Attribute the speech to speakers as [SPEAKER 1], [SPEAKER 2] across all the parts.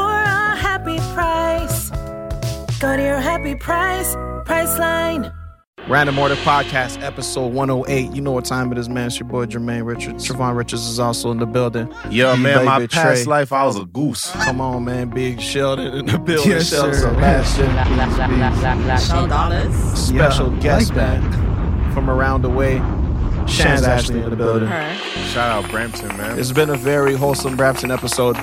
[SPEAKER 1] a happy price. Go to your happy price, Priceline.
[SPEAKER 2] Random Order Podcast, episode 108. You know what time it is, man. It's your boy Jermaine Richards. Trevon Richards is also in the building.
[SPEAKER 3] Yeah,
[SPEAKER 2] Big
[SPEAKER 3] man, my
[SPEAKER 2] Baby
[SPEAKER 3] past
[SPEAKER 2] Trey.
[SPEAKER 3] life I was a goose.
[SPEAKER 2] Come on, man. Big Sheldon in the building.
[SPEAKER 3] Yes,
[SPEAKER 2] Sheldon
[SPEAKER 3] sir.
[SPEAKER 2] Sebastian.
[SPEAKER 4] dollars.
[SPEAKER 2] Special
[SPEAKER 3] Yeah,
[SPEAKER 2] guest,
[SPEAKER 3] like that.
[SPEAKER 2] man. From around the way, Shan's Ashley in the building.
[SPEAKER 3] Shout out Brampton, man.
[SPEAKER 2] It's been a very wholesome Brampton episode.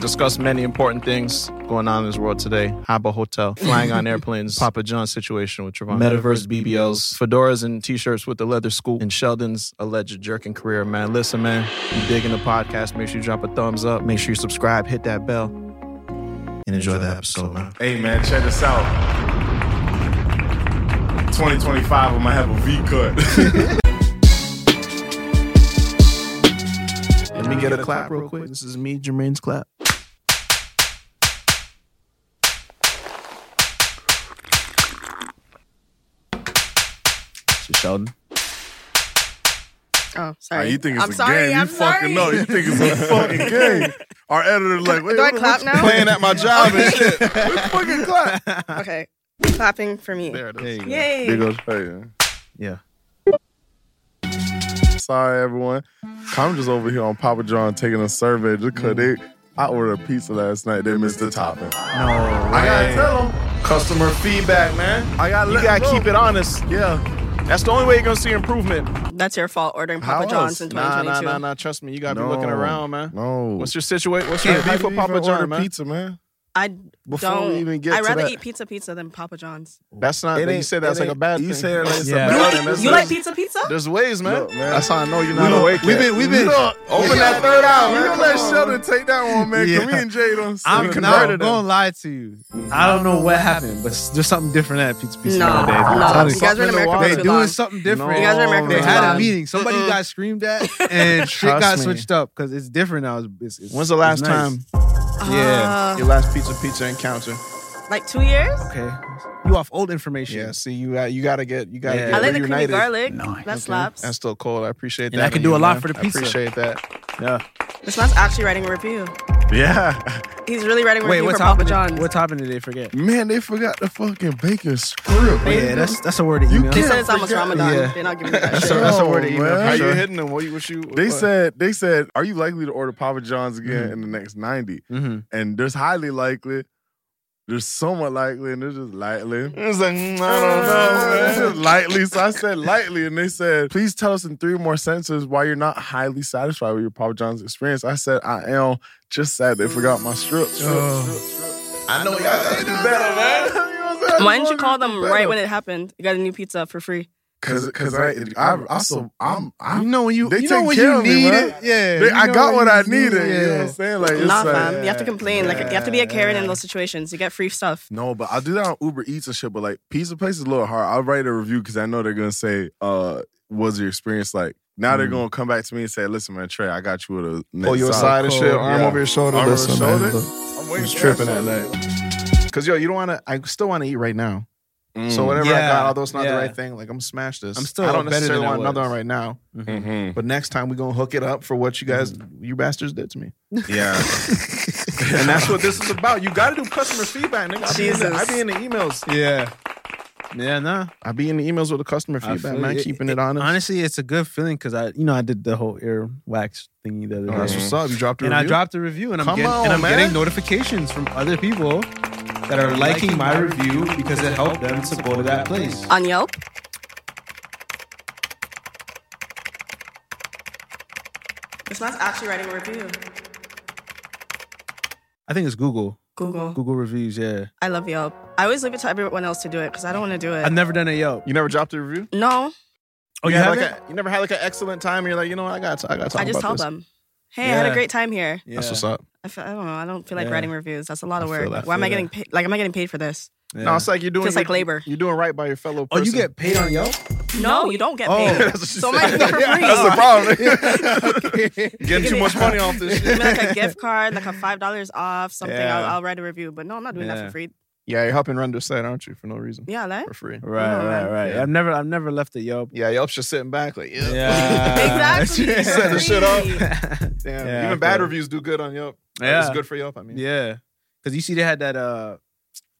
[SPEAKER 2] Discussed many important things going on in this world today. Haba Hotel, flying on airplanes, Papa John's situation with Trevon. Metaverse BBLs, fedoras and t-shirts with the leather scoop, and Sheldon's alleged jerking career, man. Listen, man, you digging the podcast, make sure you drop a thumbs up. Make sure you subscribe, hit that bell, and enjoy the episode, man.
[SPEAKER 3] Hey, man, check this out. 2025, I'm gonna have a V cut.
[SPEAKER 2] Let me get a clap real quick. This is me, Jermaine's clap. So Sheldon.
[SPEAKER 4] Oh, sorry.
[SPEAKER 3] Now, you think it's
[SPEAKER 4] I'm
[SPEAKER 3] a
[SPEAKER 4] sorry,
[SPEAKER 3] game?
[SPEAKER 4] I'm
[SPEAKER 3] you
[SPEAKER 4] sorry.
[SPEAKER 3] fucking know. You think it's a fucking game? Our editor's like, wait,
[SPEAKER 4] Do I
[SPEAKER 3] what-
[SPEAKER 4] clap
[SPEAKER 3] what's
[SPEAKER 4] now?
[SPEAKER 3] Playing at my job and shit. We fucking clap.
[SPEAKER 4] Okay. Clapping for me.
[SPEAKER 2] There it is.
[SPEAKER 4] Yay.
[SPEAKER 3] Big old pay, man.
[SPEAKER 2] Yeah.
[SPEAKER 3] Sorry, everyone. I'm just over here on Papa John taking a survey just because they. I ordered a pizza last night. They missed the topping.
[SPEAKER 2] No.
[SPEAKER 3] I gotta tell them. Customer feedback, man. I gotta.
[SPEAKER 2] You gotta keep it honest.
[SPEAKER 3] Yeah.
[SPEAKER 2] That's the only way you're gonna see improvement.
[SPEAKER 4] That's your fault ordering Papa
[SPEAKER 3] How
[SPEAKER 4] John's
[SPEAKER 3] else?
[SPEAKER 4] in
[SPEAKER 2] Nah,
[SPEAKER 4] 2022.
[SPEAKER 2] nah, nah, nah. Trust me, you gotta be looking
[SPEAKER 3] No.
[SPEAKER 2] around, man.
[SPEAKER 3] No.
[SPEAKER 2] What's your situation? What's your beef with Papa John, man?
[SPEAKER 3] Pizza, man.
[SPEAKER 4] I
[SPEAKER 3] Before
[SPEAKER 4] don't.
[SPEAKER 3] we even get
[SPEAKER 4] I'd
[SPEAKER 3] to
[SPEAKER 4] rather
[SPEAKER 3] that-
[SPEAKER 4] eat pizza pizza than Papa John's.
[SPEAKER 2] That's not.
[SPEAKER 3] It
[SPEAKER 2] You
[SPEAKER 3] ain't-
[SPEAKER 2] said that's
[SPEAKER 3] it
[SPEAKER 2] like a
[SPEAKER 3] ain't-
[SPEAKER 2] bad
[SPEAKER 3] you
[SPEAKER 2] thing.
[SPEAKER 3] said it's a
[SPEAKER 2] Yeah.
[SPEAKER 3] bad
[SPEAKER 2] You
[SPEAKER 3] thing.
[SPEAKER 2] like-
[SPEAKER 3] That's
[SPEAKER 4] You
[SPEAKER 3] not-
[SPEAKER 4] like pizza pizza?
[SPEAKER 2] There's ways, man.
[SPEAKER 3] Look, man.
[SPEAKER 2] That's how I know you're
[SPEAKER 3] We
[SPEAKER 2] not
[SPEAKER 3] done-
[SPEAKER 2] awake.
[SPEAKER 3] we
[SPEAKER 2] yet.
[SPEAKER 3] been- we been-
[SPEAKER 2] Look,
[SPEAKER 3] Open that third eye, man.
[SPEAKER 2] Come
[SPEAKER 3] Let
[SPEAKER 2] on.
[SPEAKER 3] Sheldon take that one, man.
[SPEAKER 5] Yeah.
[SPEAKER 3] Cause we and Jay don't see it.
[SPEAKER 5] I'm not
[SPEAKER 2] converted
[SPEAKER 5] gonna
[SPEAKER 2] him.
[SPEAKER 5] lie to you. I don't know what happened, but there's something different at Pizza Pizza
[SPEAKER 4] No,
[SPEAKER 5] nowadays. I'm
[SPEAKER 4] no.
[SPEAKER 5] telling
[SPEAKER 4] You guys were in
[SPEAKER 5] Something
[SPEAKER 4] America
[SPEAKER 5] the
[SPEAKER 4] for
[SPEAKER 5] They
[SPEAKER 4] too
[SPEAKER 5] doing
[SPEAKER 4] long.
[SPEAKER 5] something different.
[SPEAKER 4] You guys are Uh-uh. American
[SPEAKER 5] They
[SPEAKER 4] for
[SPEAKER 5] had
[SPEAKER 4] too
[SPEAKER 5] a
[SPEAKER 4] long.
[SPEAKER 5] meeting. Somebody got screamed at, and shit
[SPEAKER 2] Trust
[SPEAKER 5] got
[SPEAKER 2] me.
[SPEAKER 5] switched up because it's different now. It's, it's, it's-
[SPEAKER 2] When's the
[SPEAKER 5] it's
[SPEAKER 2] last
[SPEAKER 5] nice.
[SPEAKER 2] time?
[SPEAKER 4] Yeah.
[SPEAKER 2] Your last pizza pizza encounter.
[SPEAKER 4] Ah, Like two years?
[SPEAKER 5] Okay, you off old information.
[SPEAKER 2] Yeah. See, you got you gotta get you gotta
[SPEAKER 5] Yeah.
[SPEAKER 2] get
[SPEAKER 4] I like the creamy
[SPEAKER 2] reunited.
[SPEAKER 4] garlic. that slaps.
[SPEAKER 2] That's still cold. I appreciate that.
[SPEAKER 5] And I can
[SPEAKER 2] in
[SPEAKER 5] do
[SPEAKER 2] you,
[SPEAKER 5] a lot
[SPEAKER 2] man.
[SPEAKER 5] for the
[SPEAKER 2] I
[SPEAKER 5] pizza.
[SPEAKER 2] appreciate that. Yeah.
[SPEAKER 4] This man's actually writing a review.
[SPEAKER 3] Yeah.
[SPEAKER 4] He's really writing a
[SPEAKER 5] Wait,
[SPEAKER 4] review
[SPEAKER 5] what's
[SPEAKER 4] for Papa
[SPEAKER 5] happening?
[SPEAKER 4] John's.
[SPEAKER 5] What's happening today? Forget.
[SPEAKER 3] Man, they forgot the fucking bacon script.
[SPEAKER 5] Yeah, that's that's a word. You
[SPEAKER 3] You
[SPEAKER 5] email.
[SPEAKER 4] they
[SPEAKER 3] can't-
[SPEAKER 4] said it's almost
[SPEAKER 3] Yeah.
[SPEAKER 4] Ramadan.
[SPEAKER 5] Yeah.
[SPEAKER 4] They're not giving you that
[SPEAKER 5] That's
[SPEAKER 4] shit.
[SPEAKER 5] a, that's a word.
[SPEAKER 3] Oh,
[SPEAKER 5] to email.
[SPEAKER 3] man.
[SPEAKER 5] for
[SPEAKER 2] How you
[SPEAKER 5] sure.
[SPEAKER 2] hitting them? What you what you?
[SPEAKER 3] They
[SPEAKER 2] what?
[SPEAKER 3] said, they said, are you likely to order Papa John's again in the next 90?
[SPEAKER 5] Mhm.
[SPEAKER 3] And there's highly likely, there's somewhat likely, and there's just lightly.
[SPEAKER 2] It was like, mm, I
[SPEAKER 3] I
[SPEAKER 2] don't know. man.
[SPEAKER 3] don't know. lightly. So I said lightly, and they said, please tell us in three more sentences why you're not highly satisfied with your Papa John's experience. I said, I am just sad they forgot my strip. I know y'all gotta do better, man. You know what I'm saying?
[SPEAKER 4] Why didn't you call
[SPEAKER 3] gotta do
[SPEAKER 4] them
[SPEAKER 3] better.
[SPEAKER 4] right when it happened? You got a new pizza for free.
[SPEAKER 3] Cause, cause I, I, I, so I'm, I'm
[SPEAKER 5] You know when you
[SPEAKER 3] They
[SPEAKER 5] you know
[SPEAKER 3] take
[SPEAKER 5] when
[SPEAKER 3] care
[SPEAKER 5] you
[SPEAKER 3] of me,
[SPEAKER 5] need
[SPEAKER 3] man.
[SPEAKER 5] it. Yeah,
[SPEAKER 3] They-
[SPEAKER 5] you
[SPEAKER 3] I
[SPEAKER 5] know
[SPEAKER 3] got what
[SPEAKER 5] when you
[SPEAKER 3] I
[SPEAKER 5] need
[SPEAKER 3] needed. You know what
[SPEAKER 5] yeah.
[SPEAKER 3] I'm saying? Like, it's
[SPEAKER 4] Nah,
[SPEAKER 3] like,
[SPEAKER 4] fam. You have to complain. Like you have to be a Karen in those situations. You get free stuff.
[SPEAKER 3] No, but I do that on Uber Eats and shit. But like pizza place is a little hard. I'll write a review because I know they're gonna say, uh, "Was your experience like?" Now they're gonna come back to me and say, "Listen, man, Trey, I got you with a next
[SPEAKER 2] Pull your side and shit, arm over your shoulder.
[SPEAKER 3] Arm over
[SPEAKER 2] Listen,
[SPEAKER 3] your
[SPEAKER 2] man,
[SPEAKER 3] shoulder?
[SPEAKER 2] look,
[SPEAKER 3] I'm waiting
[SPEAKER 2] was
[SPEAKER 3] for
[SPEAKER 2] tripping
[SPEAKER 3] that
[SPEAKER 2] at
[SPEAKER 3] shit.
[SPEAKER 2] Cause yo, you don't wanna. I still wanna eat right now.
[SPEAKER 3] Mm.
[SPEAKER 2] So whatever I
[SPEAKER 5] Yeah,
[SPEAKER 2] got, although it's not the
[SPEAKER 5] yeah.
[SPEAKER 2] right thing, like I'm gonna smash this.
[SPEAKER 5] I'm still
[SPEAKER 2] I don't
[SPEAKER 5] better than
[SPEAKER 2] necessarily
[SPEAKER 5] I
[SPEAKER 2] want another
[SPEAKER 5] was. Mm.
[SPEAKER 2] one right now.
[SPEAKER 3] Mhm.
[SPEAKER 2] But next time we gonna hook it up for what you guys, you bastards did to me.
[SPEAKER 3] Yeah.
[SPEAKER 2] And that's what this is about. You gotta do customer feedback, nigga. I be, in the, I
[SPEAKER 4] Jesus.
[SPEAKER 2] be in the emails.
[SPEAKER 5] Yeah, yeah, nah.
[SPEAKER 2] I be in the emails with the customer
[SPEAKER 5] I
[SPEAKER 2] feedback,
[SPEAKER 5] feel
[SPEAKER 2] man.
[SPEAKER 5] it.
[SPEAKER 2] keeping
[SPEAKER 5] It-
[SPEAKER 2] it, honest.
[SPEAKER 5] Honestly, it's a good feeling because I, you know, I did the whole ear wax thingy the other
[SPEAKER 2] Oh,
[SPEAKER 5] day.
[SPEAKER 2] That's what's up. You dropped a
[SPEAKER 5] and I
[SPEAKER 2] review?
[SPEAKER 5] dropped a review, and I'm,
[SPEAKER 2] Come
[SPEAKER 5] getting,
[SPEAKER 2] on,
[SPEAKER 5] and I'm
[SPEAKER 2] man.
[SPEAKER 5] getting notifications from other people that are liking my review because it helped them to go to that place.
[SPEAKER 4] On Yelp? This man's actually writing a review.
[SPEAKER 5] I think it's Google,
[SPEAKER 4] Google.
[SPEAKER 5] Google reviews. Yeah,
[SPEAKER 4] I love Yelp. I always leave it to everyone else to do it because I don't want to do
[SPEAKER 5] I've
[SPEAKER 4] it.
[SPEAKER 5] never done a Yelp.
[SPEAKER 2] You never dropped a review.
[SPEAKER 4] No,
[SPEAKER 5] Oh, you
[SPEAKER 2] had
[SPEAKER 5] haven't?
[SPEAKER 2] Like a, you never had like an excellent time. And you're like, you know, what? I got, I got.
[SPEAKER 4] I just tell them, hey, I had
[SPEAKER 5] Yeah.
[SPEAKER 4] a great time here.
[SPEAKER 5] yeah.
[SPEAKER 2] That's what's up.
[SPEAKER 6] I, feel, I don't know. I don't feel like
[SPEAKER 5] Yeah.
[SPEAKER 6] writing reviews. That's a lot of
[SPEAKER 2] I feel
[SPEAKER 6] work.
[SPEAKER 2] that,
[SPEAKER 6] Why am
[SPEAKER 2] feel
[SPEAKER 6] I getting paid? Like, am I getting paid for this?
[SPEAKER 2] No, it's like you're doing
[SPEAKER 6] Feels like
[SPEAKER 2] your-
[SPEAKER 6] labor.
[SPEAKER 2] You're doing right by your fellow.
[SPEAKER 5] oh,
[SPEAKER 2] Person.
[SPEAKER 5] you get paid on Yelp?
[SPEAKER 6] No, you don't get
[SPEAKER 5] Oh.
[SPEAKER 6] paid.
[SPEAKER 5] That's
[SPEAKER 6] so my for free.
[SPEAKER 3] That's the problem. Getting
[SPEAKER 6] too much money off
[SPEAKER 3] this
[SPEAKER 6] Give me like a gift card, like a five dollars off something.
[SPEAKER 2] Yeah.
[SPEAKER 6] I'll, I'll write a review, but no, I'm not doing that
[SPEAKER 5] Yeah.
[SPEAKER 6] for free.
[SPEAKER 2] Yeah, you're helping run the site, aren't you? For no reason.
[SPEAKER 6] Yeah, like
[SPEAKER 2] For free.
[SPEAKER 5] Right,
[SPEAKER 6] No,
[SPEAKER 5] right,
[SPEAKER 6] man.
[SPEAKER 5] right.
[SPEAKER 2] Yeah.
[SPEAKER 5] I've never, I've never left a Yelp.
[SPEAKER 2] Yeah, Yelp's just sitting back like, yeah.
[SPEAKER 5] Yeah.
[SPEAKER 6] exactly.
[SPEAKER 5] Yeah.
[SPEAKER 6] for
[SPEAKER 2] Set the shit up.
[SPEAKER 6] free.
[SPEAKER 2] Damn.
[SPEAKER 5] Yeah, I
[SPEAKER 2] Even bad
[SPEAKER 5] feel-
[SPEAKER 2] reviews do good on Yelp.
[SPEAKER 5] Yeah.
[SPEAKER 2] It's good for Yelp, I mean.
[SPEAKER 5] Yeah, because you see, they had that. uh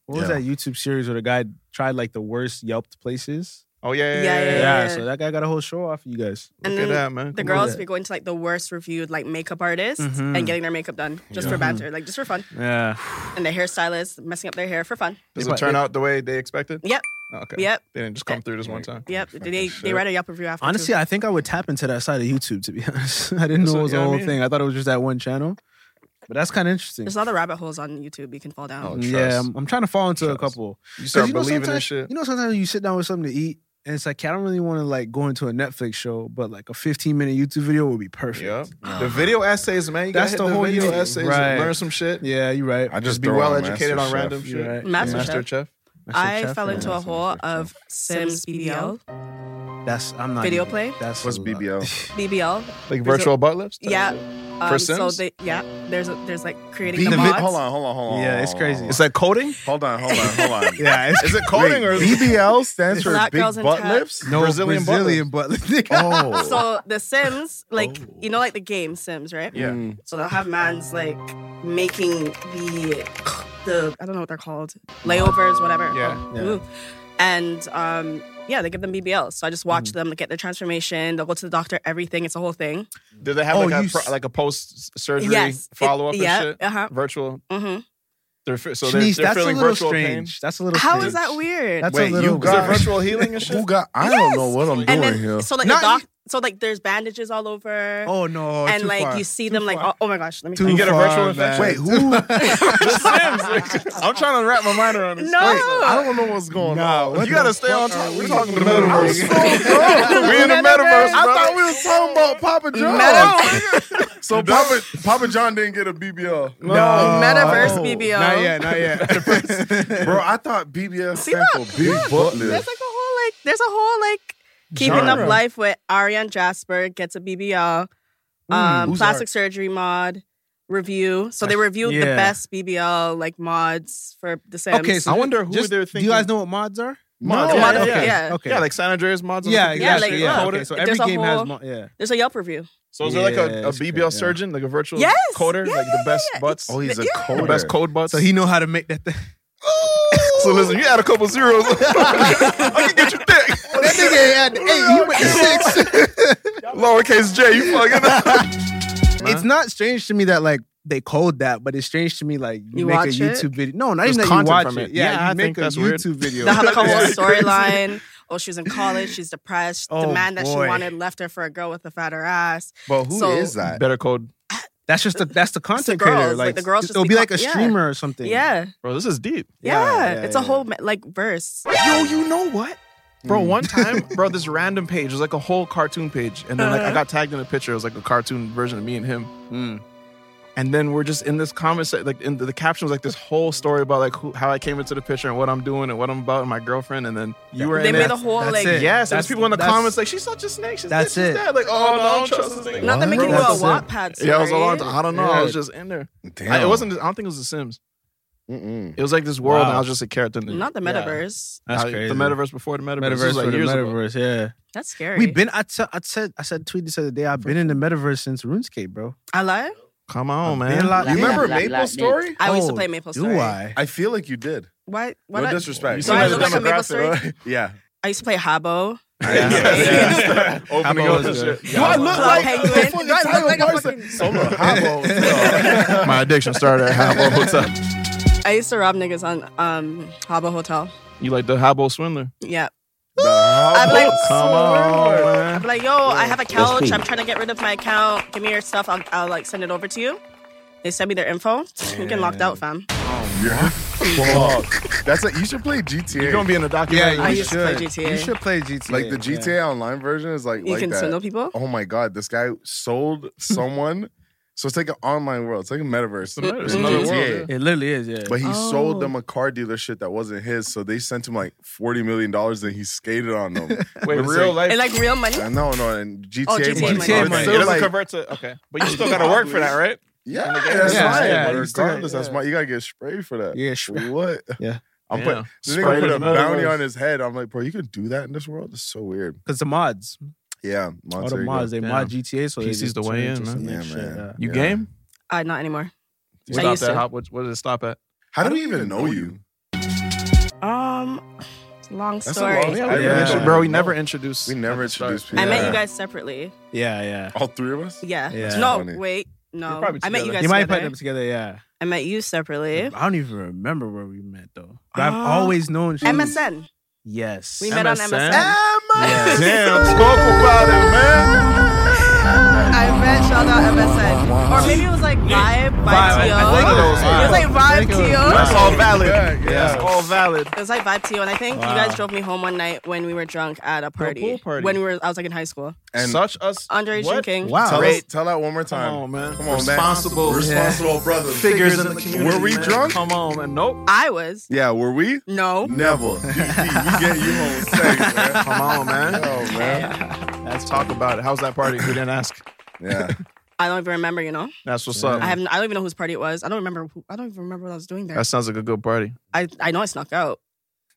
[SPEAKER 5] What was
[SPEAKER 3] Yeah.
[SPEAKER 5] that YouTube series where the guy tried like the worst Yelped places?
[SPEAKER 2] Oh, yeah, yeah,
[SPEAKER 6] Yeah,
[SPEAKER 2] yeah.
[SPEAKER 6] yeah,
[SPEAKER 2] yeah,
[SPEAKER 5] Yeah,
[SPEAKER 2] yeah.
[SPEAKER 5] so that guy got a whole show off of you guys.
[SPEAKER 6] And
[SPEAKER 2] Look at
[SPEAKER 6] then
[SPEAKER 2] that, man.
[SPEAKER 6] The
[SPEAKER 2] Come
[SPEAKER 6] girls
[SPEAKER 2] on.
[SPEAKER 6] be going to like the worst reviewed like makeup artists
[SPEAKER 5] Mhm.
[SPEAKER 6] and getting their makeup done just
[SPEAKER 5] Yeah.
[SPEAKER 6] for banter, like just for fun.
[SPEAKER 5] Yeah,
[SPEAKER 6] And the hairstylists messing up their hair for fun.
[SPEAKER 2] Does it turn out the way they expected?
[SPEAKER 6] Yep.
[SPEAKER 2] Oh, okay.
[SPEAKER 6] Yep.
[SPEAKER 2] They didn't just come through this one time.
[SPEAKER 6] Yep.
[SPEAKER 2] Fucking
[SPEAKER 6] They they
[SPEAKER 2] shit.
[SPEAKER 6] write a Yelp review after.
[SPEAKER 5] honestly,
[SPEAKER 6] too.
[SPEAKER 5] I think I would tap into that side of YouTube. To be honest, I didn't
[SPEAKER 2] That's
[SPEAKER 5] know
[SPEAKER 2] what-
[SPEAKER 5] it was
[SPEAKER 2] yeah,
[SPEAKER 5] the
[SPEAKER 2] I
[SPEAKER 5] whole
[SPEAKER 2] mean.
[SPEAKER 5] thing. I thought it was just that one channel, but that's kind of interesting.
[SPEAKER 6] there's a lot of rabbit holes on YouTube you can fall down.
[SPEAKER 2] Oh,
[SPEAKER 5] Yeah,
[SPEAKER 2] trust.
[SPEAKER 5] I'm, I'm trying to fall into a
[SPEAKER 2] Trust.
[SPEAKER 5] couple.
[SPEAKER 2] You
[SPEAKER 5] 'Cause
[SPEAKER 2] start believing in
[SPEAKER 5] sometimes-
[SPEAKER 2] shit.
[SPEAKER 5] You know, sometimes you sit down with something to eat, and it's like, "Okay, I don't really want to like go into a Netflix show, but like a 15 minute YouTube video would be perfect.
[SPEAKER 2] Yep. The video essays, man. You
[SPEAKER 5] That's
[SPEAKER 2] That's
[SPEAKER 5] the
[SPEAKER 2] the,
[SPEAKER 5] whole
[SPEAKER 2] video
[SPEAKER 5] thing.
[SPEAKER 2] essays.
[SPEAKER 5] Right.
[SPEAKER 2] Learn some shit.
[SPEAKER 5] Yeah, you're right.
[SPEAKER 3] I just
[SPEAKER 2] Be
[SPEAKER 3] throw
[SPEAKER 2] well
[SPEAKER 3] on
[SPEAKER 2] educated on
[SPEAKER 3] MasterChef.
[SPEAKER 2] random
[SPEAKER 5] You're
[SPEAKER 2] shit.
[SPEAKER 5] right.
[SPEAKER 6] Master
[SPEAKER 5] Yeah.
[SPEAKER 6] Chef.
[SPEAKER 2] Master Chef.
[SPEAKER 6] I
[SPEAKER 5] Chef,
[SPEAKER 6] fell
[SPEAKER 5] yeah.
[SPEAKER 6] into a hole of Sims BBL.
[SPEAKER 5] That's I'm not
[SPEAKER 6] Video
[SPEAKER 5] even-
[SPEAKER 6] play?
[SPEAKER 5] That's
[SPEAKER 3] What's
[SPEAKER 5] a lot.
[SPEAKER 3] BBL?
[SPEAKER 6] BBL.
[SPEAKER 2] Like
[SPEAKER 6] There's a-
[SPEAKER 2] virtual butt lifts?
[SPEAKER 6] Yeah. Um,
[SPEAKER 2] For
[SPEAKER 6] So
[SPEAKER 2] Sims?
[SPEAKER 6] they, yeah, there's a, there's like creating
[SPEAKER 3] Beat
[SPEAKER 6] the
[SPEAKER 3] the
[SPEAKER 6] mods.
[SPEAKER 3] vi- Hold on, hold on, hold on.
[SPEAKER 5] Yeah, it's
[SPEAKER 3] hold on,
[SPEAKER 5] crazy.
[SPEAKER 3] hold
[SPEAKER 2] It's like coding?
[SPEAKER 3] on. Hold on, hold on, hold on.
[SPEAKER 5] Yeah, it's
[SPEAKER 3] Is it coding or BBL stands for
[SPEAKER 6] Black
[SPEAKER 3] big
[SPEAKER 6] girls in
[SPEAKER 3] butt
[SPEAKER 6] tech.
[SPEAKER 3] lips?
[SPEAKER 5] no
[SPEAKER 2] Brazilian
[SPEAKER 5] Brazilian,
[SPEAKER 2] butt
[SPEAKER 5] butt.
[SPEAKER 3] Oh,
[SPEAKER 6] So the Sims, like you
[SPEAKER 5] Oh.
[SPEAKER 6] know, like the game Sims, right?
[SPEAKER 3] yeah.
[SPEAKER 6] So they'll have mans like making the the I don't know what they're called layovers, whatever.
[SPEAKER 2] Yeah.
[SPEAKER 5] Yeah.
[SPEAKER 6] Ooh. And um, yeah, they give them BBL. So I just watch them get their transformation. They'll go to the doctor. Everything. It's a whole thing.
[SPEAKER 2] Did they have
[SPEAKER 5] Oh,
[SPEAKER 2] like,
[SPEAKER 5] you
[SPEAKER 2] a, pro-
[SPEAKER 5] s-
[SPEAKER 2] like a post surgery
[SPEAKER 6] yes. It-
[SPEAKER 2] follow up and
[SPEAKER 6] yeah,
[SPEAKER 2] shit?
[SPEAKER 6] Uh huh.
[SPEAKER 2] Virtual.
[SPEAKER 6] Mm-hmm.
[SPEAKER 2] They're, fi- so they're,
[SPEAKER 5] Shanice,
[SPEAKER 2] they're
[SPEAKER 5] that's a
[SPEAKER 2] feeling
[SPEAKER 5] little
[SPEAKER 2] virtual
[SPEAKER 5] strange. That's a little.
[SPEAKER 6] How
[SPEAKER 5] strange.
[SPEAKER 6] is that weird?
[SPEAKER 5] That's
[SPEAKER 2] Wait,
[SPEAKER 5] a little.
[SPEAKER 3] you
[SPEAKER 2] pain. Is it
[SPEAKER 3] got-
[SPEAKER 5] weird.
[SPEAKER 2] virtual healing and
[SPEAKER 3] Who
[SPEAKER 2] shit?
[SPEAKER 3] got? I
[SPEAKER 6] Yes.
[SPEAKER 3] don't know what I'm
[SPEAKER 6] and
[SPEAKER 3] doing
[SPEAKER 6] then
[SPEAKER 3] here.
[SPEAKER 6] so like
[SPEAKER 5] Not
[SPEAKER 6] the doc, so like there's bandages all over.
[SPEAKER 5] Oh no!
[SPEAKER 6] and
[SPEAKER 5] too
[SPEAKER 6] like
[SPEAKER 5] far.
[SPEAKER 6] you see
[SPEAKER 5] Too
[SPEAKER 6] them like
[SPEAKER 5] far.
[SPEAKER 6] oh, oh my gosh, let me
[SPEAKER 5] Too
[SPEAKER 6] find
[SPEAKER 2] get a
[SPEAKER 6] it.
[SPEAKER 5] far,
[SPEAKER 2] virtual infection?
[SPEAKER 3] Wait, who?
[SPEAKER 2] I'm trying to wrap my mind around this.
[SPEAKER 6] No.
[SPEAKER 3] I don't know what's going
[SPEAKER 5] Nah,
[SPEAKER 3] on.
[SPEAKER 5] what
[SPEAKER 2] You gotta
[SPEAKER 5] the
[SPEAKER 2] stay on
[SPEAKER 5] fuck are
[SPEAKER 2] top. We're
[SPEAKER 5] we
[SPEAKER 2] talking
[SPEAKER 5] doing?
[SPEAKER 2] the metaverse.
[SPEAKER 5] I'm
[SPEAKER 2] we in the metaverse.
[SPEAKER 3] I
[SPEAKER 2] brother.
[SPEAKER 3] thought we was talking about Papa John. so Papa Papa John didn't get a BBL.
[SPEAKER 5] No,
[SPEAKER 6] Metaverse
[SPEAKER 3] Oh.
[SPEAKER 6] BBL.
[SPEAKER 5] Not yet. Not yet.
[SPEAKER 3] Bro, I thought BBL
[SPEAKER 6] See,
[SPEAKER 3] stands
[SPEAKER 6] look,
[SPEAKER 3] for big butt
[SPEAKER 6] There's like
[SPEAKER 3] lift.
[SPEAKER 6] a whole like there's a whole like keeping
[SPEAKER 3] Genre.
[SPEAKER 6] up life with Ariane Jasper gets a BBL, um,
[SPEAKER 3] who's
[SPEAKER 6] plastic
[SPEAKER 3] Ari-
[SPEAKER 6] surgery mod review. So they reviewed the
[SPEAKER 5] yeah.
[SPEAKER 6] best BBL like mods for the Sims.
[SPEAKER 5] okay, so
[SPEAKER 2] I wonder who
[SPEAKER 5] just,
[SPEAKER 2] they're
[SPEAKER 5] Do you guys
[SPEAKER 2] thinking-
[SPEAKER 5] know what mods are?
[SPEAKER 3] Mod-
[SPEAKER 6] The
[SPEAKER 2] Yeah,
[SPEAKER 6] mod-
[SPEAKER 2] yeah,
[SPEAKER 6] okay,
[SPEAKER 2] yeah.
[SPEAKER 6] yeah.
[SPEAKER 5] Okay.
[SPEAKER 2] Yeah, like San Andreas mods. on
[SPEAKER 5] yeah,
[SPEAKER 2] the
[SPEAKER 6] Yeah,
[SPEAKER 2] computer.
[SPEAKER 6] like,
[SPEAKER 5] exactly. Yeah.
[SPEAKER 6] look,
[SPEAKER 5] Okay, so
[SPEAKER 6] there's
[SPEAKER 5] every
[SPEAKER 6] a
[SPEAKER 5] game has
[SPEAKER 6] whole-
[SPEAKER 5] mo- yeah.
[SPEAKER 6] There's a Yelp review.
[SPEAKER 2] So is there like
[SPEAKER 5] Yeah,
[SPEAKER 2] a, a
[SPEAKER 5] that's
[SPEAKER 2] BBL
[SPEAKER 5] great, yeah.
[SPEAKER 2] surgeon, like a virtual
[SPEAKER 6] Yes!
[SPEAKER 2] coder,
[SPEAKER 6] Yeah,
[SPEAKER 2] like the
[SPEAKER 6] yeah,
[SPEAKER 2] best
[SPEAKER 6] yeah.
[SPEAKER 2] butts,
[SPEAKER 3] Oh, he's a
[SPEAKER 6] Yeah.
[SPEAKER 3] coder.
[SPEAKER 2] the best code butts.
[SPEAKER 5] So he know how to make that thing.
[SPEAKER 2] So listen, you add a couple zeros, I can get you thick.
[SPEAKER 5] that nigga had eight. You went six.
[SPEAKER 2] Lowercase J, you fucking.
[SPEAKER 5] It's not strange to me that like they code that, but it's strange to me like you,
[SPEAKER 6] You
[SPEAKER 5] make a
[SPEAKER 6] watch it?
[SPEAKER 5] YouTube video. No, not
[SPEAKER 2] There's
[SPEAKER 5] even that you
[SPEAKER 2] content
[SPEAKER 5] watch
[SPEAKER 2] from
[SPEAKER 5] it.
[SPEAKER 2] it.
[SPEAKER 5] Yeah,
[SPEAKER 2] Yeah,
[SPEAKER 5] you
[SPEAKER 2] I
[SPEAKER 5] make
[SPEAKER 2] think
[SPEAKER 5] a
[SPEAKER 2] that's
[SPEAKER 5] YouTube
[SPEAKER 2] weird.
[SPEAKER 5] video.
[SPEAKER 6] They'll have like a whole
[SPEAKER 5] That's crazy.
[SPEAKER 6] storyline. Oh, she was in college. She's depressed.
[SPEAKER 5] Oh,
[SPEAKER 6] the man that she
[SPEAKER 5] boy.
[SPEAKER 6] wanted left her for a girl with a fatter ass.
[SPEAKER 3] But who is
[SPEAKER 6] So-
[SPEAKER 3] that?
[SPEAKER 2] Better code,
[SPEAKER 5] That's just the that's the content
[SPEAKER 6] girls.
[SPEAKER 5] creator.
[SPEAKER 6] Like,
[SPEAKER 5] Like
[SPEAKER 6] the girls just
[SPEAKER 5] it'll be
[SPEAKER 6] be
[SPEAKER 5] like a
[SPEAKER 6] co- yeah.
[SPEAKER 5] streamer or something.
[SPEAKER 6] Yeah.
[SPEAKER 2] bro. This is deep.
[SPEAKER 6] Yeah.
[SPEAKER 5] yeah,
[SPEAKER 6] it's a
[SPEAKER 5] yeah.
[SPEAKER 6] whole like verse.
[SPEAKER 2] Yo, you know what? Bro, one time, bro, this random page it was like a whole cartoon page, and then like I got tagged in a picture. It was like a cartoon version of me and him, and then we're just in this comment se- like in the, the caption was like this whole story about like who, how I came into the picture and what I'm doing and what I'm about and my girlfriend, and then you were
[SPEAKER 6] They
[SPEAKER 2] in
[SPEAKER 6] made
[SPEAKER 2] it.
[SPEAKER 6] a whole
[SPEAKER 5] That's
[SPEAKER 6] like
[SPEAKER 2] Yes,
[SPEAKER 5] it.
[SPEAKER 2] and there's
[SPEAKER 5] That's-
[SPEAKER 2] people in the
[SPEAKER 5] that's-
[SPEAKER 2] comments like she's such a snake. She's
[SPEAKER 5] that's
[SPEAKER 2] this, she's
[SPEAKER 5] it.
[SPEAKER 2] that. Like, oh, no, I don't trust this thing.
[SPEAKER 6] not them
[SPEAKER 5] What?
[SPEAKER 6] making you a
[SPEAKER 5] That's it.
[SPEAKER 6] Wattpad story.
[SPEAKER 2] Yeah, it was a long time. I don't know. I was
[SPEAKER 5] Yeah.
[SPEAKER 2] just in there.
[SPEAKER 3] Damn.
[SPEAKER 2] I, it wasn't. I don't think it was The Sims.
[SPEAKER 3] Mm-mm.
[SPEAKER 2] It was like this world, and
[SPEAKER 5] Wow.
[SPEAKER 2] I was just a character. In it.
[SPEAKER 6] Not the
[SPEAKER 2] Yeah.
[SPEAKER 6] metaverse.
[SPEAKER 5] That's
[SPEAKER 2] I-
[SPEAKER 5] crazy.
[SPEAKER 2] The metaverse before the metaverse. This
[SPEAKER 5] Metaverse
[SPEAKER 2] was
[SPEAKER 5] for
[SPEAKER 2] like
[SPEAKER 5] the
[SPEAKER 2] years ago.
[SPEAKER 5] metaverse, yeah.
[SPEAKER 6] That's scary.
[SPEAKER 5] We've been. I te- I said. I said. Tweeted this other day. I've been in the metaverse since RuneScape, bro.
[SPEAKER 6] I lie.
[SPEAKER 2] Come on,
[SPEAKER 5] Been a lot-
[SPEAKER 3] You remember
[SPEAKER 7] blah,
[SPEAKER 3] Maple
[SPEAKER 7] blah,
[SPEAKER 3] Story?
[SPEAKER 6] I used to
[SPEAKER 5] Oh,
[SPEAKER 6] play Maple
[SPEAKER 5] Do
[SPEAKER 6] Story.
[SPEAKER 5] I?
[SPEAKER 3] I feel like you did.
[SPEAKER 6] Why? why
[SPEAKER 3] No
[SPEAKER 6] not?
[SPEAKER 3] disrespect.
[SPEAKER 2] You
[SPEAKER 6] Do I look like a Maple Story?
[SPEAKER 3] yeah.
[SPEAKER 6] I used to play Habo.
[SPEAKER 3] Yeah.
[SPEAKER 2] Opening
[SPEAKER 5] How
[SPEAKER 2] up
[SPEAKER 5] about
[SPEAKER 2] and
[SPEAKER 5] us,
[SPEAKER 2] shit.
[SPEAKER 5] dude?
[SPEAKER 3] Do I look
[SPEAKER 6] Club
[SPEAKER 3] like
[SPEAKER 6] Penguin.
[SPEAKER 3] the fucking
[SPEAKER 6] Do I look
[SPEAKER 3] Tyler
[SPEAKER 6] like a
[SPEAKER 3] Perry?
[SPEAKER 6] fucking-
[SPEAKER 3] Solo Habo.
[SPEAKER 2] My addiction started at Habbo Hotel.
[SPEAKER 6] I used to rob niggas on um Habo Hotel.
[SPEAKER 2] You like the Habbo swindler?
[SPEAKER 6] Yeah.
[SPEAKER 3] The
[SPEAKER 6] I'm
[SPEAKER 3] Habo
[SPEAKER 6] like,
[SPEAKER 2] Come on, man.
[SPEAKER 6] I'm like, yo, I have a couch.
[SPEAKER 7] please.
[SPEAKER 6] I'm trying to get rid of my account. Give me your stuff. I'll, I'll like send it over to you. They sent me their info. You get locked out, fam.
[SPEAKER 3] Soul. Fuck. That's a, you should play GTA.
[SPEAKER 2] You're gonna be in the documentary.
[SPEAKER 6] I used to play GTA.
[SPEAKER 5] You should play GTA.
[SPEAKER 3] like the GTA Online version is like
[SPEAKER 6] You
[SPEAKER 3] like
[SPEAKER 6] can
[SPEAKER 3] that.
[SPEAKER 6] swindle people.
[SPEAKER 3] Oh my god, this guy sold someone So it's like an online world. It's like a metaverse.
[SPEAKER 2] a metaverse.
[SPEAKER 3] It's
[SPEAKER 6] Mm-hmm.
[SPEAKER 3] another
[SPEAKER 2] Mhm.
[SPEAKER 3] world.
[SPEAKER 5] It literally is, yeah.
[SPEAKER 3] But he
[SPEAKER 8] Oh.
[SPEAKER 3] sold them a car dealership that wasn't his, so they sent him like forty million dollars, and he skated on them.
[SPEAKER 2] Wait,
[SPEAKER 3] But it's
[SPEAKER 2] real
[SPEAKER 3] like-
[SPEAKER 2] life.
[SPEAKER 6] And like real money?
[SPEAKER 3] I know, no, and GTA,
[SPEAKER 6] Oh, GTA
[SPEAKER 3] money.
[SPEAKER 6] money.
[SPEAKER 3] So
[SPEAKER 5] GTA
[SPEAKER 3] it's
[SPEAKER 5] money.
[SPEAKER 2] it
[SPEAKER 3] still
[SPEAKER 2] doesn't
[SPEAKER 3] like-
[SPEAKER 2] convert to okay, but you still gotta work for that, right?
[SPEAKER 3] yeah,
[SPEAKER 2] Yeah,
[SPEAKER 3] that's
[SPEAKER 5] yeah,
[SPEAKER 3] fine.
[SPEAKER 5] yeah,
[SPEAKER 3] but
[SPEAKER 5] you still-
[SPEAKER 3] regardless, that's
[SPEAKER 5] yeah.
[SPEAKER 3] why you gotta get sprayed for that.
[SPEAKER 5] Yeah, sure.
[SPEAKER 3] What?
[SPEAKER 5] Yeah.
[SPEAKER 3] I'm
[SPEAKER 2] Yeah.
[SPEAKER 3] putting this nigga
[SPEAKER 2] Sprayed
[SPEAKER 3] put
[SPEAKER 2] is
[SPEAKER 3] a
[SPEAKER 2] another
[SPEAKER 3] bounty
[SPEAKER 2] word.
[SPEAKER 3] on his head. I'm like, bro, you can do that in this world. It's so weird.
[SPEAKER 5] Because the mods.
[SPEAKER 3] Yeah,
[SPEAKER 5] All
[SPEAKER 3] Monster,
[SPEAKER 5] the mods, they
[SPEAKER 2] Yeah.
[SPEAKER 5] mod GTA, so they
[SPEAKER 2] PC's
[SPEAKER 5] just
[SPEAKER 2] the
[SPEAKER 5] turn
[SPEAKER 2] way in,
[SPEAKER 5] it into
[SPEAKER 2] man.
[SPEAKER 5] some
[SPEAKER 3] Yeah,
[SPEAKER 5] shit,
[SPEAKER 3] man.
[SPEAKER 5] yeah.
[SPEAKER 2] You
[SPEAKER 3] Yeah.
[SPEAKER 2] game?
[SPEAKER 6] Uh, not anymore. I
[SPEAKER 2] Stop
[SPEAKER 6] used
[SPEAKER 2] that.
[SPEAKER 6] to.
[SPEAKER 2] How, what, what did it stop at?
[SPEAKER 3] How do we even know you?
[SPEAKER 6] Um, long
[SPEAKER 3] That's a
[SPEAKER 6] story.
[SPEAKER 3] long-
[SPEAKER 5] we Yeah.
[SPEAKER 2] Oh, Yeah.
[SPEAKER 5] mentioned-
[SPEAKER 2] Bro, we never introduced.
[SPEAKER 3] We never
[SPEAKER 2] at the start.
[SPEAKER 3] introduced people.
[SPEAKER 6] I met
[SPEAKER 3] Yeah.
[SPEAKER 6] you guys separately.
[SPEAKER 5] Yeah, yeah.
[SPEAKER 3] All three of us.
[SPEAKER 6] Yeah.
[SPEAKER 5] Yeah.
[SPEAKER 6] No,
[SPEAKER 3] Funny.
[SPEAKER 6] wait.
[SPEAKER 2] You're
[SPEAKER 6] No.
[SPEAKER 2] probably
[SPEAKER 6] I met you
[SPEAKER 2] together.
[SPEAKER 6] guys
[SPEAKER 5] You might put
[SPEAKER 6] together.
[SPEAKER 5] them together, yeah.
[SPEAKER 6] I met you separately.
[SPEAKER 5] I don't even remember where we met though. But I've
[SPEAKER 6] Ah.
[SPEAKER 5] always known she
[SPEAKER 6] MSN.
[SPEAKER 5] Yes.
[SPEAKER 6] We met on
[SPEAKER 2] MSN?
[SPEAKER 6] MSN.
[SPEAKER 5] Yeah.
[SPEAKER 3] Damn, talk about it, man.
[SPEAKER 6] I met shout out MSN. Or maybe it was like Vibe by
[SPEAKER 5] Vibe, I
[SPEAKER 6] Tio.
[SPEAKER 5] think it was Vibe.
[SPEAKER 6] It was
[SPEAKER 5] I
[SPEAKER 6] like
[SPEAKER 5] think
[SPEAKER 6] Vibe
[SPEAKER 5] it was
[SPEAKER 6] Tio.
[SPEAKER 5] Vibe.
[SPEAKER 2] That's all valid.
[SPEAKER 3] Yeah, yeah.
[SPEAKER 2] That's all valid.
[SPEAKER 6] It was like Vibe Tio. And I think you
[SPEAKER 5] Wow.
[SPEAKER 6] guys drove me home one night when we were drunk at a party.
[SPEAKER 2] pool party.
[SPEAKER 6] When we were, I was like in high school.
[SPEAKER 3] And
[SPEAKER 2] Such us.
[SPEAKER 6] Underage
[SPEAKER 2] what?
[SPEAKER 6] drinking.
[SPEAKER 5] Wow.
[SPEAKER 3] tell us,
[SPEAKER 2] Great.
[SPEAKER 3] tell that one more time.
[SPEAKER 2] Come on, man.
[SPEAKER 3] Come on, man.
[SPEAKER 2] Responsible.
[SPEAKER 3] Responsible brothers.
[SPEAKER 2] Figures in the community.
[SPEAKER 3] Were we
[SPEAKER 2] man.
[SPEAKER 3] drunk?
[SPEAKER 2] Come on, man. Nope.
[SPEAKER 6] I was.
[SPEAKER 3] Yeah, were we?
[SPEAKER 6] No.
[SPEAKER 3] Never. DP, we get you home safe, man.
[SPEAKER 2] Come on, man.
[SPEAKER 3] Yo, man.
[SPEAKER 2] Let's talk about it. How's that party? We didn't ask.
[SPEAKER 3] Yeah.
[SPEAKER 6] I don't even remember, you know?
[SPEAKER 2] That's what's up.
[SPEAKER 6] I have. I don't even know whose party it was. I don't remember. Who, I don't even remember what I was doing there.
[SPEAKER 2] that sounds like a good party.
[SPEAKER 6] I, I know I snuck out.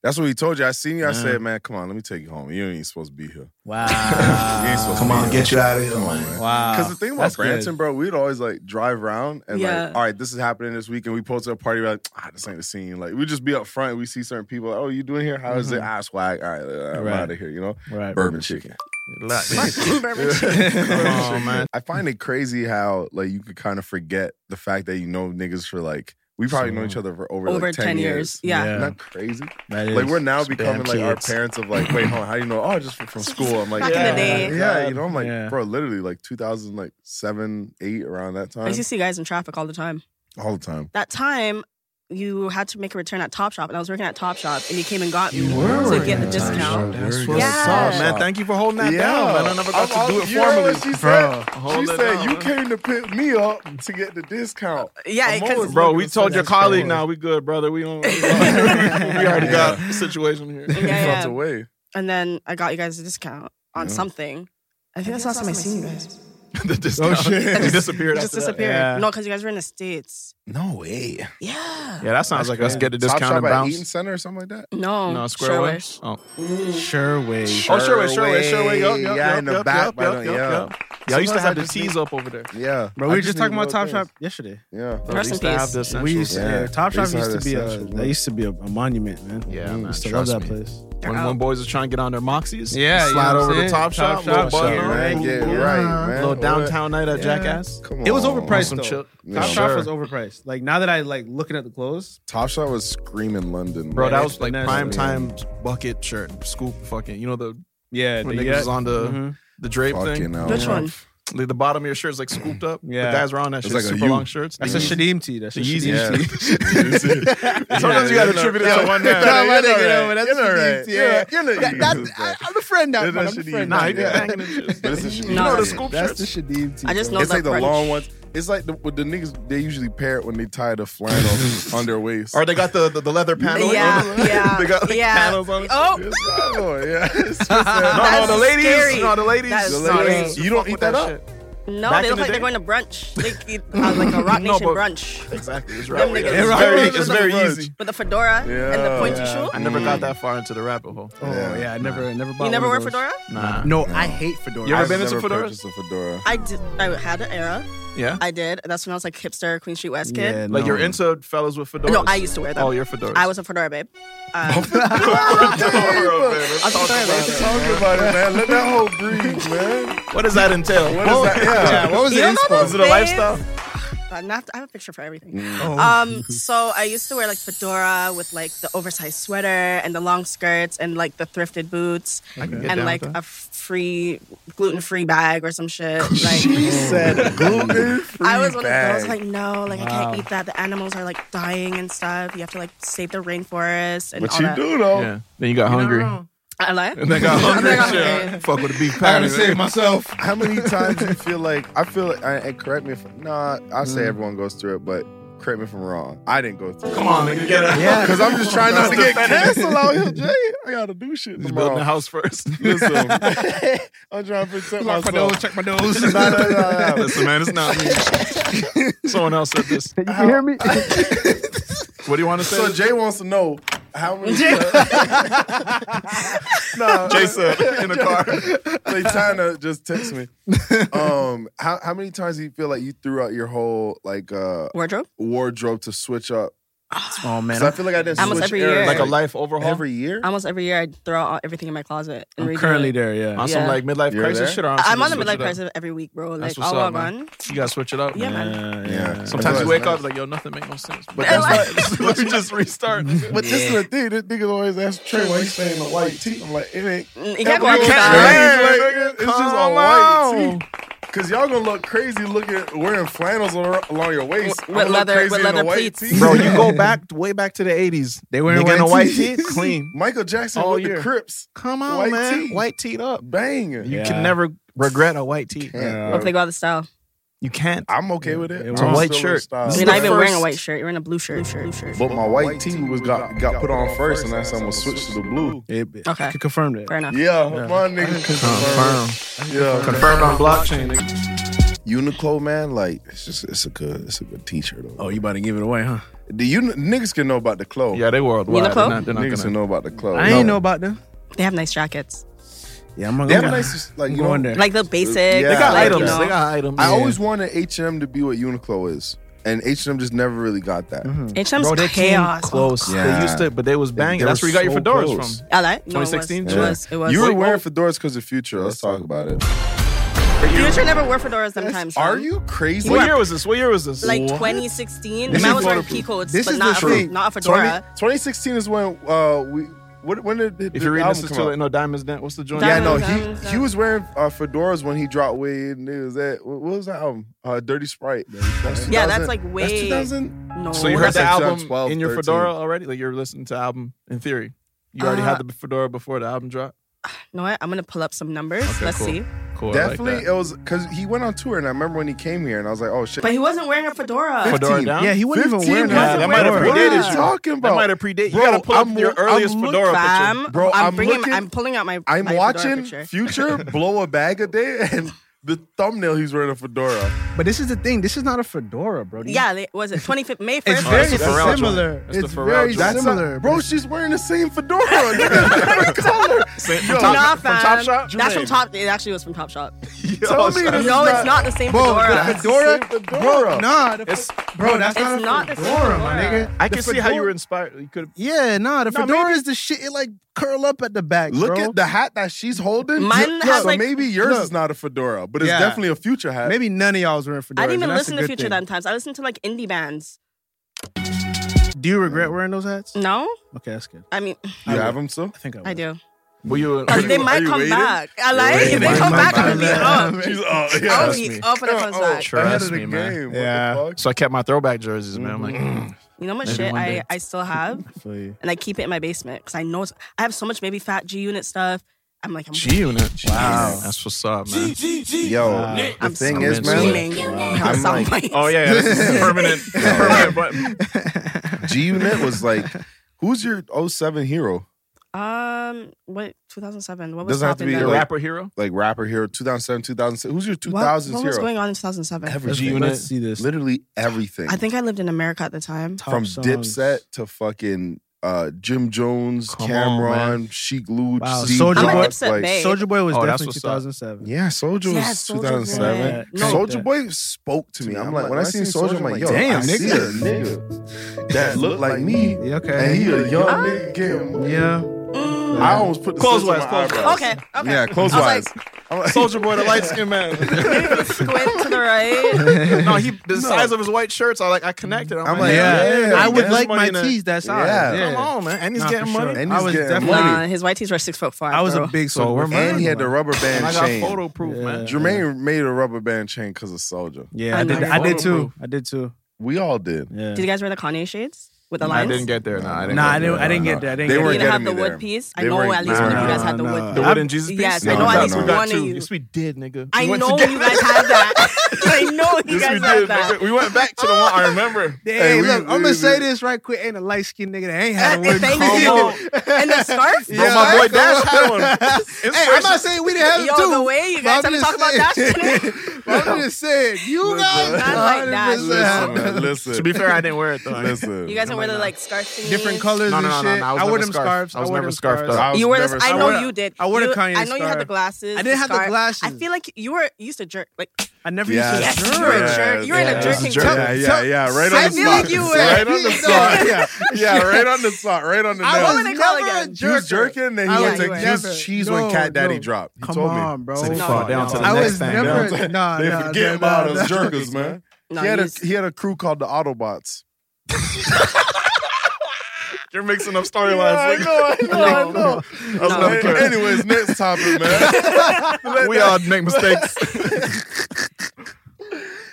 [SPEAKER 3] That's what he told you. I seen you. I
[SPEAKER 2] Yeah.
[SPEAKER 3] said, man, come on, let me take you home. You ain't supposed to be here.
[SPEAKER 2] Ah,
[SPEAKER 3] You ain't
[SPEAKER 5] Wow.
[SPEAKER 3] supposed to be
[SPEAKER 2] you
[SPEAKER 3] here.
[SPEAKER 2] out of here,
[SPEAKER 3] Come on, man.
[SPEAKER 5] wow.
[SPEAKER 3] Because the thing about
[SPEAKER 5] Ah, That's good.
[SPEAKER 3] Branson, bro, we'd always like drive around and
[SPEAKER 6] Yeah.
[SPEAKER 3] like, all right, this is happening this week, and we pull to a party, we're like, ah, this ain't the scene. Like, we just be up front, we see certain people, like, oh, you doing here? How is it? Ah, swag. All right, uh, I'm
[SPEAKER 5] Mm-hmm. Right.
[SPEAKER 3] out of here, you know?
[SPEAKER 5] Right.
[SPEAKER 3] Bourbon chicken.
[SPEAKER 6] Bourbon
[SPEAKER 2] Come on, man.
[SPEAKER 3] I find it crazy how like you could kind of forget the fact that you know niggas for like we probably know each other for over
[SPEAKER 6] over
[SPEAKER 3] like,
[SPEAKER 6] 10, years. Yeah.
[SPEAKER 3] Isn't
[SPEAKER 5] Yeah.
[SPEAKER 3] that crazy?
[SPEAKER 5] That
[SPEAKER 3] Like
[SPEAKER 5] is
[SPEAKER 3] we're now
[SPEAKER 2] Damn
[SPEAKER 3] becoming like our
[SPEAKER 2] kids.
[SPEAKER 3] parents of like, wait, hold on, how do you know? Oh, just from, from school. I'm like,
[SPEAKER 6] Back in
[SPEAKER 3] yeah,
[SPEAKER 6] the day.
[SPEAKER 3] yeah, you know, I'm like,
[SPEAKER 5] Yeah.
[SPEAKER 3] bro, literally like 2000, like seven, eight, around that
[SPEAKER 6] I
[SPEAKER 3] time,
[SPEAKER 6] used to see guys in traffic all the time.
[SPEAKER 3] all the time.
[SPEAKER 6] That time, you had to make a return at Top Shop, and I was working at Top Shop, and you came and got me to get the discount.
[SPEAKER 2] That's
[SPEAKER 6] what's Yeah. up.
[SPEAKER 2] man. Thank you for holding that down, man. I never got
[SPEAKER 3] I'm-
[SPEAKER 2] to do
[SPEAKER 3] I'm-
[SPEAKER 2] it
[SPEAKER 3] you heard
[SPEAKER 2] formally.
[SPEAKER 3] what She
[SPEAKER 5] Bro.
[SPEAKER 3] said,
[SPEAKER 2] Hold
[SPEAKER 3] she
[SPEAKER 2] it
[SPEAKER 3] said
[SPEAKER 2] down,
[SPEAKER 3] you
[SPEAKER 2] man.
[SPEAKER 3] came to pick me up to get the discount.
[SPEAKER 6] Yeah,
[SPEAKER 3] I'm
[SPEAKER 6] because
[SPEAKER 3] always-
[SPEAKER 2] Bro, we told
[SPEAKER 3] That's
[SPEAKER 2] your colleague
[SPEAKER 3] cool.
[SPEAKER 2] now we good, brother. We don't. We already got the situation here.
[SPEAKER 6] Yeah,
[SPEAKER 3] Front
[SPEAKER 6] yeah.
[SPEAKER 3] away.
[SPEAKER 6] and then I got you guys a discount on something. I think that's the last time I seen you guys.
[SPEAKER 3] Oh,
[SPEAKER 2] the discount.
[SPEAKER 5] shit.
[SPEAKER 2] We disappeared.
[SPEAKER 6] You just
[SPEAKER 2] after that.
[SPEAKER 6] disappeared.
[SPEAKER 5] Yeah.
[SPEAKER 6] No, because you guys were in the states.
[SPEAKER 3] No way.
[SPEAKER 6] Yeah.
[SPEAKER 2] Yeah, that sounds like us get the
[SPEAKER 3] Top
[SPEAKER 2] discount
[SPEAKER 3] shop
[SPEAKER 2] and
[SPEAKER 3] at Eaton
[SPEAKER 2] bounce.
[SPEAKER 3] Center or something like that.
[SPEAKER 6] No.
[SPEAKER 2] No, Square Way. Oh,
[SPEAKER 5] sure way.
[SPEAKER 2] oh, sure way, sure way, sure way. Yup,
[SPEAKER 3] Yeah,
[SPEAKER 2] yup, yup,
[SPEAKER 3] in the
[SPEAKER 2] yup,
[SPEAKER 3] back
[SPEAKER 2] yup,
[SPEAKER 3] by
[SPEAKER 2] yup,
[SPEAKER 3] the-
[SPEAKER 2] yup,
[SPEAKER 3] yeah.
[SPEAKER 2] yup. Y'all used to
[SPEAKER 3] Sometimes I
[SPEAKER 2] have the
[SPEAKER 3] just need-
[SPEAKER 2] tees up over there.
[SPEAKER 3] Yeah,
[SPEAKER 5] Bro, we
[SPEAKER 3] I
[SPEAKER 5] were just
[SPEAKER 3] need
[SPEAKER 5] talking about
[SPEAKER 3] little
[SPEAKER 5] Top Shop
[SPEAKER 3] things.
[SPEAKER 5] yesterday.
[SPEAKER 2] Bro,
[SPEAKER 3] Yeah.
[SPEAKER 6] Rest
[SPEAKER 2] they
[SPEAKER 6] in
[SPEAKER 2] used to have
[SPEAKER 6] peace.
[SPEAKER 2] the
[SPEAKER 5] We
[SPEAKER 2] essentials.
[SPEAKER 5] used to,
[SPEAKER 3] Yeah.
[SPEAKER 5] yeah. Top
[SPEAKER 3] They
[SPEAKER 5] Shop
[SPEAKER 3] used to
[SPEAKER 5] used to
[SPEAKER 3] have
[SPEAKER 5] be a
[SPEAKER 3] essentials,
[SPEAKER 5] that
[SPEAKER 3] man.
[SPEAKER 5] used to be a, a monument, man.
[SPEAKER 2] Yeah,
[SPEAKER 5] Mm,
[SPEAKER 2] man,
[SPEAKER 5] Used to love
[SPEAKER 2] trust
[SPEAKER 5] that
[SPEAKER 2] me.
[SPEAKER 5] place.
[SPEAKER 2] When, when boys are trying to get on their moxies,
[SPEAKER 5] Yeah, you
[SPEAKER 2] slide
[SPEAKER 5] know what
[SPEAKER 2] over
[SPEAKER 5] I'm
[SPEAKER 2] to
[SPEAKER 5] saying?
[SPEAKER 2] Top Shop,
[SPEAKER 5] Top Shop,
[SPEAKER 2] little button
[SPEAKER 5] yeah,
[SPEAKER 2] on,
[SPEAKER 5] man,
[SPEAKER 2] boom,
[SPEAKER 3] yeah,
[SPEAKER 2] boom, boom.
[SPEAKER 3] right, man.
[SPEAKER 2] little
[SPEAKER 3] What?
[SPEAKER 2] downtown night at
[SPEAKER 5] Yeah.
[SPEAKER 2] Jackass.
[SPEAKER 3] Come on.
[SPEAKER 5] It was overpriced
[SPEAKER 2] Some
[SPEAKER 5] though.
[SPEAKER 2] chill-
[SPEAKER 3] Yeah.
[SPEAKER 5] Top
[SPEAKER 2] Sure.
[SPEAKER 5] Shop was overpriced. Like now that I like looking at the clothes,
[SPEAKER 3] Top Shot was screaming London,
[SPEAKER 2] Bro, that
[SPEAKER 3] man.
[SPEAKER 2] was like
[SPEAKER 5] Finesse,
[SPEAKER 2] prime
[SPEAKER 5] man.
[SPEAKER 2] time bucket shirt, scoop, fucking. You know the
[SPEAKER 5] yeah,
[SPEAKER 2] when
[SPEAKER 5] the-
[SPEAKER 2] niggas
[SPEAKER 5] yeah.
[SPEAKER 2] was on the
[SPEAKER 5] Mhm.
[SPEAKER 2] the drape
[SPEAKER 3] fucking
[SPEAKER 2] thing.
[SPEAKER 3] hell.
[SPEAKER 6] Which one?
[SPEAKER 2] Like the bottom of your shirt's like scooped up.
[SPEAKER 5] Yeah.
[SPEAKER 2] the guys were on that
[SPEAKER 3] It's
[SPEAKER 2] shit.
[SPEAKER 3] like a
[SPEAKER 2] super
[SPEAKER 3] U.
[SPEAKER 2] long shirts.
[SPEAKER 5] That's
[SPEAKER 2] The
[SPEAKER 5] a
[SPEAKER 2] Yeezys.
[SPEAKER 5] Shadim tee. That's a
[SPEAKER 2] The Yeezys.
[SPEAKER 3] Yeah.
[SPEAKER 5] Shadim tee.
[SPEAKER 2] Sometimes you
[SPEAKER 3] Yeah,
[SPEAKER 2] gotta
[SPEAKER 3] yeah,
[SPEAKER 2] attribute
[SPEAKER 3] yeah.
[SPEAKER 2] it to one
[SPEAKER 3] Yeah,
[SPEAKER 2] man.
[SPEAKER 3] yeah,
[SPEAKER 5] my
[SPEAKER 3] yeah,
[SPEAKER 5] nigga, no, but that's
[SPEAKER 3] yeah,
[SPEAKER 5] Shadim
[SPEAKER 3] right.
[SPEAKER 5] tee, yeah.
[SPEAKER 3] Yeah, yeah,
[SPEAKER 5] That- that-
[SPEAKER 3] yeah.
[SPEAKER 5] I- I'm the friend now.
[SPEAKER 3] Yeah,
[SPEAKER 5] man.
[SPEAKER 3] that's
[SPEAKER 5] I'm the
[SPEAKER 3] Shadim.
[SPEAKER 5] friend
[SPEAKER 2] Nah,
[SPEAKER 5] now.
[SPEAKER 2] he be
[SPEAKER 3] Yeah.
[SPEAKER 2] hanging in shirts.
[SPEAKER 3] But it's a Shadim.
[SPEAKER 2] You know the
[SPEAKER 3] Yeah.
[SPEAKER 2] scoop
[SPEAKER 5] That's the
[SPEAKER 2] shirts.
[SPEAKER 5] Shadim tee.
[SPEAKER 6] I just
[SPEAKER 5] bro.
[SPEAKER 6] know
[SPEAKER 3] It's
[SPEAKER 6] that
[SPEAKER 3] like the
[SPEAKER 6] French.
[SPEAKER 3] long ones. It's like the, with the niggas they usually pair it when they tie the flannel on their waist.
[SPEAKER 2] Or they got the the, the leather panel.
[SPEAKER 6] Yeah, yeah,
[SPEAKER 2] they got like
[SPEAKER 6] yeah.
[SPEAKER 2] panels on. it.
[SPEAKER 6] Oh,
[SPEAKER 3] It's flannel, yeah. It's just
[SPEAKER 2] No, no,
[SPEAKER 3] that-
[SPEAKER 2] the ladies.
[SPEAKER 6] scary.
[SPEAKER 2] No, the ladies.
[SPEAKER 6] That's
[SPEAKER 2] the
[SPEAKER 6] not
[SPEAKER 2] ladies.
[SPEAKER 6] it.
[SPEAKER 3] You don't
[SPEAKER 2] Fuck
[SPEAKER 3] eat
[SPEAKER 2] with
[SPEAKER 3] that up?
[SPEAKER 2] shit.
[SPEAKER 6] No,
[SPEAKER 2] Back
[SPEAKER 6] they
[SPEAKER 2] in the
[SPEAKER 6] look like
[SPEAKER 2] day?
[SPEAKER 6] they're going to brunch. They eat, uh, like a Rock
[SPEAKER 2] No,
[SPEAKER 6] Nation
[SPEAKER 2] but-
[SPEAKER 6] brunch
[SPEAKER 2] Exactly. It's,
[SPEAKER 6] Them
[SPEAKER 2] right.
[SPEAKER 6] niggas
[SPEAKER 2] it's
[SPEAKER 6] is
[SPEAKER 2] very,
[SPEAKER 6] crazy.
[SPEAKER 2] it's very
[SPEAKER 3] Brunch.
[SPEAKER 2] easy.
[SPEAKER 6] with a fedora and the
[SPEAKER 3] Yeah.
[SPEAKER 6] pointy
[SPEAKER 5] Yeah.
[SPEAKER 6] shoe.
[SPEAKER 2] I never got that far into the rabbit hole.
[SPEAKER 5] Oh
[SPEAKER 3] Yeah.
[SPEAKER 5] yeah, I never, I never bought.
[SPEAKER 6] You never
[SPEAKER 5] one
[SPEAKER 6] wear
[SPEAKER 5] of those.
[SPEAKER 6] fedora?
[SPEAKER 2] Nah.
[SPEAKER 5] No, I hate fedora.
[SPEAKER 2] You ever
[SPEAKER 3] I've
[SPEAKER 2] been into
[SPEAKER 3] never
[SPEAKER 2] fedoras?
[SPEAKER 3] purchased a fedora.
[SPEAKER 6] I did. I had an era.
[SPEAKER 2] Yeah.
[SPEAKER 6] I did. And that's when I was like hipster, Queen Street West kid.
[SPEAKER 5] Yeah,
[SPEAKER 2] Like
[SPEAKER 5] no.
[SPEAKER 2] you're into fellas with fedoras.
[SPEAKER 6] No, I used to wear them.
[SPEAKER 2] Oh, you're fedoras.
[SPEAKER 6] I was a fedora babe. Um,
[SPEAKER 2] Fedora,
[SPEAKER 6] I'm sorry, man.
[SPEAKER 3] Talk about it, man. Let that whole breathe, man.
[SPEAKER 2] What does that entail?
[SPEAKER 3] What is that? Yeah.
[SPEAKER 5] what was
[SPEAKER 6] You
[SPEAKER 5] the
[SPEAKER 6] don't know
[SPEAKER 5] inspo?
[SPEAKER 6] those
[SPEAKER 2] Is it a
[SPEAKER 6] babes?
[SPEAKER 2] lifestyle?
[SPEAKER 6] I have to- I have a picture for everything.
[SPEAKER 2] Mm.
[SPEAKER 5] Oh.
[SPEAKER 6] Um, so I used to wear like fedora with like the oversized sweater and the long skirts and like the thrifted boots
[SPEAKER 2] I can get down
[SPEAKER 6] and
[SPEAKER 2] with
[SPEAKER 6] like
[SPEAKER 2] that.
[SPEAKER 6] a free gluten free bag or some shit.
[SPEAKER 3] She
[SPEAKER 6] Like
[SPEAKER 3] said gluten free
[SPEAKER 6] I was one
[SPEAKER 3] bag.
[SPEAKER 6] of those like no, like I
[SPEAKER 5] Wow.
[SPEAKER 6] can't eat that. The animals are like dying and stuff. You have to like save the rainforest and
[SPEAKER 3] What
[SPEAKER 6] all
[SPEAKER 3] you
[SPEAKER 6] that.
[SPEAKER 5] Oh.
[SPEAKER 3] do though?
[SPEAKER 2] yeah. Then you got hungry.
[SPEAKER 6] I I lie.
[SPEAKER 2] And they got hungry and
[SPEAKER 6] hungry.
[SPEAKER 2] shit. Fuck with the beef
[SPEAKER 9] I gotta
[SPEAKER 2] patty.
[SPEAKER 9] save myself.
[SPEAKER 3] How many times do you feel like I feel like I- and correct me if nah, I
[SPEAKER 2] Mm.
[SPEAKER 3] say everyone goes through it, but correct me if I'm wrong. I didn't go through
[SPEAKER 2] Come on, nigga, get out.
[SPEAKER 3] it. Because I'm just trying not to get canceled out here, Jay. I gotta do shit
[SPEAKER 2] He's building a
[SPEAKER 3] tomorrow.
[SPEAKER 2] house first.
[SPEAKER 3] Listen, I'm trying to protect
[SPEAKER 9] Lock my nose,
[SPEAKER 3] myself.
[SPEAKER 9] check my nose.
[SPEAKER 3] Nah, nah, nah, nah.
[SPEAKER 2] Listen, man, it's not me. Someone else said this.
[SPEAKER 10] You can hear me?
[SPEAKER 2] What do you want to say?
[SPEAKER 3] So Jay wants to know how many no,
[SPEAKER 2] Jason in the car.
[SPEAKER 3] They trying to just text me. Um, how, how many times do you feel like you threw out your whole like uh
[SPEAKER 6] Wardrobe.
[SPEAKER 3] wardrobe to switch up?
[SPEAKER 5] Oh man,
[SPEAKER 3] Because I feel like I didn't
[SPEAKER 6] Almost
[SPEAKER 3] switch
[SPEAKER 6] every
[SPEAKER 3] eras,
[SPEAKER 6] year.
[SPEAKER 2] Like a life overhaul.
[SPEAKER 3] every year.
[SPEAKER 6] Almost every year, I throw out everything in my closet. And
[SPEAKER 5] I'm
[SPEAKER 6] redo
[SPEAKER 5] currently
[SPEAKER 6] it.
[SPEAKER 5] there. Yeah.
[SPEAKER 2] on some
[SPEAKER 6] Yeah.
[SPEAKER 2] like midlife
[SPEAKER 3] You're
[SPEAKER 2] crisis
[SPEAKER 3] there?
[SPEAKER 2] shit. Or on
[SPEAKER 6] I'm
[SPEAKER 2] some
[SPEAKER 6] on the
[SPEAKER 2] switch
[SPEAKER 6] midlife
[SPEAKER 2] it up?
[SPEAKER 6] crisis every week, bro.
[SPEAKER 2] That's
[SPEAKER 6] Like
[SPEAKER 2] what's
[SPEAKER 6] I'll
[SPEAKER 2] up,
[SPEAKER 6] log
[SPEAKER 2] man.
[SPEAKER 6] on.
[SPEAKER 2] You gotta switch it up.
[SPEAKER 6] Yeah, man.
[SPEAKER 3] Yeah.
[SPEAKER 2] Sometimes you
[SPEAKER 3] That's
[SPEAKER 2] wake
[SPEAKER 3] nice.
[SPEAKER 2] up like, yo, nothing make no sense.
[SPEAKER 3] But
[SPEAKER 2] man.
[SPEAKER 3] that's
[SPEAKER 2] Let's just restart.
[SPEAKER 3] But this is the thing. This niggas always ask Trey why you staying a white tee. I'm like, it ain't.
[SPEAKER 6] You can't go
[SPEAKER 3] Everyone
[SPEAKER 6] outside.
[SPEAKER 3] changed, nigga. It's just a
[SPEAKER 2] Come
[SPEAKER 3] white
[SPEAKER 2] on.
[SPEAKER 3] tee. Cause y'all gonna look crazy looking wearing flannels ar- along your waist.
[SPEAKER 6] With
[SPEAKER 3] I'm gonna look
[SPEAKER 6] leather-
[SPEAKER 3] crazy
[SPEAKER 6] with
[SPEAKER 3] in a
[SPEAKER 6] leather
[SPEAKER 3] white
[SPEAKER 6] pleats.
[SPEAKER 3] tee.
[SPEAKER 2] Bro, you go back way back to the eighties. They were in a white tee, clean.
[SPEAKER 3] Michael Jackson
[SPEAKER 2] All
[SPEAKER 3] with
[SPEAKER 2] year.
[SPEAKER 3] the Crips,
[SPEAKER 2] Come on,
[SPEAKER 3] White
[SPEAKER 2] man.
[SPEAKER 3] tee.
[SPEAKER 2] White teed up.
[SPEAKER 3] bang.
[SPEAKER 2] You
[SPEAKER 5] Yeah.
[SPEAKER 2] can never regret a white tee.
[SPEAKER 6] What if they go out of style?
[SPEAKER 2] You can't.
[SPEAKER 3] I'm okay with it.
[SPEAKER 5] It's
[SPEAKER 2] a
[SPEAKER 3] I'm
[SPEAKER 2] white
[SPEAKER 3] still in
[SPEAKER 2] shirt.
[SPEAKER 3] style.
[SPEAKER 2] This
[SPEAKER 6] You're
[SPEAKER 2] is
[SPEAKER 6] not
[SPEAKER 2] the
[SPEAKER 6] even wearing a
[SPEAKER 2] first-
[SPEAKER 6] white shirt. You're in a blue shirt. Blue shirt. Blue shirt.
[SPEAKER 3] But my white tee was got got put on first, and I said I'm gonna switch to the blue.
[SPEAKER 5] It, it-
[SPEAKER 6] Okay.
[SPEAKER 5] I can confirm that.
[SPEAKER 6] Fair enough.
[SPEAKER 3] Yeah, my nigga.
[SPEAKER 2] Confirm.
[SPEAKER 3] Yeah,
[SPEAKER 2] Confirmed on blockchain. nigga.
[SPEAKER 3] Uniqlo man, like it's just it's a good it's a good t-shirt. Though.
[SPEAKER 5] Oh, you about to give it away, huh?
[SPEAKER 3] The you niggas can know about the clothes.
[SPEAKER 2] Yeah, they worldwide.
[SPEAKER 6] Uniqlo?
[SPEAKER 2] They're not, they're not
[SPEAKER 3] niggas
[SPEAKER 2] gonna.
[SPEAKER 3] can know about the clothes.
[SPEAKER 5] I ain't
[SPEAKER 3] No.
[SPEAKER 5] know about them.
[SPEAKER 6] They have nice jackets.
[SPEAKER 5] Yeah, I'm gonna.
[SPEAKER 3] They have
[SPEAKER 5] go-
[SPEAKER 3] nice like
[SPEAKER 5] I'm
[SPEAKER 3] you know.
[SPEAKER 5] going there.
[SPEAKER 6] Like the basics.
[SPEAKER 3] They
[SPEAKER 2] They got
[SPEAKER 6] like, you
[SPEAKER 2] items.
[SPEAKER 6] know.
[SPEAKER 2] They got items.
[SPEAKER 3] I always wanted H and M to be what Uniqlo is, and H and M just never really got that.
[SPEAKER 2] Mm-hmm.
[SPEAKER 6] H&M's
[SPEAKER 2] Bro, they
[SPEAKER 6] chaos.
[SPEAKER 2] came close.
[SPEAKER 3] Yeah.
[SPEAKER 2] They used to, but they was banging.
[SPEAKER 3] they
[SPEAKER 2] That's where
[SPEAKER 3] were
[SPEAKER 2] you got your
[SPEAKER 3] so
[SPEAKER 2] fedoras
[SPEAKER 3] close.
[SPEAKER 2] from.
[SPEAKER 6] I like. No, it
[SPEAKER 2] 2016?
[SPEAKER 6] was.
[SPEAKER 2] Yeah.
[SPEAKER 6] It was. It was.
[SPEAKER 3] You were wearing fedoras because of Future. Let's talk about it.
[SPEAKER 6] Future never wore fedoras sometimes. um,
[SPEAKER 3] Are you crazy?
[SPEAKER 2] What year was this? What year was this?
[SPEAKER 6] Like 2016.
[SPEAKER 3] This
[SPEAKER 6] The man
[SPEAKER 3] is
[SPEAKER 6] was wearing
[SPEAKER 3] waterproof.
[SPEAKER 6] pea coats,
[SPEAKER 5] This
[SPEAKER 6] but
[SPEAKER 5] is
[SPEAKER 6] not
[SPEAKER 5] the
[SPEAKER 6] a, fe-
[SPEAKER 5] truth.
[SPEAKER 6] not a
[SPEAKER 3] 20,
[SPEAKER 6] fedora.
[SPEAKER 3] 2016 is when uh, we. What, when did, did
[SPEAKER 2] If you're
[SPEAKER 3] the
[SPEAKER 2] reading
[SPEAKER 3] album
[SPEAKER 2] this, it's
[SPEAKER 3] come
[SPEAKER 2] too
[SPEAKER 3] out?
[SPEAKER 2] late. No, Diamonds Den. What's the joint?
[SPEAKER 3] Yeah,
[SPEAKER 6] Diamond,
[SPEAKER 3] no,
[SPEAKER 6] diamond,
[SPEAKER 3] he he
[SPEAKER 6] diamond.
[SPEAKER 3] was wearing uh, fedoras when he dropped way and it was that what was that album? Uh, Dirty Sprite. That's
[SPEAKER 6] Yeah, that's
[SPEAKER 3] 2000
[SPEAKER 6] like
[SPEAKER 3] That's
[SPEAKER 6] way.
[SPEAKER 3] 2000.
[SPEAKER 6] No.
[SPEAKER 2] So you
[SPEAKER 3] Well,
[SPEAKER 2] heard
[SPEAKER 3] that's
[SPEAKER 2] the
[SPEAKER 3] like
[SPEAKER 2] album
[SPEAKER 3] 12,
[SPEAKER 2] in your
[SPEAKER 3] 13.
[SPEAKER 2] fedora already? Like you're listening to album in theory. You already
[SPEAKER 6] Uh,
[SPEAKER 2] had the fedora before the album dropped.
[SPEAKER 6] You know what? I'm gonna pull up some numbers.
[SPEAKER 2] Okay,
[SPEAKER 6] Let's
[SPEAKER 2] cool.
[SPEAKER 6] see.
[SPEAKER 2] Cool. I like
[SPEAKER 3] Definitely,
[SPEAKER 2] that.
[SPEAKER 3] it was because he went on tour and I remember when he came here and I was like, oh shit.
[SPEAKER 6] But he wasn't wearing a fedora.
[SPEAKER 2] Fedora
[SPEAKER 3] 15.
[SPEAKER 2] down.
[SPEAKER 5] yeah, he wasn't even
[SPEAKER 3] 15
[SPEAKER 5] wearing
[SPEAKER 3] wasn't
[SPEAKER 2] that
[SPEAKER 5] that.
[SPEAKER 2] might have
[SPEAKER 3] wearing-
[SPEAKER 2] predated
[SPEAKER 3] What are
[SPEAKER 2] you.
[SPEAKER 3] you talking
[SPEAKER 2] that
[SPEAKER 3] about?
[SPEAKER 2] might have predated. You
[SPEAKER 3] Bro,
[SPEAKER 2] gotta pull up
[SPEAKER 3] I'm
[SPEAKER 2] your
[SPEAKER 3] look-
[SPEAKER 2] earliest
[SPEAKER 3] I'm
[SPEAKER 2] fedora picture.
[SPEAKER 6] Fam,
[SPEAKER 3] Bro,
[SPEAKER 6] I'm,
[SPEAKER 3] I'm
[SPEAKER 6] bringing.
[SPEAKER 3] looking-
[SPEAKER 6] I'm pulling out my.
[SPEAKER 3] I'm
[SPEAKER 6] my fedora
[SPEAKER 3] watching
[SPEAKER 6] picture.
[SPEAKER 3] Future blow a bag a day and the thumbnail he's wearing a fedora.
[SPEAKER 5] But this is the thing. This is not a fedora, bro. These-
[SPEAKER 6] Yeah, they- was it 25th May 1st?
[SPEAKER 5] It's
[SPEAKER 2] Oh,
[SPEAKER 5] very
[SPEAKER 2] that's the Pharrell joint.
[SPEAKER 5] similar.
[SPEAKER 2] That's the
[SPEAKER 5] It's
[SPEAKER 2] Pharrell
[SPEAKER 5] very
[SPEAKER 2] joint.
[SPEAKER 3] That's
[SPEAKER 5] similar.
[SPEAKER 3] a, bro. She's wearing the same fedora, nigga, different color.
[SPEAKER 2] Same-
[SPEAKER 3] Yo,
[SPEAKER 2] from
[SPEAKER 6] Nah,
[SPEAKER 2] Top- from
[SPEAKER 6] fam.
[SPEAKER 2] Top Shop.
[SPEAKER 6] That's from Top. It actually was from Top Shop.
[SPEAKER 3] Tell me this is
[SPEAKER 6] No, it's not the same
[SPEAKER 5] Bro,
[SPEAKER 6] fedora.
[SPEAKER 5] the
[SPEAKER 3] That's the
[SPEAKER 5] fedora,
[SPEAKER 3] same fedora.
[SPEAKER 5] bro, nah, the,
[SPEAKER 2] It's-
[SPEAKER 5] bro, that's
[SPEAKER 6] It's
[SPEAKER 5] not a
[SPEAKER 6] not the same
[SPEAKER 5] fedora, my
[SPEAKER 6] fedora.
[SPEAKER 5] nigga.
[SPEAKER 2] I
[SPEAKER 5] The
[SPEAKER 2] can see how you
[SPEAKER 5] fedora-
[SPEAKER 2] were inspired. You could have.
[SPEAKER 5] Yeah, nah, the
[SPEAKER 2] Nah,
[SPEAKER 5] fedora
[SPEAKER 2] maybe-
[SPEAKER 5] is the shit. It like curl up at the back.
[SPEAKER 3] Look
[SPEAKER 5] bro.
[SPEAKER 3] at the hat that she's holding.
[SPEAKER 6] Mine
[SPEAKER 3] Look,
[SPEAKER 6] has,
[SPEAKER 3] so
[SPEAKER 6] like-
[SPEAKER 3] maybe yours
[SPEAKER 5] Look.
[SPEAKER 3] is not a fedora, but it's
[SPEAKER 5] Yeah.
[SPEAKER 3] definitely a future hat.
[SPEAKER 5] Maybe none of y'all was wearing fedoras.
[SPEAKER 6] I didn't even
[SPEAKER 5] and that's
[SPEAKER 6] listen
[SPEAKER 5] a
[SPEAKER 6] to
[SPEAKER 5] good
[SPEAKER 6] Future
[SPEAKER 5] thing.
[SPEAKER 6] them times. I listened to like indie bands.
[SPEAKER 5] Do you regret wearing those hats?
[SPEAKER 6] No,
[SPEAKER 5] Okay, that's good.
[SPEAKER 6] I mean
[SPEAKER 3] you have them still.
[SPEAKER 5] I think I,
[SPEAKER 6] I
[SPEAKER 5] would.
[SPEAKER 6] do.
[SPEAKER 2] Were you?
[SPEAKER 6] But they
[SPEAKER 3] you- are
[SPEAKER 6] might
[SPEAKER 3] you
[SPEAKER 6] come
[SPEAKER 3] waiting?
[SPEAKER 6] back. I like
[SPEAKER 3] waiting?
[SPEAKER 6] if they
[SPEAKER 3] Might come
[SPEAKER 6] come back, I'm
[SPEAKER 3] back.
[SPEAKER 6] gonna be
[SPEAKER 5] Yeah.
[SPEAKER 6] up.
[SPEAKER 3] She's oh yeah.
[SPEAKER 6] I'll
[SPEAKER 2] Trust
[SPEAKER 6] be
[SPEAKER 2] me.
[SPEAKER 6] up when it comes back.
[SPEAKER 3] Ahead
[SPEAKER 2] Trust
[SPEAKER 3] of the
[SPEAKER 2] me, man.
[SPEAKER 3] game. What
[SPEAKER 5] Yeah.
[SPEAKER 3] the fuck?
[SPEAKER 2] So I kept my throwback jerseys, man. I'm like, mm.
[SPEAKER 6] You know how much
[SPEAKER 2] Maybe
[SPEAKER 6] shit
[SPEAKER 2] one
[SPEAKER 6] I,
[SPEAKER 2] day.
[SPEAKER 6] I still have,
[SPEAKER 5] feel you.
[SPEAKER 6] and I keep it in my basement because I know it's, I have so much baby fat G Unit stuff. I'm like I'm
[SPEAKER 2] G Unit. Wow, that's what's up, man.
[SPEAKER 3] Yo, the
[SPEAKER 6] I'm
[SPEAKER 3] thing
[SPEAKER 2] so
[SPEAKER 3] is, man,
[SPEAKER 6] screaming.
[SPEAKER 3] I'm
[SPEAKER 6] I'm
[SPEAKER 3] like-
[SPEAKER 6] like,
[SPEAKER 2] Oh yeah, yeah, this is permanent. permanent button.
[SPEAKER 3] G Unit was like, who's your 07 hero?
[SPEAKER 6] Um, what 2007? What was
[SPEAKER 3] Doesn't have to
[SPEAKER 6] popping
[SPEAKER 3] be
[SPEAKER 6] then?
[SPEAKER 2] Your
[SPEAKER 3] Like-
[SPEAKER 2] rapper hero.
[SPEAKER 3] Like rapper hero, 2007, 2006. Who's your 2000s
[SPEAKER 6] What, what was
[SPEAKER 3] hero?
[SPEAKER 6] going on in 2007?
[SPEAKER 3] Everything.
[SPEAKER 2] G-Unit.
[SPEAKER 5] Let's see this.
[SPEAKER 3] Literally everything.
[SPEAKER 6] I think I lived in America at the time.
[SPEAKER 5] Top
[SPEAKER 3] from
[SPEAKER 5] songs.
[SPEAKER 3] Dipset to fucking uh, Jim Jones,
[SPEAKER 2] Come on,
[SPEAKER 3] Cameron,
[SPEAKER 2] man.
[SPEAKER 3] Chic Luge,
[SPEAKER 5] Wow,
[SPEAKER 3] Steve
[SPEAKER 5] Soulja
[SPEAKER 3] Jobs,
[SPEAKER 5] Boy-
[SPEAKER 6] Dipset
[SPEAKER 3] like-
[SPEAKER 6] babe.
[SPEAKER 5] Soldier Boy was
[SPEAKER 2] Oh, that's
[SPEAKER 5] definitely
[SPEAKER 2] what's up.
[SPEAKER 5] 2007.
[SPEAKER 3] Yeah, Soldier was
[SPEAKER 6] Yeah, Soulja
[SPEAKER 3] 2007.
[SPEAKER 5] Boy.
[SPEAKER 3] Soulja
[SPEAKER 5] Yeah.
[SPEAKER 3] Soldier
[SPEAKER 5] Like
[SPEAKER 3] Boy spoke to me. I'm like, when I seen Soldier, I'm like, yo,
[SPEAKER 5] damn,
[SPEAKER 3] I see
[SPEAKER 5] nigga.
[SPEAKER 3] a nigga that look like me,
[SPEAKER 5] Yeah, okay.
[SPEAKER 3] and he a young nigga. Getting,
[SPEAKER 5] yeah.
[SPEAKER 6] Mm.
[SPEAKER 3] I almost put the
[SPEAKER 2] Close
[SPEAKER 3] scissors
[SPEAKER 2] wise,
[SPEAKER 3] in my
[SPEAKER 2] close
[SPEAKER 3] eyebrows.
[SPEAKER 6] Okay, okay.
[SPEAKER 3] Yeah, close
[SPEAKER 6] I was
[SPEAKER 3] wise.
[SPEAKER 6] like,
[SPEAKER 3] I'm like,
[SPEAKER 2] Soldier boy, the light skinned man.
[SPEAKER 6] squint to the right.
[SPEAKER 2] no, he the size of his white shirts. I like. I connected. I'm,
[SPEAKER 3] I'm
[SPEAKER 2] like,
[SPEAKER 3] like,
[SPEAKER 2] yeah,
[SPEAKER 3] yeah,
[SPEAKER 5] I would
[SPEAKER 2] there's
[SPEAKER 5] like my
[SPEAKER 2] money in it.
[SPEAKER 5] tees that size.
[SPEAKER 3] Yeah.
[SPEAKER 5] Yeah.
[SPEAKER 2] Come on, man, and he's
[SPEAKER 5] Nah, for
[SPEAKER 2] getting money.
[SPEAKER 5] sure.
[SPEAKER 3] And
[SPEAKER 5] I
[SPEAKER 3] he's
[SPEAKER 5] was
[SPEAKER 3] getting
[SPEAKER 5] definitely.
[SPEAKER 3] money.
[SPEAKER 6] Nah, his white tees were six foot five.
[SPEAKER 5] I was
[SPEAKER 6] bro.
[SPEAKER 5] a big
[SPEAKER 2] So
[SPEAKER 5] soldier.
[SPEAKER 2] we're
[SPEAKER 5] Boy
[SPEAKER 3] and he
[SPEAKER 5] fan.
[SPEAKER 3] had the rubber
[SPEAKER 2] And
[SPEAKER 3] band
[SPEAKER 2] I got
[SPEAKER 3] chain.
[SPEAKER 2] photo proof, man.
[SPEAKER 5] Yeah.
[SPEAKER 3] Jermaine made a rubber band chain because of Soldier.
[SPEAKER 5] Yeah, I
[SPEAKER 6] I'm
[SPEAKER 5] did.
[SPEAKER 6] not
[SPEAKER 5] I did
[SPEAKER 2] fooled,
[SPEAKER 5] too. I did too.
[SPEAKER 3] We all did.
[SPEAKER 5] Yeah.
[SPEAKER 6] Did you guys wear the Kanye shades? with the
[SPEAKER 2] I
[SPEAKER 6] lines.
[SPEAKER 2] didn't get there. No, I didn't.
[SPEAKER 5] Nah,
[SPEAKER 2] get
[SPEAKER 5] I didn't-
[SPEAKER 2] there.
[SPEAKER 5] I
[SPEAKER 2] No,
[SPEAKER 5] didn't get
[SPEAKER 2] no.
[SPEAKER 5] there. I
[SPEAKER 3] They
[SPEAKER 5] didn't
[SPEAKER 3] weren't
[SPEAKER 5] get
[SPEAKER 6] You
[SPEAKER 5] there.
[SPEAKER 3] getting
[SPEAKER 6] didn't have
[SPEAKER 3] me
[SPEAKER 6] the
[SPEAKER 3] there.
[SPEAKER 6] wood piece. I
[SPEAKER 3] They
[SPEAKER 6] know
[SPEAKER 3] weren't
[SPEAKER 6] at least
[SPEAKER 3] getting
[SPEAKER 6] one of
[SPEAKER 3] me
[SPEAKER 6] you
[SPEAKER 3] there.
[SPEAKER 6] guys had the
[SPEAKER 5] No,
[SPEAKER 6] wood
[SPEAKER 5] no,
[SPEAKER 6] piece.
[SPEAKER 2] The
[SPEAKER 5] no.
[SPEAKER 2] wood and Jesus piece?
[SPEAKER 6] Yes, I
[SPEAKER 3] No,
[SPEAKER 6] know
[SPEAKER 3] no,
[SPEAKER 6] at least
[SPEAKER 3] no.
[SPEAKER 6] one of
[SPEAKER 2] two.
[SPEAKER 6] you.
[SPEAKER 2] Yes, we did, nigga.
[SPEAKER 6] I
[SPEAKER 2] We went
[SPEAKER 6] know
[SPEAKER 2] together.
[SPEAKER 6] you guys had that. I know
[SPEAKER 2] Yes,
[SPEAKER 6] you guys
[SPEAKER 2] we did,
[SPEAKER 6] had that.
[SPEAKER 2] nigga. We went back to the one. I remember.
[SPEAKER 5] Hey,
[SPEAKER 3] Hey, we-
[SPEAKER 5] look,
[SPEAKER 3] we-
[SPEAKER 5] I'm gonna
[SPEAKER 3] we-
[SPEAKER 5] say this right quick. Ain't a light skinned nigga that ain't had a
[SPEAKER 6] And
[SPEAKER 5] wood
[SPEAKER 6] thank
[SPEAKER 5] piece.
[SPEAKER 6] you. And the scarf?
[SPEAKER 2] Bro,
[SPEAKER 3] Oh,
[SPEAKER 2] my boy Dash had one. It's
[SPEAKER 5] Hey, I'm
[SPEAKER 2] fresh.
[SPEAKER 5] not saying we didn't have
[SPEAKER 6] Yo,
[SPEAKER 5] it too.
[SPEAKER 6] the way you
[SPEAKER 5] but
[SPEAKER 6] guys
[SPEAKER 5] I'm
[SPEAKER 6] have to
[SPEAKER 5] just
[SPEAKER 6] talk about
[SPEAKER 5] saying-
[SPEAKER 6] that
[SPEAKER 5] but I'm just saying, you guys,
[SPEAKER 3] Not
[SPEAKER 6] like that.
[SPEAKER 5] 100% had
[SPEAKER 3] Listen,
[SPEAKER 5] that.
[SPEAKER 3] listen.
[SPEAKER 2] To be fair, I didn't wear it though.
[SPEAKER 3] listen.
[SPEAKER 6] You guys don't wear the
[SPEAKER 2] not?
[SPEAKER 6] like scarf thingies?
[SPEAKER 5] different colors
[SPEAKER 2] No, no,
[SPEAKER 5] and
[SPEAKER 2] no, no,
[SPEAKER 5] shit.
[SPEAKER 2] no, I was
[SPEAKER 5] I wore
[SPEAKER 2] never
[SPEAKER 5] them
[SPEAKER 2] scarfed.
[SPEAKER 5] scarves.
[SPEAKER 2] I was
[SPEAKER 5] wore
[SPEAKER 2] never
[SPEAKER 5] them
[SPEAKER 2] scarfed
[SPEAKER 5] scarves.
[SPEAKER 2] up.
[SPEAKER 3] I was
[SPEAKER 6] You were this.
[SPEAKER 3] never
[SPEAKER 6] I
[SPEAKER 3] scared.
[SPEAKER 6] know
[SPEAKER 5] I wore-
[SPEAKER 6] you did.
[SPEAKER 5] I wore the
[SPEAKER 6] You-
[SPEAKER 5] Kanye
[SPEAKER 6] I know you had the
[SPEAKER 5] scarf.
[SPEAKER 6] glasses.
[SPEAKER 5] I didn't have the
[SPEAKER 6] scarf.
[SPEAKER 5] glasses.
[SPEAKER 6] I feel like you were you used to jerk. Like
[SPEAKER 5] I never
[SPEAKER 3] Yes.
[SPEAKER 5] used to
[SPEAKER 6] Yes,
[SPEAKER 5] jerk.
[SPEAKER 6] you were a jerk. You were in a
[SPEAKER 2] Yeah,
[SPEAKER 6] jerking
[SPEAKER 2] jerk.
[SPEAKER 6] club.
[SPEAKER 3] Yeah, yeah, yeah. Right
[SPEAKER 5] I
[SPEAKER 3] on the
[SPEAKER 5] feel
[SPEAKER 3] spot.
[SPEAKER 5] like you were-
[SPEAKER 3] Right on the spot.
[SPEAKER 5] Yeah.
[SPEAKER 3] Yeah, yeah. Right on the spot. Right on the
[SPEAKER 5] I
[SPEAKER 3] nail.
[SPEAKER 6] what
[SPEAKER 5] was
[SPEAKER 6] would they call it
[SPEAKER 5] never a
[SPEAKER 6] again?
[SPEAKER 3] He was jerking, and then he
[SPEAKER 5] I
[SPEAKER 6] Yeah,
[SPEAKER 3] was
[SPEAKER 6] you
[SPEAKER 3] like,
[SPEAKER 6] were.
[SPEAKER 3] he
[SPEAKER 5] Never.
[SPEAKER 3] was cheese
[SPEAKER 5] No,
[SPEAKER 3] when Cat Daddy
[SPEAKER 5] no.
[SPEAKER 3] dropped. He
[SPEAKER 5] Come
[SPEAKER 3] told me.
[SPEAKER 5] on, bro.
[SPEAKER 2] Said he
[SPEAKER 6] No,
[SPEAKER 2] fought down
[SPEAKER 6] no.
[SPEAKER 2] to the
[SPEAKER 5] I
[SPEAKER 2] next
[SPEAKER 5] was
[SPEAKER 2] thing.
[SPEAKER 5] never-
[SPEAKER 2] Yeah.
[SPEAKER 5] Nah,
[SPEAKER 3] they
[SPEAKER 5] nah,
[SPEAKER 3] forget
[SPEAKER 5] nah,
[SPEAKER 3] about
[SPEAKER 5] nah,
[SPEAKER 3] us
[SPEAKER 5] nah.
[SPEAKER 3] jerkers, man.
[SPEAKER 6] No,
[SPEAKER 3] he had a
[SPEAKER 6] you-
[SPEAKER 3] he had a crew called the Autobots.
[SPEAKER 2] You're mixing up storylines. nigga.
[SPEAKER 3] I know,
[SPEAKER 6] I know.
[SPEAKER 3] I was
[SPEAKER 6] No.
[SPEAKER 3] like, "Hey, anyways, next topic, man.
[SPEAKER 2] we all make mistakes.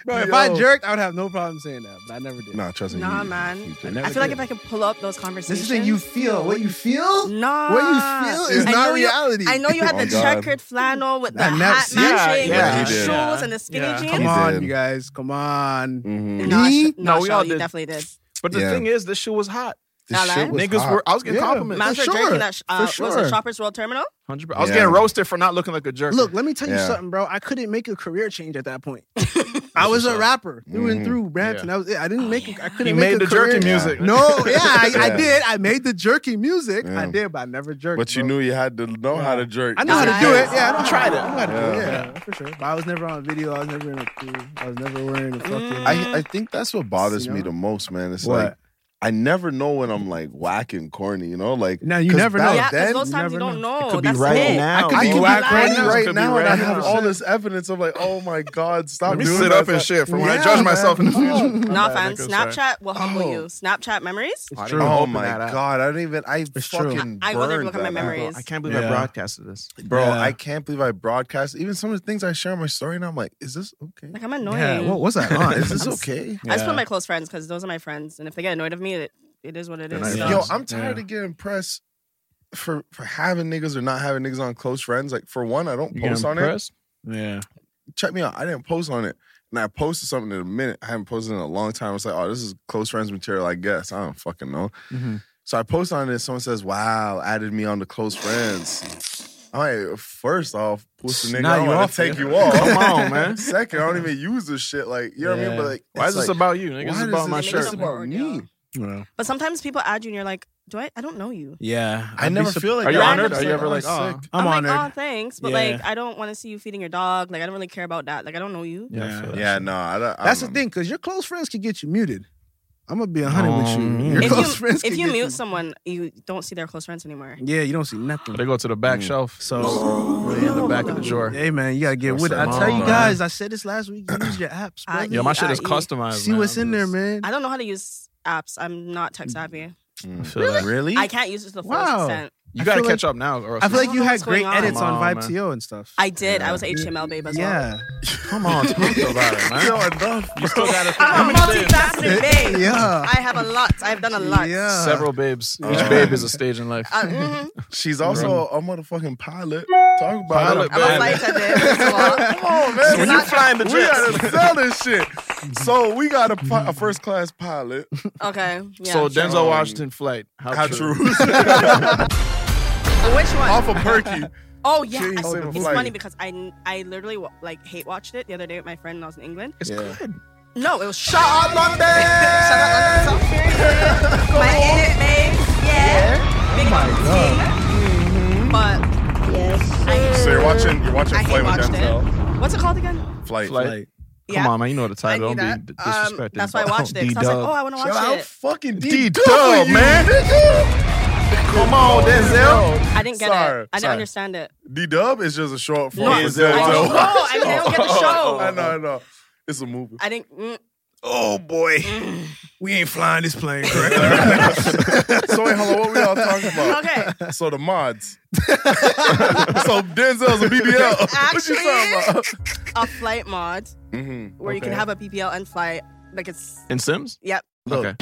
[SPEAKER 5] Bro, if I jerked, I would have no problem saying that, but I never did.
[SPEAKER 3] nah, trust me.
[SPEAKER 6] Nah,
[SPEAKER 3] he-
[SPEAKER 6] man.
[SPEAKER 3] he jerked.
[SPEAKER 5] never
[SPEAKER 6] I feel like
[SPEAKER 5] did.
[SPEAKER 6] if I could pull up those conversations.
[SPEAKER 5] This is the you feel. What you feel?
[SPEAKER 6] Nah.
[SPEAKER 5] What you feel is
[SPEAKER 6] I
[SPEAKER 5] not
[SPEAKER 6] know you-
[SPEAKER 5] reality.
[SPEAKER 6] I know you had
[SPEAKER 3] Oh,
[SPEAKER 6] the
[SPEAKER 3] God.
[SPEAKER 6] checkered flannel with the
[SPEAKER 5] I never-
[SPEAKER 6] hat
[SPEAKER 5] Yeah,
[SPEAKER 6] matching,
[SPEAKER 2] yeah,
[SPEAKER 6] with
[SPEAKER 3] he
[SPEAKER 6] the
[SPEAKER 3] did.
[SPEAKER 6] shoes and the skinny jeans.
[SPEAKER 5] Come
[SPEAKER 3] He
[SPEAKER 5] on,
[SPEAKER 3] did.
[SPEAKER 5] you guys. Come on.
[SPEAKER 3] Mhm.
[SPEAKER 6] No, I sh-
[SPEAKER 5] Me?
[SPEAKER 6] no,
[SPEAKER 2] No, we all
[SPEAKER 6] Shaw, you
[SPEAKER 2] did.
[SPEAKER 6] definitely did.
[SPEAKER 2] But the
[SPEAKER 3] Yeah.
[SPEAKER 2] thing is, this shoe was hot.
[SPEAKER 3] This
[SPEAKER 6] Not lying?
[SPEAKER 3] shit was
[SPEAKER 2] Niggas
[SPEAKER 3] hot.
[SPEAKER 2] were. I was getting
[SPEAKER 5] Yeah.
[SPEAKER 2] compliments.
[SPEAKER 6] Mounds
[SPEAKER 5] For
[SPEAKER 6] were jerking
[SPEAKER 5] sure.
[SPEAKER 6] that. Uh,
[SPEAKER 5] For
[SPEAKER 6] What was
[SPEAKER 5] sure.
[SPEAKER 6] it Shoppers World Terminal?
[SPEAKER 2] 100. I was
[SPEAKER 3] Yeah.
[SPEAKER 2] getting roasted for not looking like a jerk.
[SPEAKER 5] Look, let me tell you
[SPEAKER 3] Yeah.
[SPEAKER 5] something, bro. I couldn't make a career change at that point. I was a rapper through and
[SPEAKER 3] Mhm.
[SPEAKER 5] through, Brampton.
[SPEAKER 2] Yeah.
[SPEAKER 5] That was it. I didn't make. I couldn't
[SPEAKER 2] he
[SPEAKER 5] make
[SPEAKER 2] made the
[SPEAKER 5] a career.
[SPEAKER 2] jerky
[SPEAKER 3] Yeah.
[SPEAKER 2] music.
[SPEAKER 5] No, yeah, I, I
[SPEAKER 3] Yeah.
[SPEAKER 5] did. I made the jerky music. I
[SPEAKER 3] Yeah.
[SPEAKER 5] did, but I never jerked.
[SPEAKER 3] But you
[SPEAKER 5] bro.
[SPEAKER 3] knew you had to know how to jerk.
[SPEAKER 5] I know how to do it. Yeah, I know how-
[SPEAKER 2] Tried it.
[SPEAKER 5] I know how to do it.
[SPEAKER 3] Yeah.
[SPEAKER 5] Yeah, for sure. But I was never on video. I was never in a crew. I was never wearing a fucking.
[SPEAKER 3] I, I think that's what bothers
[SPEAKER 5] You
[SPEAKER 3] me
[SPEAKER 5] know?
[SPEAKER 3] the most, man. It's
[SPEAKER 5] What?
[SPEAKER 3] like I never know when I'm like whacking corny, you know? Like
[SPEAKER 5] No, you
[SPEAKER 3] 'cause
[SPEAKER 5] never
[SPEAKER 3] back
[SPEAKER 5] know.
[SPEAKER 6] yeah,
[SPEAKER 3] Then,
[SPEAKER 6] because those times you
[SPEAKER 5] never
[SPEAKER 6] don't
[SPEAKER 5] know.
[SPEAKER 6] know.
[SPEAKER 2] It could be
[SPEAKER 6] That's
[SPEAKER 2] right
[SPEAKER 6] it.
[SPEAKER 2] now.
[SPEAKER 3] I could
[SPEAKER 5] I
[SPEAKER 3] be
[SPEAKER 5] could be
[SPEAKER 3] whack
[SPEAKER 6] lying.
[SPEAKER 3] right now, right
[SPEAKER 2] Could be
[SPEAKER 3] now and I
[SPEAKER 2] right
[SPEAKER 3] have
[SPEAKER 2] now.
[SPEAKER 3] all this evidence of like, oh my god, stop
[SPEAKER 2] Let me
[SPEAKER 3] doing
[SPEAKER 2] sit
[SPEAKER 3] that.
[SPEAKER 2] up and shit for when I
[SPEAKER 5] Yeah,
[SPEAKER 2] judge myself in the
[SPEAKER 5] man.
[SPEAKER 2] future.
[SPEAKER 6] No
[SPEAKER 2] Nah,
[SPEAKER 6] offense.
[SPEAKER 2] nigga, sorry.
[SPEAKER 6] Snapchat will humble
[SPEAKER 3] Oh.
[SPEAKER 6] you. Snapchat memories?
[SPEAKER 5] It's
[SPEAKER 2] I
[SPEAKER 5] true.
[SPEAKER 2] didn't
[SPEAKER 3] Oh
[SPEAKER 2] open
[SPEAKER 3] my
[SPEAKER 2] that up.
[SPEAKER 3] god, I don't even. I
[SPEAKER 5] true.
[SPEAKER 3] fucking.
[SPEAKER 6] I will never
[SPEAKER 3] burned
[SPEAKER 6] look at my
[SPEAKER 3] that out.
[SPEAKER 6] memories.
[SPEAKER 2] I can't believe
[SPEAKER 5] believe I
[SPEAKER 2] I
[SPEAKER 5] Yeah.
[SPEAKER 2] broadcasted this.
[SPEAKER 3] bro.
[SPEAKER 5] Yeah.
[SPEAKER 3] I can't believe I broadcast even some of the things I share on my story. Now I'm like, is this okay?
[SPEAKER 6] Like, I'm annoying.
[SPEAKER 5] Yeah, what was that on?
[SPEAKER 3] Is this okay?
[SPEAKER 6] I just put my close friends because those are my friends. And if they get annoyed of me, it, it is what it
[SPEAKER 2] They're
[SPEAKER 6] is.
[SPEAKER 2] not
[SPEAKER 6] So.
[SPEAKER 2] your
[SPEAKER 3] Yo,
[SPEAKER 2] friends.
[SPEAKER 3] I'm tired
[SPEAKER 2] Yeah.
[SPEAKER 3] of getting pressed for for having niggas or not having niggas on close friends. Like for one, I don't post on it.
[SPEAKER 5] Yeah.
[SPEAKER 3] Check me out. I didn't post on it. And I posted something in a minute. I haven't posted in a long time. It's like, oh, this is close friends material, I guess. I don't fucking know.
[SPEAKER 2] Mhm.
[SPEAKER 3] So I post on it. Someone says, wow, added me on the close friends. I'm like, first off, post the nigga.
[SPEAKER 2] Now
[SPEAKER 3] I don't
[SPEAKER 2] you
[SPEAKER 3] wanna
[SPEAKER 2] off
[SPEAKER 3] take
[SPEAKER 2] it.
[SPEAKER 3] you off.
[SPEAKER 2] Come on, man.
[SPEAKER 3] Second, I don't even use this shit. Like, you know what I mean? But like,
[SPEAKER 2] Why
[SPEAKER 3] it's
[SPEAKER 2] is this
[SPEAKER 3] like,
[SPEAKER 2] about you? Nigga,
[SPEAKER 3] why
[SPEAKER 2] this is
[SPEAKER 3] does
[SPEAKER 2] about my
[SPEAKER 3] this
[SPEAKER 2] shirt.
[SPEAKER 3] It's about me.
[SPEAKER 5] Yeah.
[SPEAKER 6] But sometimes people add you and you're like, do I? I don't know you.
[SPEAKER 5] Yeah.
[SPEAKER 3] I never feel like
[SPEAKER 2] Are you
[SPEAKER 3] that.
[SPEAKER 2] honored?
[SPEAKER 3] I'm
[SPEAKER 2] Are you ever like,
[SPEAKER 3] just
[SPEAKER 2] oh,
[SPEAKER 3] sick.
[SPEAKER 5] I'm
[SPEAKER 6] like,
[SPEAKER 5] honored.
[SPEAKER 6] oh, thanks. But
[SPEAKER 5] Yeah.
[SPEAKER 6] like, I don't want to see you feeding your dog. Like, I don't really care about that. Like, I don't know you.
[SPEAKER 2] Yeah, I feel that
[SPEAKER 3] Yeah,
[SPEAKER 2] shit.
[SPEAKER 3] no, I don't, I
[SPEAKER 5] That's the
[SPEAKER 3] don't
[SPEAKER 5] thing, because your close friends can get you muted. I'm gonna be hundred with
[SPEAKER 2] Um,
[SPEAKER 5] you. Your
[SPEAKER 2] If
[SPEAKER 5] close
[SPEAKER 6] If you,
[SPEAKER 5] friends
[SPEAKER 6] if
[SPEAKER 5] can
[SPEAKER 6] you
[SPEAKER 5] get
[SPEAKER 6] mute someone, you don't see their close friends anymore.
[SPEAKER 5] Yeah, you don't see nothing.
[SPEAKER 2] They go to the back shelf. So, really in the back of the drawer.
[SPEAKER 5] Hey man, you gotta get
[SPEAKER 3] What's
[SPEAKER 5] with it. I
[SPEAKER 3] that
[SPEAKER 5] tell
[SPEAKER 2] on,
[SPEAKER 5] you
[SPEAKER 2] man?
[SPEAKER 5] guys, I said this last week. Use your apps, bro.
[SPEAKER 6] I-
[SPEAKER 2] Yo, my shit is
[SPEAKER 6] I-
[SPEAKER 2] customized.
[SPEAKER 5] See
[SPEAKER 2] man.
[SPEAKER 5] what's
[SPEAKER 2] I'm
[SPEAKER 5] in there,
[SPEAKER 2] just-
[SPEAKER 5] man.
[SPEAKER 6] I don't know how to use apps. I'm not tech savvy.
[SPEAKER 2] I feel that.
[SPEAKER 3] Really?
[SPEAKER 6] I can't use it to the fullest
[SPEAKER 5] Wow.
[SPEAKER 6] extent.
[SPEAKER 2] You
[SPEAKER 5] I
[SPEAKER 2] gotta
[SPEAKER 5] feel like-
[SPEAKER 2] catch up now. Or
[SPEAKER 5] I feel
[SPEAKER 6] I
[SPEAKER 5] like
[SPEAKER 6] don't
[SPEAKER 5] you
[SPEAKER 6] know
[SPEAKER 5] had
[SPEAKER 6] what's
[SPEAKER 5] great
[SPEAKER 6] going on.
[SPEAKER 5] edits on
[SPEAKER 2] Come on,
[SPEAKER 5] VibeTO and stuff.
[SPEAKER 6] I did. I was an HTML babe as well.
[SPEAKER 5] yeah.
[SPEAKER 2] come on, talk about it, man.
[SPEAKER 3] Yo, enough.
[SPEAKER 2] You still gotta. How
[SPEAKER 6] I'm a
[SPEAKER 2] many babes?
[SPEAKER 6] multifaceted babe.
[SPEAKER 5] Yeah.
[SPEAKER 6] I have a lot. I've done a lot.
[SPEAKER 5] Yeah.
[SPEAKER 2] Several babes. Each
[SPEAKER 3] Yeah.
[SPEAKER 2] babe is a stage in life.
[SPEAKER 6] Uh, mhm.
[SPEAKER 3] She's also a motherfucking pilot. Talk about
[SPEAKER 2] Pilot,
[SPEAKER 3] it.
[SPEAKER 6] I'm
[SPEAKER 2] Man.
[SPEAKER 6] a flight attendant. first of all.
[SPEAKER 3] Come on, oh, man.
[SPEAKER 2] So when you fly in the
[SPEAKER 3] we
[SPEAKER 2] jet,
[SPEAKER 3] gotta sell this shit. So we got a, pi- a first class pilot.
[SPEAKER 6] Okay. Yeah.
[SPEAKER 2] so Denzel
[SPEAKER 3] Um,
[SPEAKER 2] Washington flight. How,
[SPEAKER 3] How
[SPEAKER 2] true?
[SPEAKER 3] true?
[SPEAKER 6] Which one?
[SPEAKER 3] Off of Perky.
[SPEAKER 6] Oh yeah,
[SPEAKER 3] Jeez,
[SPEAKER 6] I-
[SPEAKER 3] same
[SPEAKER 6] it's
[SPEAKER 3] flight.
[SPEAKER 6] funny because I I literally wa- like hate watched it the other day with my friend when I was in England.
[SPEAKER 2] It's good.
[SPEAKER 6] No, it was Shut Up London. Shut Up London. so- my idiot babes, yeah. Big oh But
[SPEAKER 3] So you're watching. You're watching
[SPEAKER 6] I
[SPEAKER 3] Flight
[SPEAKER 6] hate
[SPEAKER 3] with
[SPEAKER 6] watched
[SPEAKER 3] Denzel.
[SPEAKER 6] it. What's it called again?
[SPEAKER 3] Flight.
[SPEAKER 2] Flight.
[SPEAKER 6] Yeah.
[SPEAKER 2] Come on, man. You know the
[SPEAKER 6] I
[SPEAKER 2] title.
[SPEAKER 6] knew
[SPEAKER 2] Don't be
[SPEAKER 6] that.
[SPEAKER 2] d- disrespecting.
[SPEAKER 6] Um, that's why I watched it. 'cause I was like, oh, I want to watch
[SPEAKER 3] Shout out
[SPEAKER 6] it.
[SPEAKER 3] fucking D
[SPEAKER 2] D-Dub,
[SPEAKER 3] Dub,
[SPEAKER 2] man.
[SPEAKER 3] man. Come on, Denzel.
[SPEAKER 6] I didn't get
[SPEAKER 3] Sorry,
[SPEAKER 6] it. I didn't
[SPEAKER 3] sorry.
[SPEAKER 6] understand it.
[SPEAKER 3] D Dub is just a short form. Oh,
[SPEAKER 6] No,
[SPEAKER 3] for
[SPEAKER 6] I
[SPEAKER 3] Denzel.
[SPEAKER 6] don't know. I mean, I don't get the show.
[SPEAKER 3] I know. I know. It's a movie.
[SPEAKER 6] I didn't. Mm,
[SPEAKER 5] Oh boy. we ain't flying this plane correctly.
[SPEAKER 3] so wait, hello, what we all talking about?
[SPEAKER 6] okay.
[SPEAKER 3] So the mods. so Denzel's a BBL. what you talking about?
[SPEAKER 6] Actually, a flight mod
[SPEAKER 3] Mm-hmm.
[SPEAKER 6] where you can have a BBL and flight. Like it's
[SPEAKER 2] In Sims?
[SPEAKER 6] yep.
[SPEAKER 2] Okay.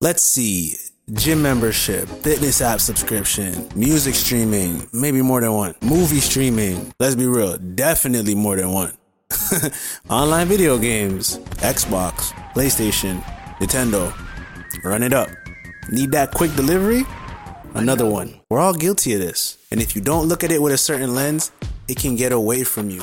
[SPEAKER 11] Let's see. Gym membership, fitness app subscription, music streaming, maybe more than one. Movie streaming, let's be real, definitely more than one. Online video games, Xbox, PlayStation, Nintendo. Run it up. Need that quick delivery? Another one. We're all guilty of this. And if you don't look at it with a certain lens, it can get away from you.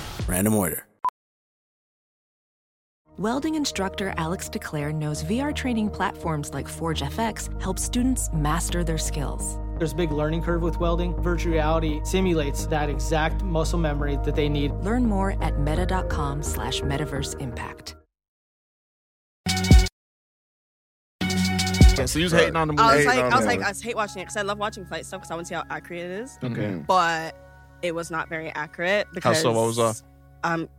[SPEAKER 11] random order.
[SPEAKER 7] Welding instructor Alex DeClaire knows VR training platforms like Forge FX help students master their skills.
[SPEAKER 12] There's a big learning curve with welding. Virtual reality simulates that exact muscle memory that they need.
[SPEAKER 7] Learn more at meta.com slash metaverse impact.
[SPEAKER 2] Yeah, so you was hating on the movie.
[SPEAKER 6] I was
[SPEAKER 2] Hating
[SPEAKER 6] like,
[SPEAKER 2] on
[SPEAKER 6] I was
[SPEAKER 2] the
[SPEAKER 6] like,
[SPEAKER 2] movie.
[SPEAKER 6] I hate watching it because I love watching flight stuff because I want to see how accurate it is.
[SPEAKER 2] Okay.
[SPEAKER 6] But it was not very accurate
[SPEAKER 2] Mm-hmm. How
[SPEAKER 6] because
[SPEAKER 2] so? What was uh, off?
[SPEAKER 6] um,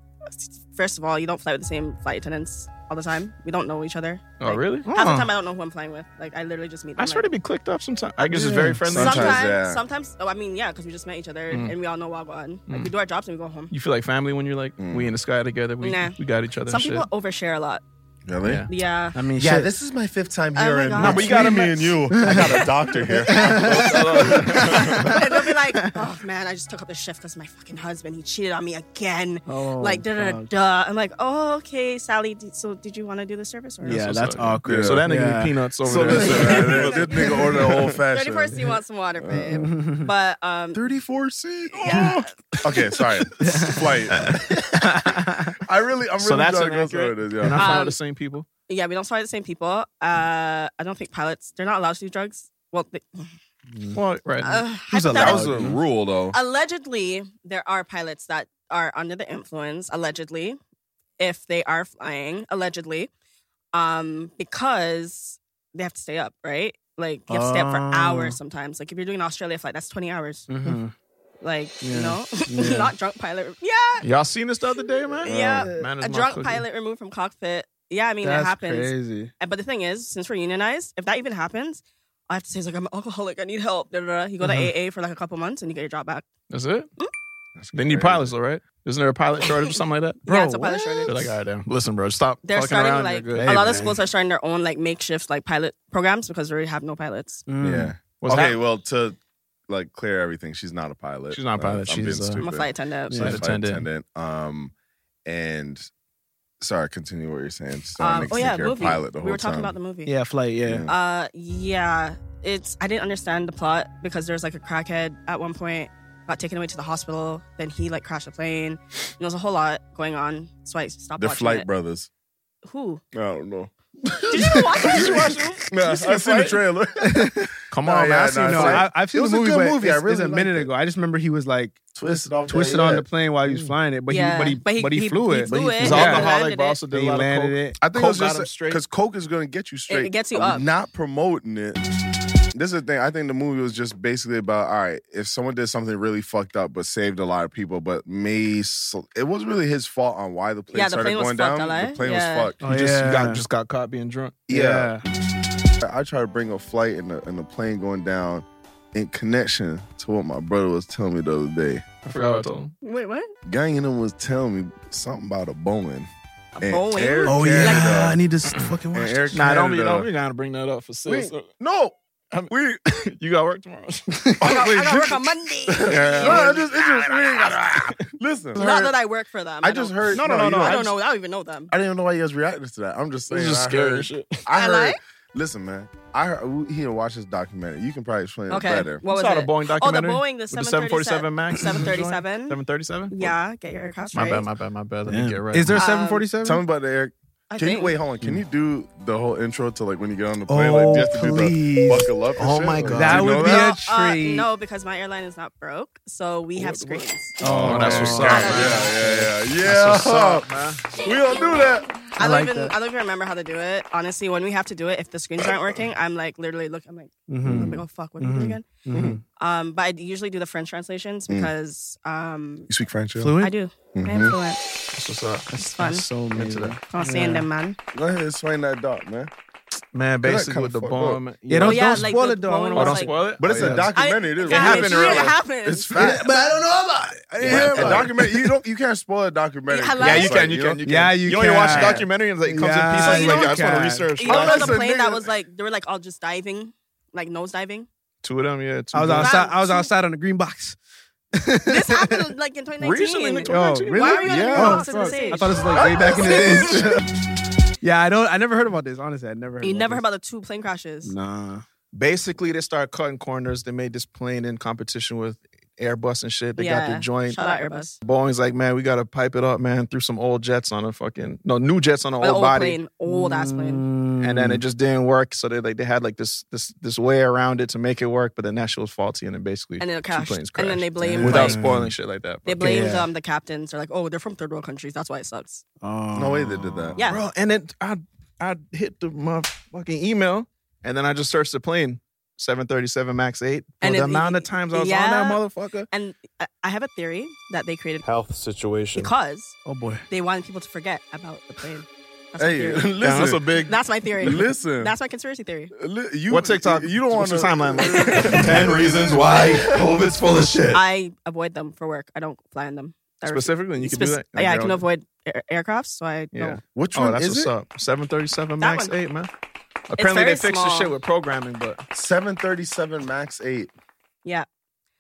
[SPEAKER 6] first of all, you don't fly with the same flight attendants all the time. We don't know each other.
[SPEAKER 2] Oh, really?
[SPEAKER 6] Half the
[SPEAKER 2] Oh.
[SPEAKER 6] time, I don't know who I'm flying with. Like, I literally just meet. Them,
[SPEAKER 2] I swear
[SPEAKER 6] like-
[SPEAKER 2] to be clicked up sometimes. I guess it's very friendly.
[SPEAKER 6] Sometimes, sometimes, oh, I mean, yeah, because we just met each other
[SPEAKER 2] Mm.
[SPEAKER 6] and we all know what on. Like,
[SPEAKER 2] Mm.
[SPEAKER 6] we do our jobs and we go home.
[SPEAKER 2] You feel like family when you're like, we in the sky together. We,
[SPEAKER 6] Nah.
[SPEAKER 2] we got each other.
[SPEAKER 6] Some
[SPEAKER 2] and shit.
[SPEAKER 6] people overshare a lot.
[SPEAKER 3] Really?
[SPEAKER 2] Yeah.
[SPEAKER 6] Yeah.
[SPEAKER 5] I mean,
[SPEAKER 3] Yeah,
[SPEAKER 5] shit.
[SPEAKER 3] this is my fifth time
[SPEAKER 6] Oh
[SPEAKER 3] here,
[SPEAKER 6] my
[SPEAKER 3] and
[SPEAKER 6] God. No, but you
[SPEAKER 3] between
[SPEAKER 6] gotta
[SPEAKER 3] me
[SPEAKER 6] ma-
[SPEAKER 3] and you. I got a doctor here.
[SPEAKER 6] and they'll be like, oh man, I just took up the shift because my fucking husband, he cheated on me again.
[SPEAKER 5] Oh,
[SPEAKER 6] like, da da da
[SPEAKER 5] fuck.
[SPEAKER 6] da. I'm like, oh, okay, Sally, d- so did you want to do the service or
[SPEAKER 2] so
[SPEAKER 5] Yeah, that's
[SPEAKER 2] sorry.
[SPEAKER 5] awkward.
[SPEAKER 2] So that nigga
[SPEAKER 5] yeah.
[SPEAKER 2] be peanuts over
[SPEAKER 3] so
[SPEAKER 2] there.
[SPEAKER 3] listen, man, this nigga ordered an old
[SPEAKER 6] Thirty first, do
[SPEAKER 3] fashioned.
[SPEAKER 6] you want some water,
[SPEAKER 5] Uh,
[SPEAKER 6] babe? but um,
[SPEAKER 3] 34 C. Oh.
[SPEAKER 6] Yeah.
[SPEAKER 3] Okay, sorry. Flight. I really, I'm really
[SPEAKER 2] So that's
[SPEAKER 3] trying to go through
[SPEAKER 2] inaccurate.
[SPEAKER 3] it is.
[SPEAKER 2] You're not
[SPEAKER 3] Yeah.
[SPEAKER 2] flying
[SPEAKER 6] Um,
[SPEAKER 2] with the same people.
[SPEAKER 6] yeah, we don't fly the same people. Uh, I don't think pilots they're not allowed to do drugs. Well, they,
[SPEAKER 2] Well, right.
[SPEAKER 6] uh,
[SPEAKER 5] Mm. Who's allowed?
[SPEAKER 3] That
[SPEAKER 6] hypothetical-
[SPEAKER 3] was a rule, though.
[SPEAKER 6] allegedly there are pilots that are under the influence allegedly if they are flying allegedly um because they have to stay up right like you have to stay up for
[SPEAKER 5] Oh.
[SPEAKER 6] hours sometimes like if you're doing an australia flight that's 20 hours
[SPEAKER 5] Mhm.
[SPEAKER 6] like you
[SPEAKER 5] Yeah.
[SPEAKER 6] know
[SPEAKER 5] Yeah.
[SPEAKER 6] not drunk pilot yeah
[SPEAKER 2] Y'all seen this the other day, man?
[SPEAKER 6] Yeah.
[SPEAKER 2] Man, is my
[SPEAKER 6] uh, a drunk
[SPEAKER 2] cookie.
[SPEAKER 6] pilot removed from cockpit yeah i mean
[SPEAKER 5] That's
[SPEAKER 6] it happens
[SPEAKER 5] crazy.
[SPEAKER 6] And- but the thing is since we're unionized if that even happens I have to say, it's like, I'm an alcoholic. I need help. Da, da, da. You go
[SPEAKER 5] Uh-huh.
[SPEAKER 6] to AA for like a couple months and you get your job back.
[SPEAKER 2] That's it. They need pilots, though, right? Isn't there a pilot shortage or something like that?
[SPEAKER 6] yeah, it's a pilot shortage.
[SPEAKER 2] They're like, all right, damn. Listen, bro, stop
[SPEAKER 6] they're
[SPEAKER 2] fucking
[SPEAKER 6] starting
[SPEAKER 2] around.
[SPEAKER 6] like
[SPEAKER 2] you're
[SPEAKER 6] a
[SPEAKER 2] good.
[SPEAKER 6] lot of schools are starting their own like makeshift like pilot programs because they already have no pilots.
[SPEAKER 3] Yeah.
[SPEAKER 2] mm, What's
[SPEAKER 3] okay,
[SPEAKER 2] that?
[SPEAKER 3] well, to like clear everything, she's not a pilot.
[SPEAKER 2] She's not a
[SPEAKER 3] Uh,
[SPEAKER 2] pilot.
[SPEAKER 3] I'm being
[SPEAKER 2] She's, uh,
[SPEAKER 3] stupid.
[SPEAKER 6] I'm a flight attendant.
[SPEAKER 3] She's
[SPEAKER 6] so-
[SPEAKER 3] a
[SPEAKER 2] Yeah.
[SPEAKER 3] flight
[SPEAKER 2] attendant.
[SPEAKER 3] attendant. Um, and sorry, continue what you're saying. Just don't
[SPEAKER 6] Um,
[SPEAKER 3] make
[SPEAKER 6] oh
[SPEAKER 3] us
[SPEAKER 6] yeah,
[SPEAKER 3] think you're a
[SPEAKER 6] movie.
[SPEAKER 3] pilot the
[SPEAKER 6] we
[SPEAKER 3] whole
[SPEAKER 6] were talking
[SPEAKER 3] time.
[SPEAKER 6] about the movie.
[SPEAKER 5] Yeah, flight. Yeah.
[SPEAKER 3] Yeah.
[SPEAKER 6] Uh, yeah. It's I didn't understand the plot because there's like a crackhead at one point got taken away to the hospital. Then he like crashed a plane. And there was a whole lot going on, so I stopped
[SPEAKER 3] They're
[SPEAKER 6] watching
[SPEAKER 3] flight
[SPEAKER 6] it.
[SPEAKER 3] brothers.
[SPEAKER 6] Who?
[SPEAKER 3] I don't know.
[SPEAKER 6] Did you even watch it? Did you watch it?
[SPEAKER 3] Nah, I
[SPEAKER 2] see the
[SPEAKER 3] seen the
[SPEAKER 2] flight?
[SPEAKER 3] trailer.
[SPEAKER 2] Come
[SPEAKER 3] Nah,
[SPEAKER 2] on,
[SPEAKER 3] yeah,
[SPEAKER 2] man. I seen
[SPEAKER 3] nah,
[SPEAKER 2] it.
[SPEAKER 5] No,
[SPEAKER 3] it's like-
[SPEAKER 5] I, I've seen
[SPEAKER 3] it was a
[SPEAKER 5] the movie,
[SPEAKER 3] good
[SPEAKER 5] but
[SPEAKER 3] movie.
[SPEAKER 5] It's,
[SPEAKER 3] I really
[SPEAKER 5] it's a
[SPEAKER 3] liked
[SPEAKER 5] minute
[SPEAKER 3] it.
[SPEAKER 5] ago. I just remember he was like
[SPEAKER 3] Twisted off.
[SPEAKER 5] twisted on the plane while he was flying it, but
[SPEAKER 6] Yeah,
[SPEAKER 5] he but he
[SPEAKER 6] but he-
[SPEAKER 5] but he,
[SPEAKER 6] he-
[SPEAKER 5] flew
[SPEAKER 6] he
[SPEAKER 5] it.
[SPEAKER 6] flew
[SPEAKER 5] But
[SPEAKER 6] it.
[SPEAKER 2] He's
[SPEAKER 6] Yeah.
[SPEAKER 2] an
[SPEAKER 6] landed
[SPEAKER 2] alcoholic,
[SPEAKER 6] it.
[SPEAKER 2] but also
[SPEAKER 5] They
[SPEAKER 2] did a lot of
[SPEAKER 5] landed
[SPEAKER 2] coke.
[SPEAKER 5] it.
[SPEAKER 3] I think it was
[SPEAKER 2] Coke got him
[SPEAKER 3] just
[SPEAKER 2] straight.
[SPEAKER 3] because Coke is going to get you straight.
[SPEAKER 6] gets you
[SPEAKER 3] I'm
[SPEAKER 6] up.
[SPEAKER 3] Not promoting it. This is the thing. I think the movie was just basically about all right, if someone did something really fucked up but saved a lot of people, but may sl- it wasn't really his fault on why the plane
[SPEAKER 6] Yeah, the
[SPEAKER 3] started
[SPEAKER 6] plane was
[SPEAKER 3] going
[SPEAKER 6] fucked,
[SPEAKER 3] down.
[SPEAKER 6] LA.
[SPEAKER 3] The plane
[SPEAKER 6] Yeah.
[SPEAKER 3] was fucked.
[SPEAKER 2] He just, he
[SPEAKER 5] Yeah.
[SPEAKER 2] got, just got caught being drunk.
[SPEAKER 3] Yeah. I try to bring a flight and a, and a plane going down in connection to what my brother was telling me the other day.
[SPEAKER 2] I forgot what I told him.
[SPEAKER 6] Wait, what?
[SPEAKER 3] Gang and him was telling me something about a Boeing.
[SPEAKER 6] A
[SPEAKER 3] And
[SPEAKER 6] Boeing?
[SPEAKER 3] Air
[SPEAKER 5] Oh
[SPEAKER 3] Canada-
[SPEAKER 5] yeah, I need to s- fucking
[SPEAKER 3] and
[SPEAKER 5] watch.
[SPEAKER 3] Air
[SPEAKER 5] it.
[SPEAKER 2] Nah, don't be,
[SPEAKER 3] Canada-
[SPEAKER 2] don't be gonna bring that up for sis.
[SPEAKER 3] We- no, we.
[SPEAKER 2] You got work tomorrow.
[SPEAKER 6] I got,
[SPEAKER 3] Wait,
[SPEAKER 6] I
[SPEAKER 3] this-
[SPEAKER 6] got work on Monday.
[SPEAKER 3] No, it just, it just, we ain't gotta- listen.
[SPEAKER 6] Not that I work for them.
[SPEAKER 3] I just
[SPEAKER 6] don't-
[SPEAKER 3] heard.
[SPEAKER 2] No, no, no,
[SPEAKER 3] you
[SPEAKER 2] no,
[SPEAKER 3] know,
[SPEAKER 6] I
[SPEAKER 3] I
[SPEAKER 6] don't
[SPEAKER 3] just-
[SPEAKER 6] know. I don't even know them.
[SPEAKER 3] I didn't even know why you guys reacted to that. I'm just saying.
[SPEAKER 2] This is
[SPEAKER 3] I
[SPEAKER 2] scary
[SPEAKER 3] heard-
[SPEAKER 2] as shit.
[SPEAKER 3] I
[SPEAKER 6] I
[SPEAKER 3] heard.
[SPEAKER 6] like?
[SPEAKER 3] Listen, man. I heard he didn't watch this documentary. You can probably explain
[SPEAKER 6] Okay.
[SPEAKER 3] it better.
[SPEAKER 6] What was
[SPEAKER 2] saw the
[SPEAKER 6] it?
[SPEAKER 2] Boeing
[SPEAKER 6] Oh, the
[SPEAKER 2] documentary.
[SPEAKER 6] Boeing, the
[SPEAKER 2] with the 747 MAX.
[SPEAKER 6] 737.
[SPEAKER 2] 737?
[SPEAKER 6] Yeah, get your aircraft
[SPEAKER 2] My
[SPEAKER 6] right.
[SPEAKER 2] bad, my bad, my bad. Let me get right.
[SPEAKER 5] Is there
[SPEAKER 6] Um,
[SPEAKER 5] seven forty
[SPEAKER 3] Tell me
[SPEAKER 5] seven?
[SPEAKER 3] about the air.
[SPEAKER 6] I
[SPEAKER 3] Can you,
[SPEAKER 6] think.
[SPEAKER 3] wait, hold on. Can you do the whole intro to like when you get on the
[SPEAKER 5] Mm. Oh,
[SPEAKER 3] plane? like, do you have to do the
[SPEAKER 5] please.
[SPEAKER 3] buckle up. and
[SPEAKER 5] Oh
[SPEAKER 3] shit?
[SPEAKER 5] my
[SPEAKER 3] Like,
[SPEAKER 5] God.
[SPEAKER 3] do
[SPEAKER 5] That
[SPEAKER 3] you
[SPEAKER 5] would
[SPEAKER 3] know
[SPEAKER 5] be
[SPEAKER 3] that?
[SPEAKER 6] Uh, no, because my airline is not broke, so we have screens.
[SPEAKER 3] Oh, that's what's up. Yeah, yeah, yeah. Yeah.
[SPEAKER 4] That's what's up,
[SPEAKER 3] man. We don't do that.
[SPEAKER 6] I, don't even I don't even remember how to do it. Honestly, when we have to do it, if the screens aren't working, I'm like literally look. I'm like,
[SPEAKER 4] Mhm.
[SPEAKER 6] I'm like, oh fuck, what do we do
[SPEAKER 4] Mhm.
[SPEAKER 6] again?
[SPEAKER 4] Mhm.
[SPEAKER 6] Um, but I usually do the French translations
[SPEAKER 3] Mm.
[SPEAKER 6] because um,
[SPEAKER 3] You speak French, yeah?
[SPEAKER 6] I do. I am
[SPEAKER 3] Mhm.
[SPEAKER 6] fluent.
[SPEAKER 2] That's what's up.
[SPEAKER 6] It's fun.
[SPEAKER 5] so
[SPEAKER 2] into that.
[SPEAKER 6] I'm saying them, man.
[SPEAKER 3] Go ahead and swing that dot, man.
[SPEAKER 2] Man,
[SPEAKER 3] Cause that
[SPEAKER 2] basically
[SPEAKER 3] kinda
[SPEAKER 2] with the
[SPEAKER 3] fucked
[SPEAKER 2] bomb.
[SPEAKER 3] up.
[SPEAKER 2] you know, Oh, don't spoil it.
[SPEAKER 3] But it's
[SPEAKER 2] Oh,
[SPEAKER 3] a
[SPEAKER 2] yeah.
[SPEAKER 3] documentary.
[SPEAKER 6] I-
[SPEAKER 3] this
[SPEAKER 6] yeah,
[SPEAKER 3] happened
[SPEAKER 6] it's real,
[SPEAKER 3] real
[SPEAKER 6] it
[SPEAKER 3] life.
[SPEAKER 6] happened.
[SPEAKER 3] It's fact.
[SPEAKER 5] But I don't know about it. I didn't hear
[SPEAKER 3] a
[SPEAKER 5] about it.
[SPEAKER 3] documentary. You don't. You can't spoil a documentary.
[SPEAKER 6] Yeah, you
[SPEAKER 3] It's
[SPEAKER 2] can,
[SPEAKER 3] like,
[SPEAKER 2] you can, you
[SPEAKER 3] know?
[SPEAKER 2] can. You only watch a documentary and, like, it comes in pieces,
[SPEAKER 6] So you
[SPEAKER 2] like,
[SPEAKER 6] don't-
[SPEAKER 2] I just wanna research.
[SPEAKER 6] You know,
[SPEAKER 2] Unless
[SPEAKER 6] there's a
[SPEAKER 2] a
[SPEAKER 6] plane
[SPEAKER 2] nigga-
[SPEAKER 6] that was like they were like all just diving, like nose diving.
[SPEAKER 2] Two of them, yeah. Two
[SPEAKER 5] I
[SPEAKER 2] of
[SPEAKER 5] was
[SPEAKER 2] them.
[SPEAKER 5] outside. I was outside on the green box.
[SPEAKER 6] This happened like in 2019.
[SPEAKER 5] Recently in 2019?
[SPEAKER 6] Why are you
[SPEAKER 5] Really?
[SPEAKER 6] on
[SPEAKER 5] Yeah.
[SPEAKER 6] yeah.
[SPEAKER 5] Oh, fuck. I thought this was, like, way back in the days. yeah, I don't. I never heard about this. Honestly, I never. Heard
[SPEAKER 6] You
[SPEAKER 5] about
[SPEAKER 6] never heard about the two plane crashes.
[SPEAKER 5] Nah.
[SPEAKER 2] Basically, they started cutting corners. They made this plane in competition with Airbus and shit. They got
[SPEAKER 6] Yeah.
[SPEAKER 2] the joint.
[SPEAKER 6] Shout out Airbus.
[SPEAKER 2] Boeing's like, man, we gotta pipe it up, man. Threw some old jets on a fucking no new jets on an
[SPEAKER 6] An
[SPEAKER 2] old
[SPEAKER 6] old
[SPEAKER 2] body, Mm.
[SPEAKER 6] plane, old ass plane.
[SPEAKER 2] and then it just didn't work. So they like they had like this this this way around it to make it work, but then that shit was faulty, and then basically
[SPEAKER 6] And then it
[SPEAKER 2] two
[SPEAKER 6] crashed.
[SPEAKER 2] planes
[SPEAKER 6] And then they
[SPEAKER 2] crashed.
[SPEAKER 6] blamed,
[SPEAKER 2] without
[SPEAKER 6] like-
[SPEAKER 2] spoiling shit like that.
[SPEAKER 6] They
[SPEAKER 2] but-
[SPEAKER 6] blamed um, the captains. They're like, oh, they're from third world countries. That's why it sucks.
[SPEAKER 3] No way they did that.
[SPEAKER 6] Yeah.
[SPEAKER 2] Bro, and then I I hit the my fucking email and then I just searched the plane. 737 Max 8. Bro,
[SPEAKER 6] And
[SPEAKER 2] the
[SPEAKER 6] it-
[SPEAKER 2] amount of times I was on that motherfucker.
[SPEAKER 6] And I- I have a theory that they created
[SPEAKER 2] Health situation.
[SPEAKER 6] because
[SPEAKER 2] Oh boy.
[SPEAKER 6] they wanted people to forget about the plane. That's
[SPEAKER 3] Hey,
[SPEAKER 6] my theory.
[SPEAKER 3] listen. That's a big-
[SPEAKER 6] That's my theory.
[SPEAKER 3] Listen.
[SPEAKER 6] That's my conspiracy theory.
[SPEAKER 3] Li- You,
[SPEAKER 2] What TikTok?
[SPEAKER 3] You don't want
[SPEAKER 2] What's the timeline like?
[SPEAKER 3] Ten reasons why COVID's full of shit.
[SPEAKER 6] I avoid them for work. I don't fly in them. I refuse.
[SPEAKER 2] Specifically, and you can do
[SPEAKER 6] Spec-
[SPEAKER 2] that?
[SPEAKER 6] yeah, I
[SPEAKER 2] Okay,
[SPEAKER 6] can
[SPEAKER 2] okay.
[SPEAKER 6] avoid air- aircrafts, so I
[SPEAKER 2] Yeah.
[SPEAKER 6] don't.
[SPEAKER 3] Which
[SPEAKER 2] one?
[SPEAKER 3] one
[SPEAKER 2] Oh, that's what's
[SPEAKER 3] is it?
[SPEAKER 2] up. 737
[SPEAKER 6] That
[SPEAKER 2] Max
[SPEAKER 6] one.
[SPEAKER 2] 8, man. Apparently
[SPEAKER 6] very
[SPEAKER 2] they fixed the
[SPEAKER 6] small.
[SPEAKER 2] shit with programming, but
[SPEAKER 3] 737 Max 8.
[SPEAKER 6] Yeah.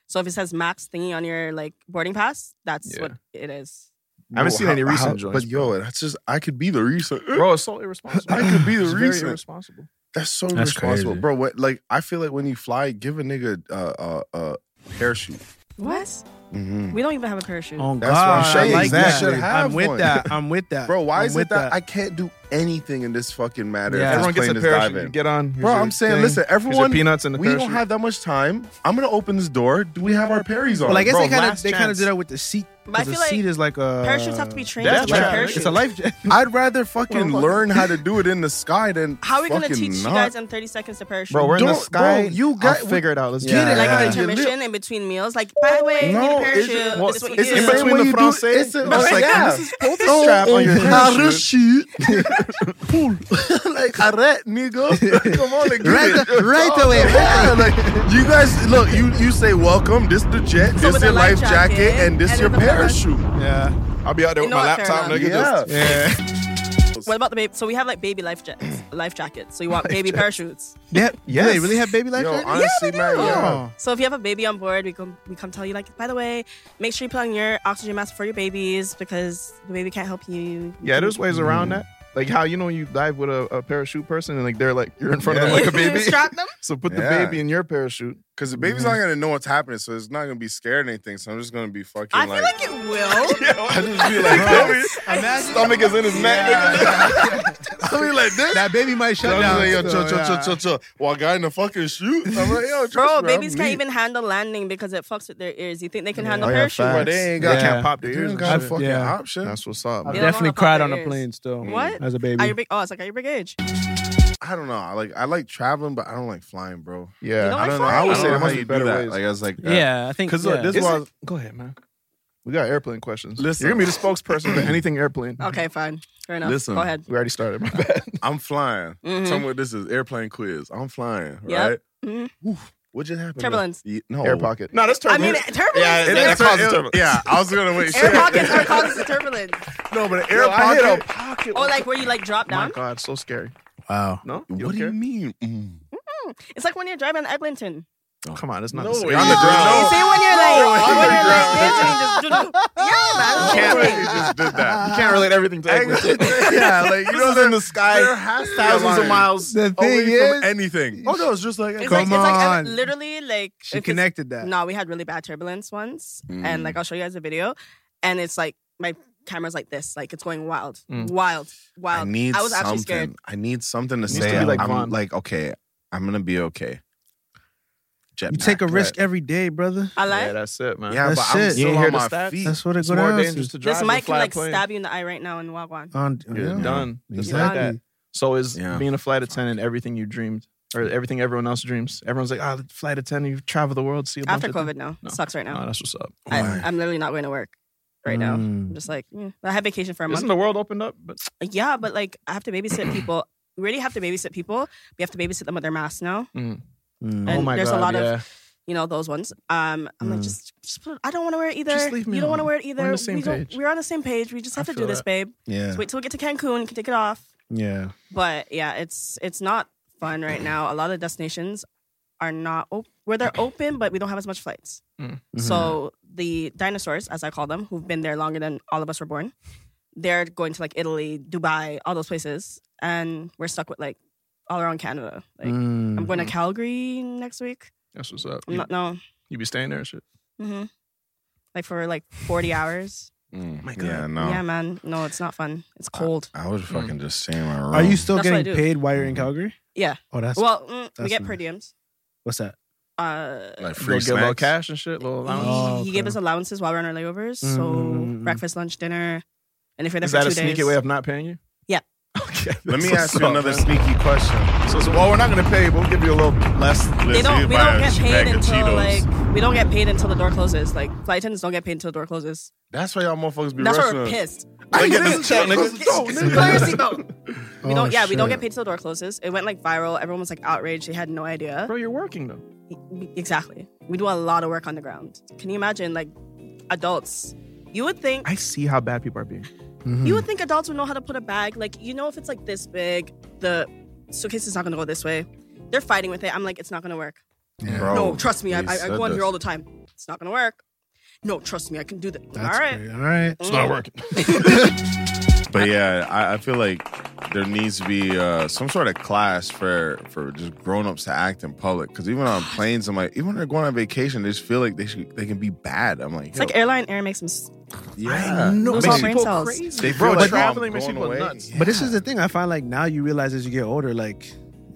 [SPEAKER 6] So if it says max thingy on your like boarding pass, that's
[SPEAKER 3] Yeah.
[SPEAKER 6] what it is.
[SPEAKER 2] I haven't seen any recent
[SPEAKER 3] joints,
[SPEAKER 2] joints,
[SPEAKER 3] But yo, that's just I could be the recent.
[SPEAKER 2] bro, it's so irresponsible.
[SPEAKER 3] I could be the
[SPEAKER 2] It's very
[SPEAKER 3] recent.
[SPEAKER 2] irresponsible.
[SPEAKER 3] That's so
[SPEAKER 2] That's
[SPEAKER 3] irresponsible,
[SPEAKER 2] crazy.
[SPEAKER 3] bro. What like I feel like when you fly, give a nigga a uh, uh, uh, parachute.
[SPEAKER 6] What?
[SPEAKER 2] Mm-hmm.
[SPEAKER 3] Mhm.
[SPEAKER 6] We don't even have a parachute.
[SPEAKER 5] Oh
[SPEAKER 3] That's what I'm
[SPEAKER 5] God,
[SPEAKER 3] saying.
[SPEAKER 5] I like
[SPEAKER 3] exactly.
[SPEAKER 5] that. I'm with that. I'm with that.
[SPEAKER 3] Bro, why
[SPEAKER 5] I'm
[SPEAKER 3] is
[SPEAKER 5] with
[SPEAKER 3] it that,
[SPEAKER 5] that.
[SPEAKER 3] I can't do anything in this fucking matter?
[SPEAKER 2] Yeah.
[SPEAKER 3] if this
[SPEAKER 2] Everyone gets
[SPEAKER 3] plane
[SPEAKER 2] a
[SPEAKER 3] is
[SPEAKER 2] parachute.
[SPEAKER 3] diving?
[SPEAKER 2] You get on, here's
[SPEAKER 3] Bro,
[SPEAKER 2] your
[SPEAKER 3] I'm saying,
[SPEAKER 2] thing,
[SPEAKER 3] listen,
[SPEAKER 2] here's your
[SPEAKER 3] everyone.
[SPEAKER 2] peanuts and the
[SPEAKER 3] we don't
[SPEAKER 2] parachute.
[SPEAKER 3] have that much time. I'm gonna open this door. Do we have our parries on?
[SPEAKER 5] Well, I guess
[SPEAKER 3] Bro,
[SPEAKER 5] they kind of
[SPEAKER 3] last
[SPEAKER 5] they kind of
[SPEAKER 3] chance.
[SPEAKER 5] did that with the seat.
[SPEAKER 6] But I
[SPEAKER 5] 'cause the
[SPEAKER 6] feel like
[SPEAKER 5] seat is like a
[SPEAKER 6] parachutes have to be trained
[SPEAKER 5] Death
[SPEAKER 6] to fly
[SPEAKER 5] trap.
[SPEAKER 6] parachutes.
[SPEAKER 5] uh, It's a life jacket.
[SPEAKER 3] I'd rather fucking learn how to do it in the sky than
[SPEAKER 6] How are we gonna
[SPEAKER 3] fucking
[SPEAKER 6] teach
[SPEAKER 3] not.
[SPEAKER 6] you guys in 30 seconds to parachute?
[SPEAKER 2] Bro, we're in the
[SPEAKER 3] Don't-
[SPEAKER 2] sky.
[SPEAKER 3] bro, you
[SPEAKER 2] I'll
[SPEAKER 3] got-
[SPEAKER 2] figure it out. Let's
[SPEAKER 3] Get
[SPEAKER 2] do
[SPEAKER 3] it
[SPEAKER 2] it.
[SPEAKER 3] out of your
[SPEAKER 6] Intermission in between meals, like by the way,
[SPEAKER 3] No,
[SPEAKER 6] you need a
[SPEAKER 3] it's-
[SPEAKER 6] parachute.
[SPEAKER 3] well,
[SPEAKER 6] this is what you
[SPEAKER 3] it's
[SPEAKER 6] do.
[SPEAKER 3] in between
[SPEAKER 2] the
[SPEAKER 3] way you do-
[SPEAKER 2] Francais,
[SPEAKER 3] it's in-
[SPEAKER 2] I was
[SPEAKER 3] Right,
[SPEAKER 2] like,
[SPEAKER 3] yeah.
[SPEAKER 2] this is- pull this strap on
[SPEAKER 3] Mm-hmm.
[SPEAKER 2] your parachute.
[SPEAKER 3] like a rat, nigga. Come on, and get
[SPEAKER 4] Right
[SPEAKER 3] it.
[SPEAKER 4] the- right
[SPEAKER 3] Oh,
[SPEAKER 4] away, right
[SPEAKER 3] yeah, like, you guys, look, you you say welcome. This the jet.
[SPEAKER 4] So
[SPEAKER 3] this
[SPEAKER 4] with the
[SPEAKER 3] your
[SPEAKER 4] life
[SPEAKER 3] life jacket,
[SPEAKER 4] jacket,
[SPEAKER 3] and this
[SPEAKER 4] and
[SPEAKER 3] your
[SPEAKER 4] then the
[SPEAKER 3] parachute.
[SPEAKER 2] Yeah, I'll be out there
[SPEAKER 6] You
[SPEAKER 2] with
[SPEAKER 6] know
[SPEAKER 2] my
[SPEAKER 6] what, fair
[SPEAKER 2] laptop,
[SPEAKER 6] enough.
[SPEAKER 2] nigga. just-
[SPEAKER 5] Yeah.
[SPEAKER 6] What about the baby? So we have like baby life jackets, life jackets. So you want baby parachutes.
[SPEAKER 5] Yeah, yeah. They really have baby life.
[SPEAKER 3] Yo,
[SPEAKER 5] jackets?
[SPEAKER 3] honestly, man, yeah.
[SPEAKER 6] So if you have a baby on board, we come we come tell you like, by the way, make sure you put on your oxygen mask for your babies because the baby can't help you.
[SPEAKER 2] Yeah, there's ways around that. Like how you know you dive with a, a parachute person and like they're like you're in front of them like a baby.
[SPEAKER 6] Strap them.
[SPEAKER 2] So put the
[SPEAKER 3] Yeah.
[SPEAKER 2] baby in your parachute.
[SPEAKER 3] Because the baby's not gonna know what's happening, so it's not gonna be scared or anything. So I'm just gonna be fucking
[SPEAKER 6] I feel
[SPEAKER 3] like,
[SPEAKER 6] like it will.
[SPEAKER 3] I just be like, stomach is in his neck. nigga. I mean, like this.
[SPEAKER 5] That baby might
[SPEAKER 3] So
[SPEAKER 5] shut
[SPEAKER 3] I'm just
[SPEAKER 5] down.
[SPEAKER 3] like, yo,
[SPEAKER 5] so,
[SPEAKER 3] chill, chill,
[SPEAKER 5] yeah.
[SPEAKER 3] chill, chill, chill. While guy in the fucking shoot, I'm like, yo, trust
[SPEAKER 6] Bro,
[SPEAKER 3] me, I'm
[SPEAKER 6] babies can't
[SPEAKER 3] neat.
[SPEAKER 6] even handle landing because it fucks with their ears. You think they can handle
[SPEAKER 3] Oh, yeah,
[SPEAKER 6] parachute?
[SPEAKER 3] facts.
[SPEAKER 2] Bro, they ain't got
[SPEAKER 5] Yeah.
[SPEAKER 2] can't pop their
[SPEAKER 3] They
[SPEAKER 2] ears. and
[SPEAKER 3] ain't got a
[SPEAKER 2] shit.
[SPEAKER 3] fucking
[SPEAKER 5] Yeah.
[SPEAKER 3] option.
[SPEAKER 2] That's what's up.
[SPEAKER 5] I've
[SPEAKER 6] You don't
[SPEAKER 5] definitely
[SPEAKER 6] wanna pop
[SPEAKER 5] cried
[SPEAKER 6] their
[SPEAKER 5] on a
[SPEAKER 6] ears.
[SPEAKER 5] plane still.
[SPEAKER 6] What?
[SPEAKER 5] As a
[SPEAKER 6] Are
[SPEAKER 5] baby.
[SPEAKER 6] you big? Oh, it's like are you big age?
[SPEAKER 3] I don't know. I like I like traveling, but I don't like flying, bro.
[SPEAKER 2] Yeah.
[SPEAKER 6] You don't
[SPEAKER 3] I
[SPEAKER 6] like
[SPEAKER 3] don't know. I would
[SPEAKER 6] flying?
[SPEAKER 3] say there
[SPEAKER 2] I don't know
[SPEAKER 3] must
[SPEAKER 2] how
[SPEAKER 3] be
[SPEAKER 2] you
[SPEAKER 3] better
[SPEAKER 2] do that.
[SPEAKER 3] ways. Like I was like,
[SPEAKER 4] Yeah, I think-
[SPEAKER 3] because look,
[SPEAKER 4] yeah.
[SPEAKER 3] this
[SPEAKER 2] Is
[SPEAKER 3] was
[SPEAKER 2] it- Go ahead, man. We got airplane questions.
[SPEAKER 3] Listen.
[SPEAKER 2] You're gonna be the spokesperson for anything airplane.
[SPEAKER 6] Okay, fine. Fair enough.
[SPEAKER 3] Listen.
[SPEAKER 6] Go ahead.
[SPEAKER 2] We already started. My bad.
[SPEAKER 3] I'm flying.
[SPEAKER 6] Mhm.
[SPEAKER 3] Tell me what this is. Airplane quiz. I'm flying.
[SPEAKER 6] Yep.
[SPEAKER 3] Right.
[SPEAKER 6] Mhm.
[SPEAKER 3] What just happened?
[SPEAKER 6] Turbulence.
[SPEAKER 3] Ye- No.
[SPEAKER 2] Air pocket.
[SPEAKER 3] No, that's
[SPEAKER 6] I mean, turbulence.
[SPEAKER 3] Yeah,
[SPEAKER 6] is
[SPEAKER 3] it
[SPEAKER 6] air-
[SPEAKER 3] is causes turbulence. Yeah, I was gonna wait.
[SPEAKER 6] air pockets are causes of turbulence.
[SPEAKER 3] No, but an
[SPEAKER 2] Yo,
[SPEAKER 3] air
[SPEAKER 2] I hit
[SPEAKER 3] pocket.
[SPEAKER 2] a pocket.
[SPEAKER 6] Oh, like where you like drop
[SPEAKER 2] my
[SPEAKER 6] down.
[SPEAKER 2] God, so scary.
[SPEAKER 5] Wow.
[SPEAKER 2] No, you
[SPEAKER 3] What
[SPEAKER 2] don't
[SPEAKER 3] do you
[SPEAKER 2] care?
[SPEAKER 3] mean? Mm.
[SPEAKER 6] It's like when you're driving at Eglinton.
[SPEAKER 2] Come on, it's not
[SPEAKER 3] No
[SPEAKER 2] the same.
[SPEAKER 3] way.
[SPEAKER 2] On
[SPEAKER 3] No.
[SPEAKER 2] the ground.
[SPEAKER 6] You see when you're
[SPEAKER 3] No,
[SPEAKER 6] like,
[SPEAKER 3] I'm
[SPEAKER 6] when you're like
[SPEAKER 3] not
[SPEAKER 6] this, and you just do, yeah, man.
[SPEAKER 2] Can't
[SPEAKER 3] Nobody
[SPEAKER 2] relate.
[SPEAKER 3] just did
[SPEAKER 2] You
[SPEAKER 3] that.
[SPEAKER 2] can't relate everything to Eglinton.
[SPEAKER 3] yeah, like you
[SPEAKER 2] This
[SPEAKER 3] know,
[SPEAKER 2] is in
[SPEAKER 3] there-
[SPEAKER 2] the sky,
[SPEAKER 3] There has to be a
[SPEAKER 2] Thousands of
[SPEAKER 3] line
[SPEAKER 2] miles.
[SPEAKER 5] The
[SPEAKER 3] away
[SPEAKER 5] thing is,
[SPEAKER 3] from anything. Oh no, it's just like
[SPEAKER 6] It's
[SPEAKER 5] Come
[SPEAKER 6] like, it's like ev-
[SPEAKER 5] on.
[SPEAKER 6] literally like if
[SPEAKER 5] She
[SPEAKER 6] it's-
[SPEAKER 5] connected that.
[SPEAKER 6] No, we had really bad turbulence once, and like I'll show you guys a video, and it's like my cameras like this. Like it's going wild,
[SPEAKER 3] Mm.
[SPEAKER 6] wild, wild.
[SPEAKER 3] I need
[SPEAKER 6] was actually
[SPEAKER 3] something.
[SPEAKER 6] scared.
[SPEAKER 3] I need something to
[SPEAKER 2] Needs
[SPEAKER 3] say.
[SPEAKER 2] to be like
[SPEAKER 3] I'm
[SPEAKER 2] Vaughn.
[SPEAKER 3] like, okay, I'm gonna be okay.
[SPEAKER 5] You take a risk every day, brother.
[SPEAKER 6] I like.
[SPEAKER 2] Yeah, that's it, man.
[SPEAKER 3] Yeah,
[SPEAKER 5] That's
[SPEAKER 3] but I'm
[SPEAKER 5] it.
[SPEAKER 3] still
[SPEAKER 5] You ain't
[SPEAKER 3] on
[SPEAKER 5] hear the
[SPEAKER 3] my
[SPEAKER 5] stats?
[SPEAKER 3] feet.
[SPEAKER 5] That's what it
[SPEAKER 3] It's
[SPEAKER 5] go
[SPEAKER 3] more
[SPEAKER 5] down
[SPEAKER 3] dangerous
[SPEAKER 5] to.
[SPEAKER 3] to drive
[SPEAKER 6] This
[SPEAKER 3] than
[SPEAKER 6] mic can
[SPEAKER 3] fly a
[SPEAKER 6] like
[SPEAKER 3] plane.
[SPEAKER 6] stab you in the eye right now and walk on.
[SPEAKER 5] On-
[SPEAKER 2] You're
[SPEAKER 5] yeah.
[SPEAKER 2] done. Just like
[SPEAKER 5] Exactly.
[SPEAKER 2] that. So is
[SPEAKER 3] Yeah.
[SPEAKER 2] being a flight attendant everything you dreamed or everything everyone else dreams? Everyone's like, ah, flight attendant, you travel the world, see a bunch
[SPEAKER 6] After
[SPEAKER 2] of things."
[SPEAKER 6] COVID, no. Sucks right now.
[SPEAKER 2] No, that's what's up.
[SPEAKER 6] I, I'm literally not going to work right now.
[SPEAKER 2] Mm.
[SPEAKER 6] I'm just like, eh. I have vacation for a
[SPEAKER 2] Isn't
[SPEAKER 6] month.
[SPEAKER 2] the world opened up? But
[SPEAKER 6] yeah, but like, I have to babysit people. We already have to babysit people. We have to babysit them with their masks now.
[SPEAKER 2] oh
[SPEAKER 6] And
[SPEAKER 2] my
[SPEAKER 6] there's
[SPEAKER 2] god,
[SPEAKER 6] a lot
[SPEAKER 2] yeah.
[SPEAKER 6] of, you know, those ones. Um, I'm like,
[SPEAKER 2] Mm.
[SPEAKER 6] just, just put, I don't want to wear it either.
[SPEAKER 2] Just leave me
[SPEAKER 6] you don't want to
[SPEAKER 2] alone.
[SPEAKER 6] wear it either.
[SPEAKER 2] We're on the same
[SPEAKER 6] we don't-
[SPEAKER 2] page.
[SPEAKER 6] We're on the same page. We just have to do
[SPEAKER 2] feel
[SPEAKER 6] this,
[SPEAKER 2] that.
[SPEAKER 6] babe.
[SPEAKER 2] Yeah.
[SPEAKER 6] Just wait till we get to Cancun. You can take it off.
[SPEAKER 2] yeah.
[SPEAKER 6] But yeah, it's it's not fun right now. A lot of destinations are not op- where they're open, but we don't have as much flights.
[SPEAKER 2] Mm.
[SPEAKER 6] So the dinosaurs, as I call them, who've been there longer than all of us were born, they're going to like Italy, Dubai, all those places, and we're stuck with like all around Canada. Like
[SPEAKER 2] Mm.
[SPEAKER 6] I'm going to Calgary next week.
[SPEAKER 2] That's what's up.
[SPEAKER 6] I'm
[SPEAKER 2] You,
[SPEAKER 6] not no,
[SPEAKER 2] you be staying there and shit.
[SPEAKER 6] hmm like for like 40 hours.
[SPEAKER 3] my God. Mm. Yeah, no.
[SPEAKER 6] Yeah, man. No, it's not fun. It's cold.
[SPEAKER 3] I would fucking just stay in my room.
[SPEAKER 5] Are you still
[SPEAKER 6] That's what I
[SPEAKER 5] getting
[SPEAKER 6] do.
[SPEAKER 5] paid while you're in Calgary?
[SPEAKER 6] Yeah.
[SPEAKER 5] Oh, that's
[SPEAKER 6] well. mm, we
[SPEAKER 5] that's
[SPEAKER 6] get
[SPEAKER 5] nice.
[SPEAKER 6] per diems.
[SPEAKER 5] What's that?
[SPEAKER 6] Uh,
[SPEAKER 3] like
[SPEAKER 2] Go
[SPEAKER 3] free
[SPEAKER 2] give little
[SPEAKER 3] snacks?
[SPEAKER 2] cash and shit, little allowance.
[SPEAKER 6] he, he gave us allowances while we're on our layovers. So
[SPEAKER 2] Mm.
[SPEAKER 6] breakfast, lunch, dinner, and if you're there
[SPEAKER 2] Is
[SPEAKER 6] for
[SPEAKER 2] that
[SPEAKER 6] two
[SPEAKER 2] a sneaky
[SPEAKER 6] days,
[SPEAKER 2] way of not paying you?
[SPEAKER 6] Yeah.
[SPEAKER 2] Okay.
[SPEAKER 3] Let me
[SPEAKER 2] That's what's
[SPEAKER 3] ask you
[SPEAKER 2] up,
[SPEAKER 3] another
[SPEAKER 2] man.
[SPEAKER 3] sneaky question. So, so well, we're not gonna pay, but we'll give you a little less.
[SPEAKER 6] they don't. We don't get paid until like we don't get paid until the door closes. Like flight attendants don't get paid until the door closes.
[SPEAKER 3] That's why y'all motherfuckers be
[SPEAKER 6] That's why
[SPEAKER 3] rushing.
[SPEAKER 6] we're
[SPEAKER 3] us.
[SPEAKER 6] pissed.
[SPEAKER 3] Like, get this check, nigga.
[SPEAKER 6] We
[SPEAKER 5] Oh,
[SPEAKER 6] don't. Yeah, we don't get paid till the door closes. It went like viral. Everyone was like outraged. They had no idea.
[SPEAKER 2] Bro, you're working though.
[SPEAKER 6] Exactly. We do a lot of work on the ground. Can you imagine, like adults? You would think
[SPEAKER 2] I see how bad people are being.
[SPEAKER 6] You would think adults would know how to put a bag. Like, you know, if it's like this big, the suitcase is not going to go this way. They're fighting with it. I'm like, it's not going to work.
[SPEAKER 3] Bro,
[SPEAKER 6] no, trust me. I,
[SPEAKER 3] we
[SPEAKER 6] I, I
[SPEAKER 3] Oh, said
[SPEAKER 6] go in
[SPEAKER 3] this.
[SPEAKER 6] here all the time. It's not going to work. No, trust me. I can do that. All
[SPEAKER 5] That's
[SPEAKER 6] right.
[SPEAKER 5] great. All right.
[SPEAKER 6] It's not
[SPEAKER 2] working.
[SPEAKER 3] But yeah, I, I feel like there needs to be uh, some sort of class for for just grown ups to act in public. Because even on planes, I'm like, even when they're going on vacation, they just feel like they should, they can be bad. I'm like,
[SPEAKER 6] It's like airline air makes them. s-
[SPEAKER 3] yeah,
[SPEAKER 6] know. Those
[SPEAKER 3] Makes
[SPEAKER 6] are brain
[SPEAKER 3] people
[SPEAKER 6] cells.
[SPEAKER 3] crazy.
[SPEAKER 2] They
[SPEAKER 3] They
[SPEAKER 2] Bro,
[SPEAKER 3] feel like
[SPEAKER 2] traveling
[SPEAKER 3] I'm
[SPEAKER 2] makes
[SPEAKER 3] going
[SPEAKER 2] people
[SPEAKER 3] away.
[SPEAKER 2] nuts.
[SPEAKER 5] But this is the thing I find like now you realize as you get older, like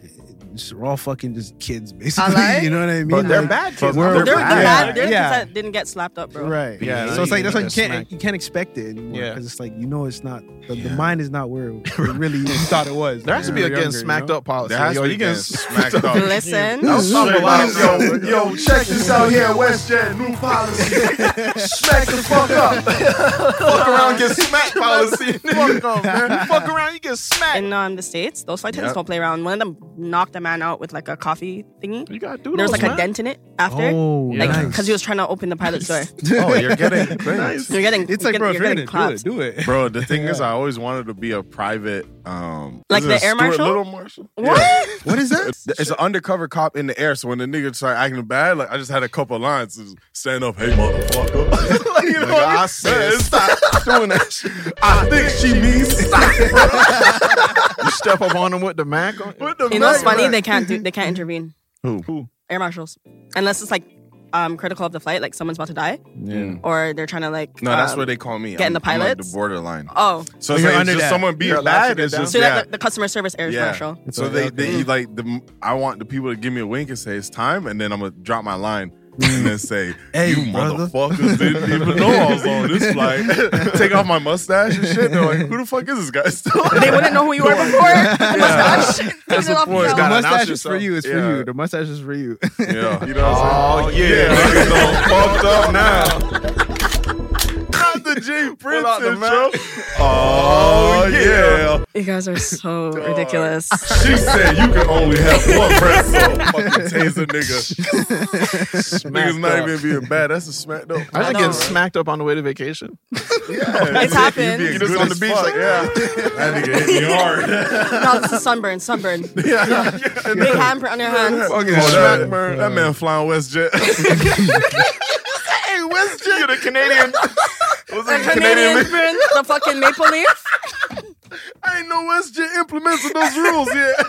[SPEAKER 5] it's- we're all fucking just kids, basically.
[SPEAKER 6] Alright.
[SPEAKER 5] You know what I mean?
[SPEAKER 2] But they're
[SPEAKER 5] Like,
[SPEAKER 2] bad kids.
[SPEAKER 5] we're-
[SPEAKER 6] They're, they're
[SPEAKER 5] yeah.
[SPEAKER 6] bad. They're
[SPEAKER 5] Yeah.
[SPEAKER 6] kids that didn't get slapped up, bro.
[SPEAKER 5] Right.
[SPEAKER 2] Yeah,
[SPEAKER 5] So it's like that's why you
[SPEAKER 2] that's
[SPEAKER 5] can't
[SPEAKER 2] smack.
[SPEAKER 5] you can't expect it anymore
[SPEAKER 2] Yeah.
[SPEAKER 5] because it's like you know it's not the, the mind is not where it really thought it was.
[SPEAKER 2] There has to
[SPEAKER 5] when
[SPEAKER 2] be
[SPEAKER 5] we
[SPEAKER 2] a
[SPEAKER 5] were
[SPEAKER 2] getting
[SPEAKER 5] younger, you
[SPEAKER 2] smacked
[SPEAKER 5] know?
[SPEAKER 2] up policy.
[SPEAKER 3] There has
[SPEAKER 2] Yo,
[SPEAKER 3] to be
[SPEAKER 2] you getting
[SPEAKER 3] getting smacked up.
[SPEAKER 6] Listen.
[SPEAKER 3] Yo,
[SPEAKER 2] yo,
[SPEAKER 3] check this out here, WestJet new policy. Smack the fuck up.
[SPEAKER 2] fuck around, get smacked policy.
[SPEAKER 3] Fuck up, man.
[SPEAKER 2] fuck around, Oh, you get smacked.
[SPEAKER 6] In um, the States, those flight attendants
[SPEAKER 3] Yep.
[SPEAKER 6] don't play around. One of them knocked a man out with like a coffee thingy.
[SPEAKER 2] You gotta do
[SPEAKER 6] There was
[SPEAKER 2] those,
[SPEAKER 6] like a
[SPEAKER 2] man.
[SPEAKER 6] dent in it after.
[SPEAKER 5] Oh,
[SPEAKER 6] like,
[SPEAKER 5] nice.
[SPEAKER 6] because he was trying to open the pilot's door.
[SPEAKER 3] Oh, you're getting
[SPEAKER 6] You're getting,
[SPEAKER 5] It's
[SPEAKER 6] you're
[SPEAKER 5] like, bro,
[SPEAKER 6] getting, you're
[SPEAKER 5] if you're gonna
[SPEAKER 6] getting
[SPEAKER 5] do
[SPEAKER 6] clapped.
[SPEAKER 5] it, do it.
[SPEAKER 3] Bro, the thing is, I always wanted to be a private, um,
[SPEAKER 6] Like
[SPEAKER 3] is it
[SPEAKER 6] the air
[SPEAKER 3] Stuart
[SPEAKER 6] marshal?
[SPEAKER 3] Little marshal.
[SPEAKER 6] What?
[SPEAKER 5] What is that?
[SPEAKER 3] It's an undercover cop in the air. So when the nigga started acting bad, like I just had a couple lines. Just stand up, hey motherfucker. like, you know
[SPEAKER 2] Nigga,
[SPEAKER 3] what I, mean?
[SPEAKER 2] I said
[SPEAKER 3] Yeah, stop doing that shit. I think she means stop.
[SPEAKER 2] You step up on them with the Mac on.
[SPEAKER 3] What the
[SPEAKER 6] You know what's
[SPEAKER 3] fuck?
[SPEAKER 6] funny? They can't do. They can't intervene.
[SPEAKER 3] Who?
[SPEAKER 6] Air marshals, unless it's like um, critical of the flight, like someone's about to die,
[SPEAKER 3] Yeah.
[SPEAKER 6] or they're trying to like.
[SPEAKER 3] No, that's
[SPEAKER 6] um,
[SPEAKER 3] what they call me.
[SPEAKER 6] Getting
[SPEAKER 3] I'm-
[SPEAKER 6] the
[SPEAKER 3] I'm like
[SPEAKER 6] pilots?
[SPEAKER 3] the borderline.
[SPEAKER 6] Oh,
[SPEAKER 3] So it's,
[SPEAKER 5] You're
[SPEAKER 3] like, it's
[SPEAKER 5] under
[SPEAKER 3] just
[SPEAKER 5] that.
[SPEAKER 3] someone being
[SPEAKER 2] You're allowed to
[SPEAKER 3] bad.
[SPEAKER 2] get
[SPEAKER 3] It's
[SPEAKER 2] down.
[SPEAKER 3] just
[SPEAKER 6] so
[SPEAKER 3] yeah.
[SPEAKER 6] like the, the customer service air marshal.
[SPEAKER 3] So they, they like the I want the people to give me a wink and say it's time, and then I'm gonna drop my line and then say,
[SPEAKER 5] Hey,
[SPEAKER 3] "You
[SPEAKER 5] brother."
[SPEAKER 3] motherfuckers didn't even know I was on this flight." Take off my mustache and shit. They're like, "Who the fuck is this guy?" Still,
[SPEAKER 6] They wouldn't know who you were before. The mustache. Takes it off
[SPEAKER 3] point. Gotta
[SPEAKER 6] the
[SPEAKER 5] The
[SPEAKER 6] top.
[SPEAKER 3] announce
[SPEAKER 5] mustache is for
[SPEAKER 3] yourself.
[SPEAKER 5] you. It's for
[SPEAKER 3] Yeah.
[SPEAKER 5] you. The mustache is for you.
[SPEAKER 3] yeah, you know. What
[SPEAKER 2] Oh
[SPEAKER 3] I'm saying? yeah, niggas all fucked up now. Not the G
[SPEAKER 2] out the
[SPEAKER 3] Prince
[SPEAKER 2] mouth.
[SPEAKER 3] intro. Oh yeah.
[SPEAKER 6] You guys are so ridiculous.
[SPEAKER 3] She said you can only have one pretzel. Fucking taser nigga. Niggas not
[SPEAKER 2] up.
[SPEAKER 3] even being bad. That's a smack though.
[SPEAKER 2] I was
[SPEAKER 6] I know,
[SPEAKER 2] getting
[SPEAKER 6] right?
[SPEAKER 2] smacked up on the way to vacation.
[SPEAKER 3] Yeah,
[SPEAKER 6] It's happened.
[SPEAKER 3] You
[SPEAKER 6] You
[SPEAKER 3] just on the beach, like, yeah. That nigga hit me hard.
[SPEAKER 6] No, this is sunburn. Sunburn. Big hamper on your hands.
[SPEAKER 3] oh, that, man, that man flying WestJet. hey, WestJet, you the Canadian. Was
[SPEAKER 6] The
[SPEAKER 3] it Canadian?
[SPEAKER 6] Canadian print. The fucking maple leaf.
[SPEAKER 3] I ain't know WestJet implemented those rules yet.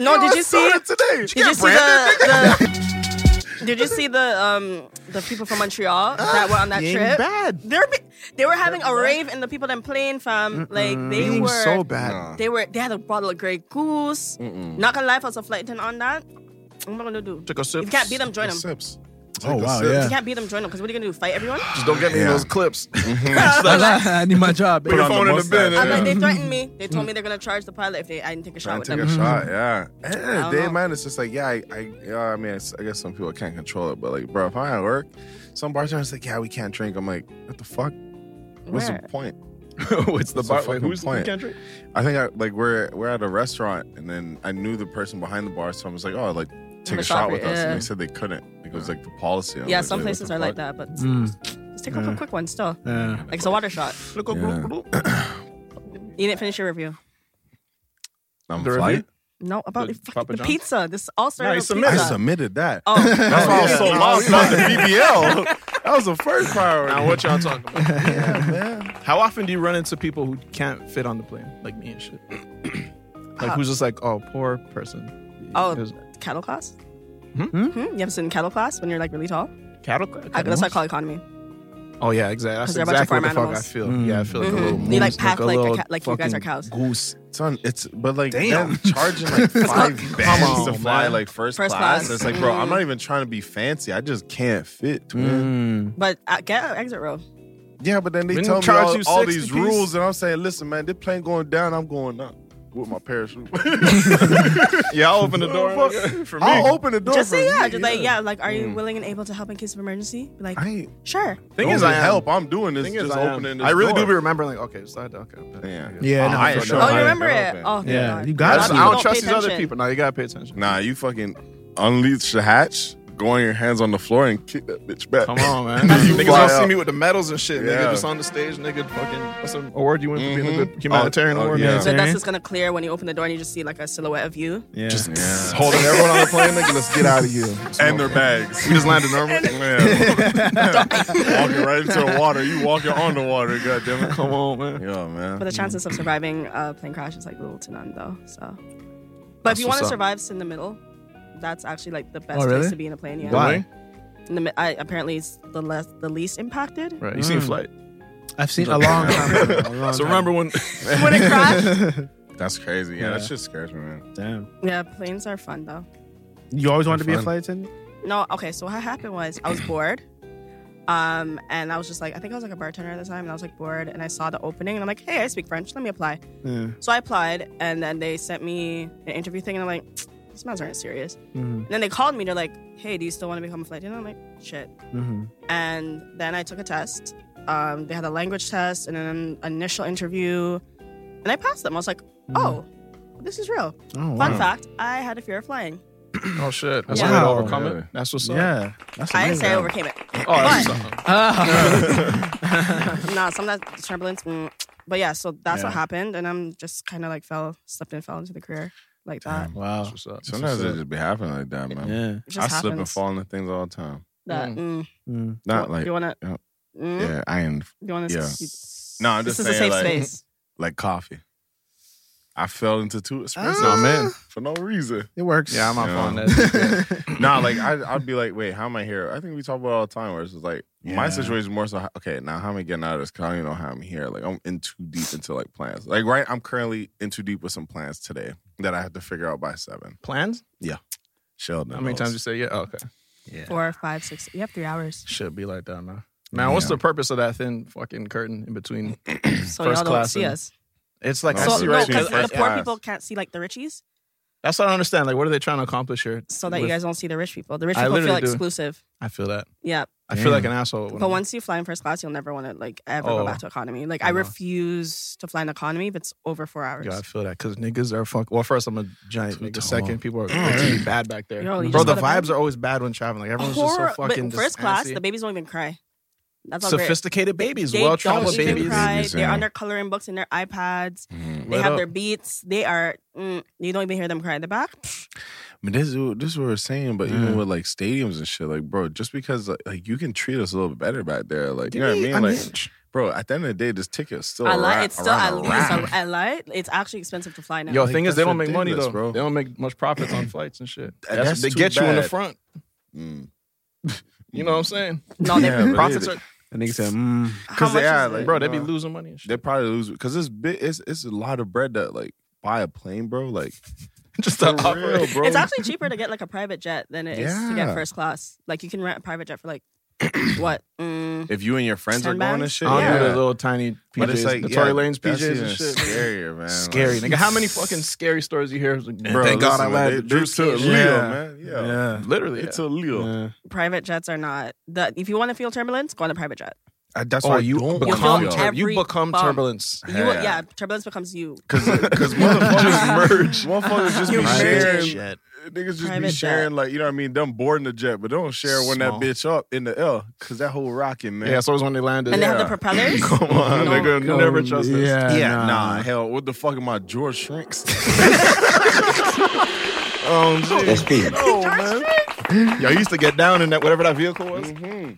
[SPEAKER 6] No, did you see?
[SPEAKER 3] Started today.
[SPEAKER 6] Did you see the, the Did you see the um the people from Montreal that were on that
[SPEAKER 4] you ain't
[SPEAKER 6] trip?
[SPEAKER 4] bad.
[SPEAKER 6] They're be- they were having a rave, and the people that playing from like they
[SPEAKER 4] You ain't
[SPEAKER 6] were
[SPEAKER 4] so bad. Nah.
[SPEAKER 6] They were they had a bottle of Grey Goose.
[SPEAKER 4] Mm-mm.
[SPEAKER 6] Not gonna lie, if I was a flight attendant on that, what am I gonna do?
[SPEAKER 2] Took a
[SPEAKER 6] If
[SPEAKER 2] sip.
[SPEAKER 6] you can't beat them, join them.
[SPEAKER 2] Take a
[SPEAKER 6] If
[SPEAKER 2] Oh, wow,
[SPEAKER 6] you can't beat them, join them. Because what are you gonna do? Fight everyone?
[SPEAKER 2] Just don't get me
[SPEAKER 3] Yeah.
[SPEAKER 2] those clips.
[SPEAKER 5] I need my job.
[SPEAKER 2] Put your phone in the bin.
[SPEAKER 6] I'm like,
[SPEAKER 2] yeah.
[SPEAKER 6] they threatened me. They told me they're gonna charge the pilot if they I didn't take a shot
[SPEAKER 3] Trying
[SPEAKER 6] with
[SPEAKER 3] to take
[SPEAKER 6] them.
[SPEAKER 3] a shot, yeah. At the end of
[SPEAKER 6] I
[SPEAKER 3] the day,
[SPEAKER 6] don't know.
[SPEAKER 3] man, it's just like, yeah, I, I, yeah, I mean, it's, I guess some people can't control it, but like, bro, if I at work, some bartender's like, yeah, we can't drink. I'm like, what the fuck? What's
[SPEAKER 2] Where?
[SPEAKER 3] the point?
[SPEAKER 2] What's the bar? Like, who's the country?
[SPEAKER 3] I think I like we're we're at a restaurant, and then I knew the person behind the bar, so I was like, oh, like take a
[SPEAKER 6] a shot
[SPEAKER 3] shot
[SPEAKER 6] for
[SPEAKER 3] with
[SPEAKER 6] it,
[SPEAKER 3] us,
[SPEAKER 6] yeah.
[SPEAKER 3] and they said they couldn't. Like, it was like the policy. I was
[SPEAKER 6] Yeah,
[SPEAKER 3] like,
[SPEAKER 6] some
[SPEAKER 3] wait, what
[SPEAKER 6] places
[SPEAKER 3] the
[SPEAKER 6] are like
[SPEAKER 3] fuck?
[SPEAKER 6] that, but
[SPEAKER 3] Mm.
[SPEAKER 6] just take a couple
[SPEAKER 3] Yeah.
[SPEAKER 6] quick ones still.
[SPEAKER 3] Yeah.
[SPEAKER 6] Like it's a water shot. You didn't finish your review.
[SPEAKER 3] I'm
[SPEAKER 2] The
[SPEAKER 3] flight.
[SPEAKER 2] review?
[SPEAKER 6] No, about the,
[SPEAKER 2] The
[SPEAKER 6] fucking
[SPEAKER 2] Papa
[SPEAKER 6] the
[SPEAKER 2] John's?
[SPEAKER 6] pizza. This all started
[SPEAKER 3] I
[SPEAKER 6] with
[SPEAKER 3] submitted.
[SPEAKER 6] pizza.
[SPEAKER 3] that.
[SPEAKER 6] Oh.
[SPEAKER 3] That's why I was so
[SPEAKER 2] Yeah.
[SPEAKER 3] lost about the BBL. That was the first priority.
[SPEAKER 2] Now what y'all talking about? How often do you run into people who can't fit on the plane, like me and shit? like
[SPEAKER 6] Uh,
[SPEAKER 2] who's just like, oh, poor person.
[SPEAKER 6] Oh,
[SPEAKER 2] It was-
[SPEAKER 6] cattle class. Hmm? You ever sit in cattle class when you're like really tall?
[SPEAKER 2] cattle.
[SPEAKER 6] I, that's what I call economy.
[SPEAKER 2] Oh yeah, exactly. That's
[SPEAKER 6] 'Cause they're a bunch of
[SPEAKER 2] exactly what
[SPEAKER 6] farm
[SPEAKER 2] the fuck I
[SPEAKER 6] animals.
[SPEAKER 2] feel. Yeah, I feel like
[SPEAKER 6] Mhm.
[SPEAKER 2] a little.
[SPEAKER 6] They, like,
[SPEAKER 2] moose,
[SPEAKER 6] pack
[SPEAKER 2] a
[SPEAKER 6] like a
[SPEAKER 2] little
[SPEAKER 6] cat- like you guys are
[SPEAKER 2] fucking
[SPEAKER 6] cows.
[SPEAKER 2] Goose.
[SPEAKER 3] Son, it's but like
[SPEAKER 2] Damn.
[SPEAKER 3] them charging like five
[SPEAKER 2] Come
[SPEAKER 3] bands to
[SPEAKER 2] on,
[SPEAKER 3] fly
[SPEAKER 2] man.
[SPEAKER 3] like first,
[SPEAKER 6] First
[SPEAKER 3] class.
[SPEAKER 6] class.
[SPEAKER 3] It's like, bro, I'm
[SPEAKER 6] Mm.
[SPEAKER 3] not even trying to be fancy. I just can't fit,
[SPEAKER 2] Mm.
[SPEAKER 3] man.
[SPEAKER 6] But at, get out exit row.
[SPEAKER 3] Yeah, but then they
[SPEAKER 6] Didn't
[SPEAKER 3] tell me
[SPEAKER 6] charge
[SPEAKER 3] all,
[SPEAKER 6] you
[SPEAKER 3] all
[SPEAKER 6] 60
[SPEAKER 3] these
[SPEAKER 6] piece?
[SPEAKER 3] rules, and I'm saying, listen, man, this plane going down, I'm going up with my parachute.
[SPEAKER 2] yeah, I'll open the door.
[SPEAKER 3] Fuck.
[SPEAKER 2] for me.
[SPEAKER 3] I'll open the door.
[SPEAKER 6] Just say
[SPEAKER 3] for
[SPEAKER 6] yeah.
[SPEAKER 3] me,
[SPEAKER 6] Just like yeah. Like, are you
[SPEAKER 3] Mm.
[SPEAKER 6] willing and able to help in case of emergency? Be like,
[SPEAKER 3] I,
[SPEAKER 6] sure. Oh,
[SPEAKER 3] Thing is, I help. I'm doing this.
[SPEAKER 2] Thing is,
[SPEAKER 3] just
[SPEAKER 2] I am.
[SPEAKER 3] opening this.
[SPEAKER 2] I really
[SPEAKER 3] door.
[SPEAKER 2] do be remembering like, okay, so I had to- okay. I'm done.
[SPEAKER 3] Yeah.
[SPEAKER 5] Yeah, no,
[SPEAKER 3] I
[SPEAKER 5] for
[SPEAKER 3] ain't
[SPEAKER 5] sure.
[SPEAKER 3] know.
[SPEAKER 5] Oh, you
[SPEAKER 3] I ain't
[SPEAKER 5] remember
[SPEAKER 3] know,
[SPEAKER 6] it.
[SPEAKER 3] man.
[SPEAKER 6] Oh, thank
[SPEAKER 5] Yeah, God. you
[SPEAKER 3] gotta
[SPEAKER 2] I, just,
[SPEAKER 3] be-
[SPEAKER 2] I don't
[SPEAKER 3] Don't
[SPEAKER 2] trust
[SPEAKER 6] pay
[SPEAKER 2] these other
[SPEAKER 6] attention.
[SPEAKER 2] people. Now you gotta pay attention.
[SPEAKER 3] Nah, you fucking unleash the hatch, go on your hands on the floor, and kick that bitch back.
[SPEAKER 2] Come on, man.
[SPEAKER 3] You
[SPEAKER 2] niggas
[SPEAKER 3] fly
[SPEAKER 2] don't see
[SPEAKER 3] up.
[SPEAKER 2] me with the medals and shit.
[SPEAKER 3] Yeah.
[SPEAKER 2] Nigga just on the stage, nigga fucking that's an award you win for being a
[SPEAKER 3] Mhm.
[SPEAKER 2] good humanitarian
[SPEAKER 3] Oh,
[SPEAKER 2] award.
[SPEAKER 3] oh, yeah.
[SPEAKER 6] So that's just gonna clear when you open the door and you just see like a silhouette of you.
[SPEAKER 3] Yeah. Just
[SPEAKER 2] Yeah.
[SPEAKER 3] holding everyone on the plane, nigga, let's get out of here. And their bags.
[SPEAKER 2] We just landed normal.
[SPEAKER 3] Yeah. walking right into the water. You walking on the water, God damn it.
[SPEAKER 2] Come on, man.
[SPEAKER 3] Yeah, man.
[SPEAKER 6] But the chances of surviving a plane crash is like little to none, though. So, but if
[SPEAKER 2] That's
[SPEAKER 6] you want
[SPEAKER 2] what's
[SPEAKER 6] to
[SPEAKER 2] up.
[SPEAKER 6] survive, sit in the middle. That's actually like the best
[SPEAKER 2] Oh, really?
[SPEAKER 6] place to be in a plane. Yeah.
[SPEAKER 2] Why?
[SPEAKER 6] In the, mi- I, apparently, it's the less, the least impacted.
[SPEAKER 2] Right. You seen
[SPEAKER 5] Mm.
[SPEAKER 2] flight.
[SPEAKER 5] I've seen a long time. ago, a long
[SPEAKER 2] So
[SPEAKER 5] time.
[SPEAKER 2] remember when
[SPEAKER 6] When it crashed.
[SPEAKER 3] That's crazy. Yeah, that
[SPEAKER 5] Yeah.
[SPEAKER 3] shit scares me, man.
[SPEAKER 5] Damn.
[SPEAKER 6] yeah, planes are fun though.
[SPEAKER 5] You always wanted to be a
[SPEAKER 3] Fun.
[SPEAKER 5] flight attendant?
[SPEAKER 6] No, okay. So what happened was I was bored, um, and I was just like, I think I was like a bartender at the time, and I was like bored, and I saw the opening, and I'm like, hey, I speak French, let me apply.
[SPEAKER 5] Yeah.
[SPEAKER 6] So I applied, and then they sent me an interview thing, and I'm like, these man's aren't serious.
[SPEAKER 5] Mhm.
[SPEAKER 6] And then they called me, they're like, hey, do you still want to become a flight attendant? I'm like, shit.
[SPEAKER 5] Mm-hmm.
[SPEAKER 6] And then I took a test. Um, they had a language test and an initial interview, and I passed them. I was like, oh, this is real.
[SPEAKER 5] Mm-hmm. Oh,
[SPEAKER 6] Fun
[SPEAKER 5] wow.
[SPEAKER 6] fact, I had a fear of flying.
[SPEAKER 2] Oh shit. That's
[SPEAKER 5] Yeah.
[SPEAKER 2] how
[SPEAKER 5] Wow.
[SPEAKER 2] to overcome it. That's what's up.
[SPEAKER 5] Yeah. That's
[SPEAKER 6] I didn't
[SPEAKER 5] amazing.
[SPEAKER 6] say I overcame it.
[SPEAKER 2] Oh, that's what's up.
[SPEAKER 6] no, some of that turbulence. mm. But yeah, so that's what
[SPEAKER 5] Yeah.
[SPEAKER 6] happened, and I'm just kind of like fell, slipped and fell into the career like that.
[SPEAKER 5] Wow.
[SPEAKER 2] That's what's up.
[SPEAKER 3] Sometimes
[SPEAKER 5] what's
[SPEAKER 3] it
[SPEAKER 5] up.
[SPEAKER 3] just be happening like that, man.
[SPEAKER 5] Yeah.
[SPEAKER 6] It
[SPEAKER 3] I
[SPEAKER 6] just
[SPEAKER 3] slip and
[SPEAKER 6] happens.
[SPEAKER 3] fall into things all the time.
[SPEAKER 6] That mm.
[SPEAKER 5] Mm.
[SPEAKER 3] Not like
[SPEAKER 6] do you wanna?
[SPEAKER 3] yeah,
[SPEAKER 6] Mm,
[SPEAKER 3] yeah, I ain't
[SPEAKER 6] Do you wanna?
[SPEAKER 3] yeah.
[SPEAKER 6] s-
[SPEAKER 3] No, I'm
[SPEAKER 6] This
[SPEAKER 3] just
[SPEAKER 6] is a
[SPEAKER 3] saying,
[SPEAKER 6] safe
[SPEAKER 3] like,
[SPEAKER 6] space.
[SPEAKER 3] like coffee. I fell into two espressos,
[SPEAKER 2] Ah.
[SPEAKER 3] man, for no reason.
[SPEAKER 5] It works.
[SPEAKER 2] Yeah, I'm not
[SPEAKER 3] Yeah.
[SPEAKER 2] following that.
[SPEAKER 3] nah, like I, I'd be like, wait, how am I here? I think we talk about it all the time. Where it's just like
[SPEAKER 5] Yeah.
[SPEAKER 3] my situation is more so. Okay, now how am I getting out of this? Cause I don't even know how I'm here. Like I'm in too deep into like plans. Like right, I'm currently in too deep with some plans today that I have to figure out by seven.
[SPEAKER 2] Plans?
[SPEAKER 3] Sheldon,
[SPEAKER 2] How many times you say yeah? Oh, okay.
[SPEAKER 6] Four, five, six. You have three hours.
[SPEAKER 2] Should be like that, man. Man, what's
[SPEAKER 3] Yeah.
[SPEAKER 2] the purpose of that thin fucking curtain in between?
[SPEAKER 6] So
[SPEAKER 2] Mm. First
[SPEAKER 6] y'all don't
[SPEAKER 2] class
[SPEAKER 6] see
[SPEAKER 2] and-
[SPEAKER 6] us.
[SPEAKER 2] It's like
[SPEAKER 3] No,
[SPEAKER 2] I
[SPEAKER 6] So
[SPEAKER 2] see
[SPEAKER 6] no,
[SPEAKER 2] right
[SPEAKER 6] because
[SPEAKER 2] through
[SPEAKER 6] the
[SPEAKER 2] it.
[SPEAKER 6] poor
[SPEAKER 3] class.
[SPEAKER 6] people can't see like the richies,
[SPEAKER 2] That's what I don't understand. Like, what are they trying to accomplish here?
[SPEAKER 6] so that you
[SPEAKER 2] with-
[SPEAKER 6] guys don't see the rich people. The rich
[SPEAKER 2] I
[SPEAKER 6] people feel
[SPEAKER 2] literally do.
[SPEAKER 6] exclusive.
[SPEAKER 2] I feel that.
[SPEAKER 6] Yeah,
[SPEAKER 2] I feel like an asshole. when
[SPEAKER 6] but
[SPEAKER 2] I'm-
[SPEAKER 6] once you fly in first class, you'll never want to like ever
[SPEAKER 2] Oh.
[SPEAKER 6] go back to economy. Like I,
[SPEAKER 2] I know.
[SPEAKER 6] refuse to fly in economy if it's over four hours.
[SPEAKER 2] Yeah, I feel that because niggas are fuck. Well, first I'm a giant.
[SPEAKER 11] Too
[SPEAKER 2] Nigga,
[SPEAKER 11] tall.
[SPEAKER 2] second people are really bad back there.
[SPEAKER 6] Yo, you
[SPEAKER 2] Bro,
[SPEAKER 6] just
[SPEAKER 2] the
[SPEAKER 6] got a bad-
[SPEAKER 2] vibes are always bad when traveling. Like everyone's
[SPEAKER 6] Horror,
[SPEAKER 2] just so fucking
[SPEAKER 6] but first
[SPEAKER 2] just
[SPEAKER 6] class,
[SPEAKER 2] antsy.
[SPEAKER 6] the babies don't even cry. That's how great.
[SPEAKER 2] sophisticated babies,
[SPEAKER 6] They
[SPEAKER 2] well
[SPEAKER 6] don't
[SPEAKER 2] traveled
[SPEAKER 6] even
[SPEAKER 2] babies. Mm.
[SPEAKER 6] cry.
[SPEAKER 3] Babies,
[SPEAKER 6] They're
[SPEAKER 3] yeah.
[SPEAKER 6] on their coloring books and their iPads.
[SPEAKER 3] Mhm.
[SPEAKER 6] They
[SPEAKER 2] Lit
[SPEAKER 6] have
[SPEAKER 2] up.
[SPEAKER 6] their beats. They are. Mm, you don't even hear them cry in the back.
[SPEAKER 3] But this is what- this is what we're saying. But
[SPEAKER 2] Yeah.
[SPEAKER 3] even with like stadiums and shit, like bro, just because like, like, you can treat us a little better back there, like you know what I mean, like. Bro, at the end of the day, this ticket is still
[SPEAKER 6] I
[SPEAKER 3] a
[SPEAKER 6] lie.
[SPEAKER 3] ra-
[SPEAKER 6] It's still. I,
[SPEAKER 3] around a wrap.
[SPEAKER 6] it's a- I lie. It's actually expensive to fly now.
[SPEAKER 2] Yo,
[SPEAKER 3] Like,
[SPEAKER 2] thing is, they
[SPEAKER 3] that's
[SPEAKER 2] don't make money
[SPEAKER 3] ridiculous,
[SPEAKER 2] though.
[SPEAKER 3] bro.
[SPEAKER 2] They don't make much profits on flights and shit.
[SPEAKER 3] And
[SPEAKER 2] That's-
[SPEAKER 3] that's
[SPEAKER 2] they
[SPEAKER 3] too
[SPEAKER 2] get you in the
[SPEAKER 3] bad.
[SPEAKER 2] front.
[SPEAKER 3] Mm.
[SPEAKER 2] You know what I'm saying?
[SPEAKER 3] No, they- Yeah, but
[SPEAKER 2] profits
[SPEAKER 3] they-
[SPEAKER 2] are.
[SPEAKER 5] And niggas said, mm.
[SPEAKER 3] Because they are, like,
[SPEAKER 2] bro, they be losing money.
[SPEAKER 3] They probably lose because it's big. It's it's a lot of bread that like buy a plane, bro. Like
[SPEAKER 2] just
[SPEAKER 3] for real, bro.
[SPEAKER 6] It's actually cheaper to get like a private jet than it is to
[SPEAKER 3] Yeah.
[SPEAKER 6] get first class. Like you can rent a private jet for like what? Mm,
[SPEAKER 3] if you and your friends
[SPEAKER 6] Ten
[SPEAKER 3] are going and
[SPEAKER 6] bags?
[SPEAKER 3] shit,
[SPEAKER 2] I don't
[SPEAKER 3] yeah.
[SPEAKER 2] do the little tiny
[SPEAKER 3] But it's
[SPEAKER 2] PJs,
[SPEAKER 3] like,
[SPEAKER 2] the Tory
[SPEAKER 3] yeah,
[SPEAKER 2] Lanes
[SPEAKER 3] that's
[SPEAKER 2] PJs and
[SPEAKER 3] even
[SPEAKER 2] shit.
[SPEAKER 3] scarier, man.
[SPEAKER 2] Scary,
[SPEAKER 3] Like-
[SPEAKER 2] nigga. How many fucking scary stories you hear? It's like, man,
[SPEAKER 3] Bro,
[SPEAKER 2] thank God
[SPEAKER 3] listen,
[SPEAKER 2] I
[SPEAKER 3] man,
[SPEAKER 2] lied.
[SPEAKER 3] they-
[SPEAKER 2] to
[SPEAKER 3] they
[SPEAKER 2] Drew's
[SPEAKER 3] took
[SPEAKER 2] kids.
[SPEAKER 3] Leo,
[SPEAKER 2] Yeah.
[SPEAKER 3] man. Yeah.
[SPEAKER 2] literally,
[SPEAKER 3] It's
[SPEAKER 2] yeah.
[SPEAKER 3] a Leo.
[SPEAKER 6] private jets are not. The, if you want to feel turbulence, go on a private jet.
[SPEAKER 3] I- That's
[SPEAKER 2] Oh,
[SPEAKER 3] why
[SPEAKER 2] you
[SPEAKER 3] don't
[SPEAKER 2] become
[SPEAKER 3] want
[SPEAKER 2] tur-
[SPEAKER 3] to go.
[SPEAKER 2] you
[SPEAKER 6] Every
[SPEAKER 2] become
[SPEAKER 6] bump.
[SPEAKER 2] turbulence.
[SPEAKER 6] You,
[SPEAKER 3] Hell yeah.
[SPEAKER 6] yeah. turbulence becomes you.
[SPEAKER 3] Because motherfuckers merge. Motherfuckers just be
[SPEAKER 6] Private
[SPEAKER 3] sharing.
[SPEAKER 2] jet.
[SPEAKER 3] Niggas just
[SPEAKER 6] Private
[SPEAKER 3] be
[SPEAKER 6] jet.
[SPEAKER 3] sharing, like, you know what I mean? Them boarding the jet, but they don't share when that
[SPEAKER 2] Small.
[SPEAKER 3] bitch up in the L. Because that whole rocket, man.
[SPEAKER 2] Yeah, so it was when they landed.
[SPEAKER 6] And they have the
[SPEAKER 2] Yeah.
[SPEAKER 6] propellers.
[SPEAKER 3] Come on,
[SPEAKER 2] No.
[SPEAKER 3] nigga.
[SPEAKER 2] Come-
[SPEAKER 5] Oh,
[SPEAKER 3] never trust this.
[SPEAKER 2] yeah,
[SPEAKER 3] yeah,
[SPEAKER 2] nah.
[SPEAKER 3] nah.
[SPEAKER 5] uh,
[SPEAKER 3] Hell, what the fuck am I, George Shrinks?
[SPEAKER 2] Oh,
[SPEAKER 3] um,
[SPEAKER 2] That's big. Y'all used to get down in that whatever that vehicle was,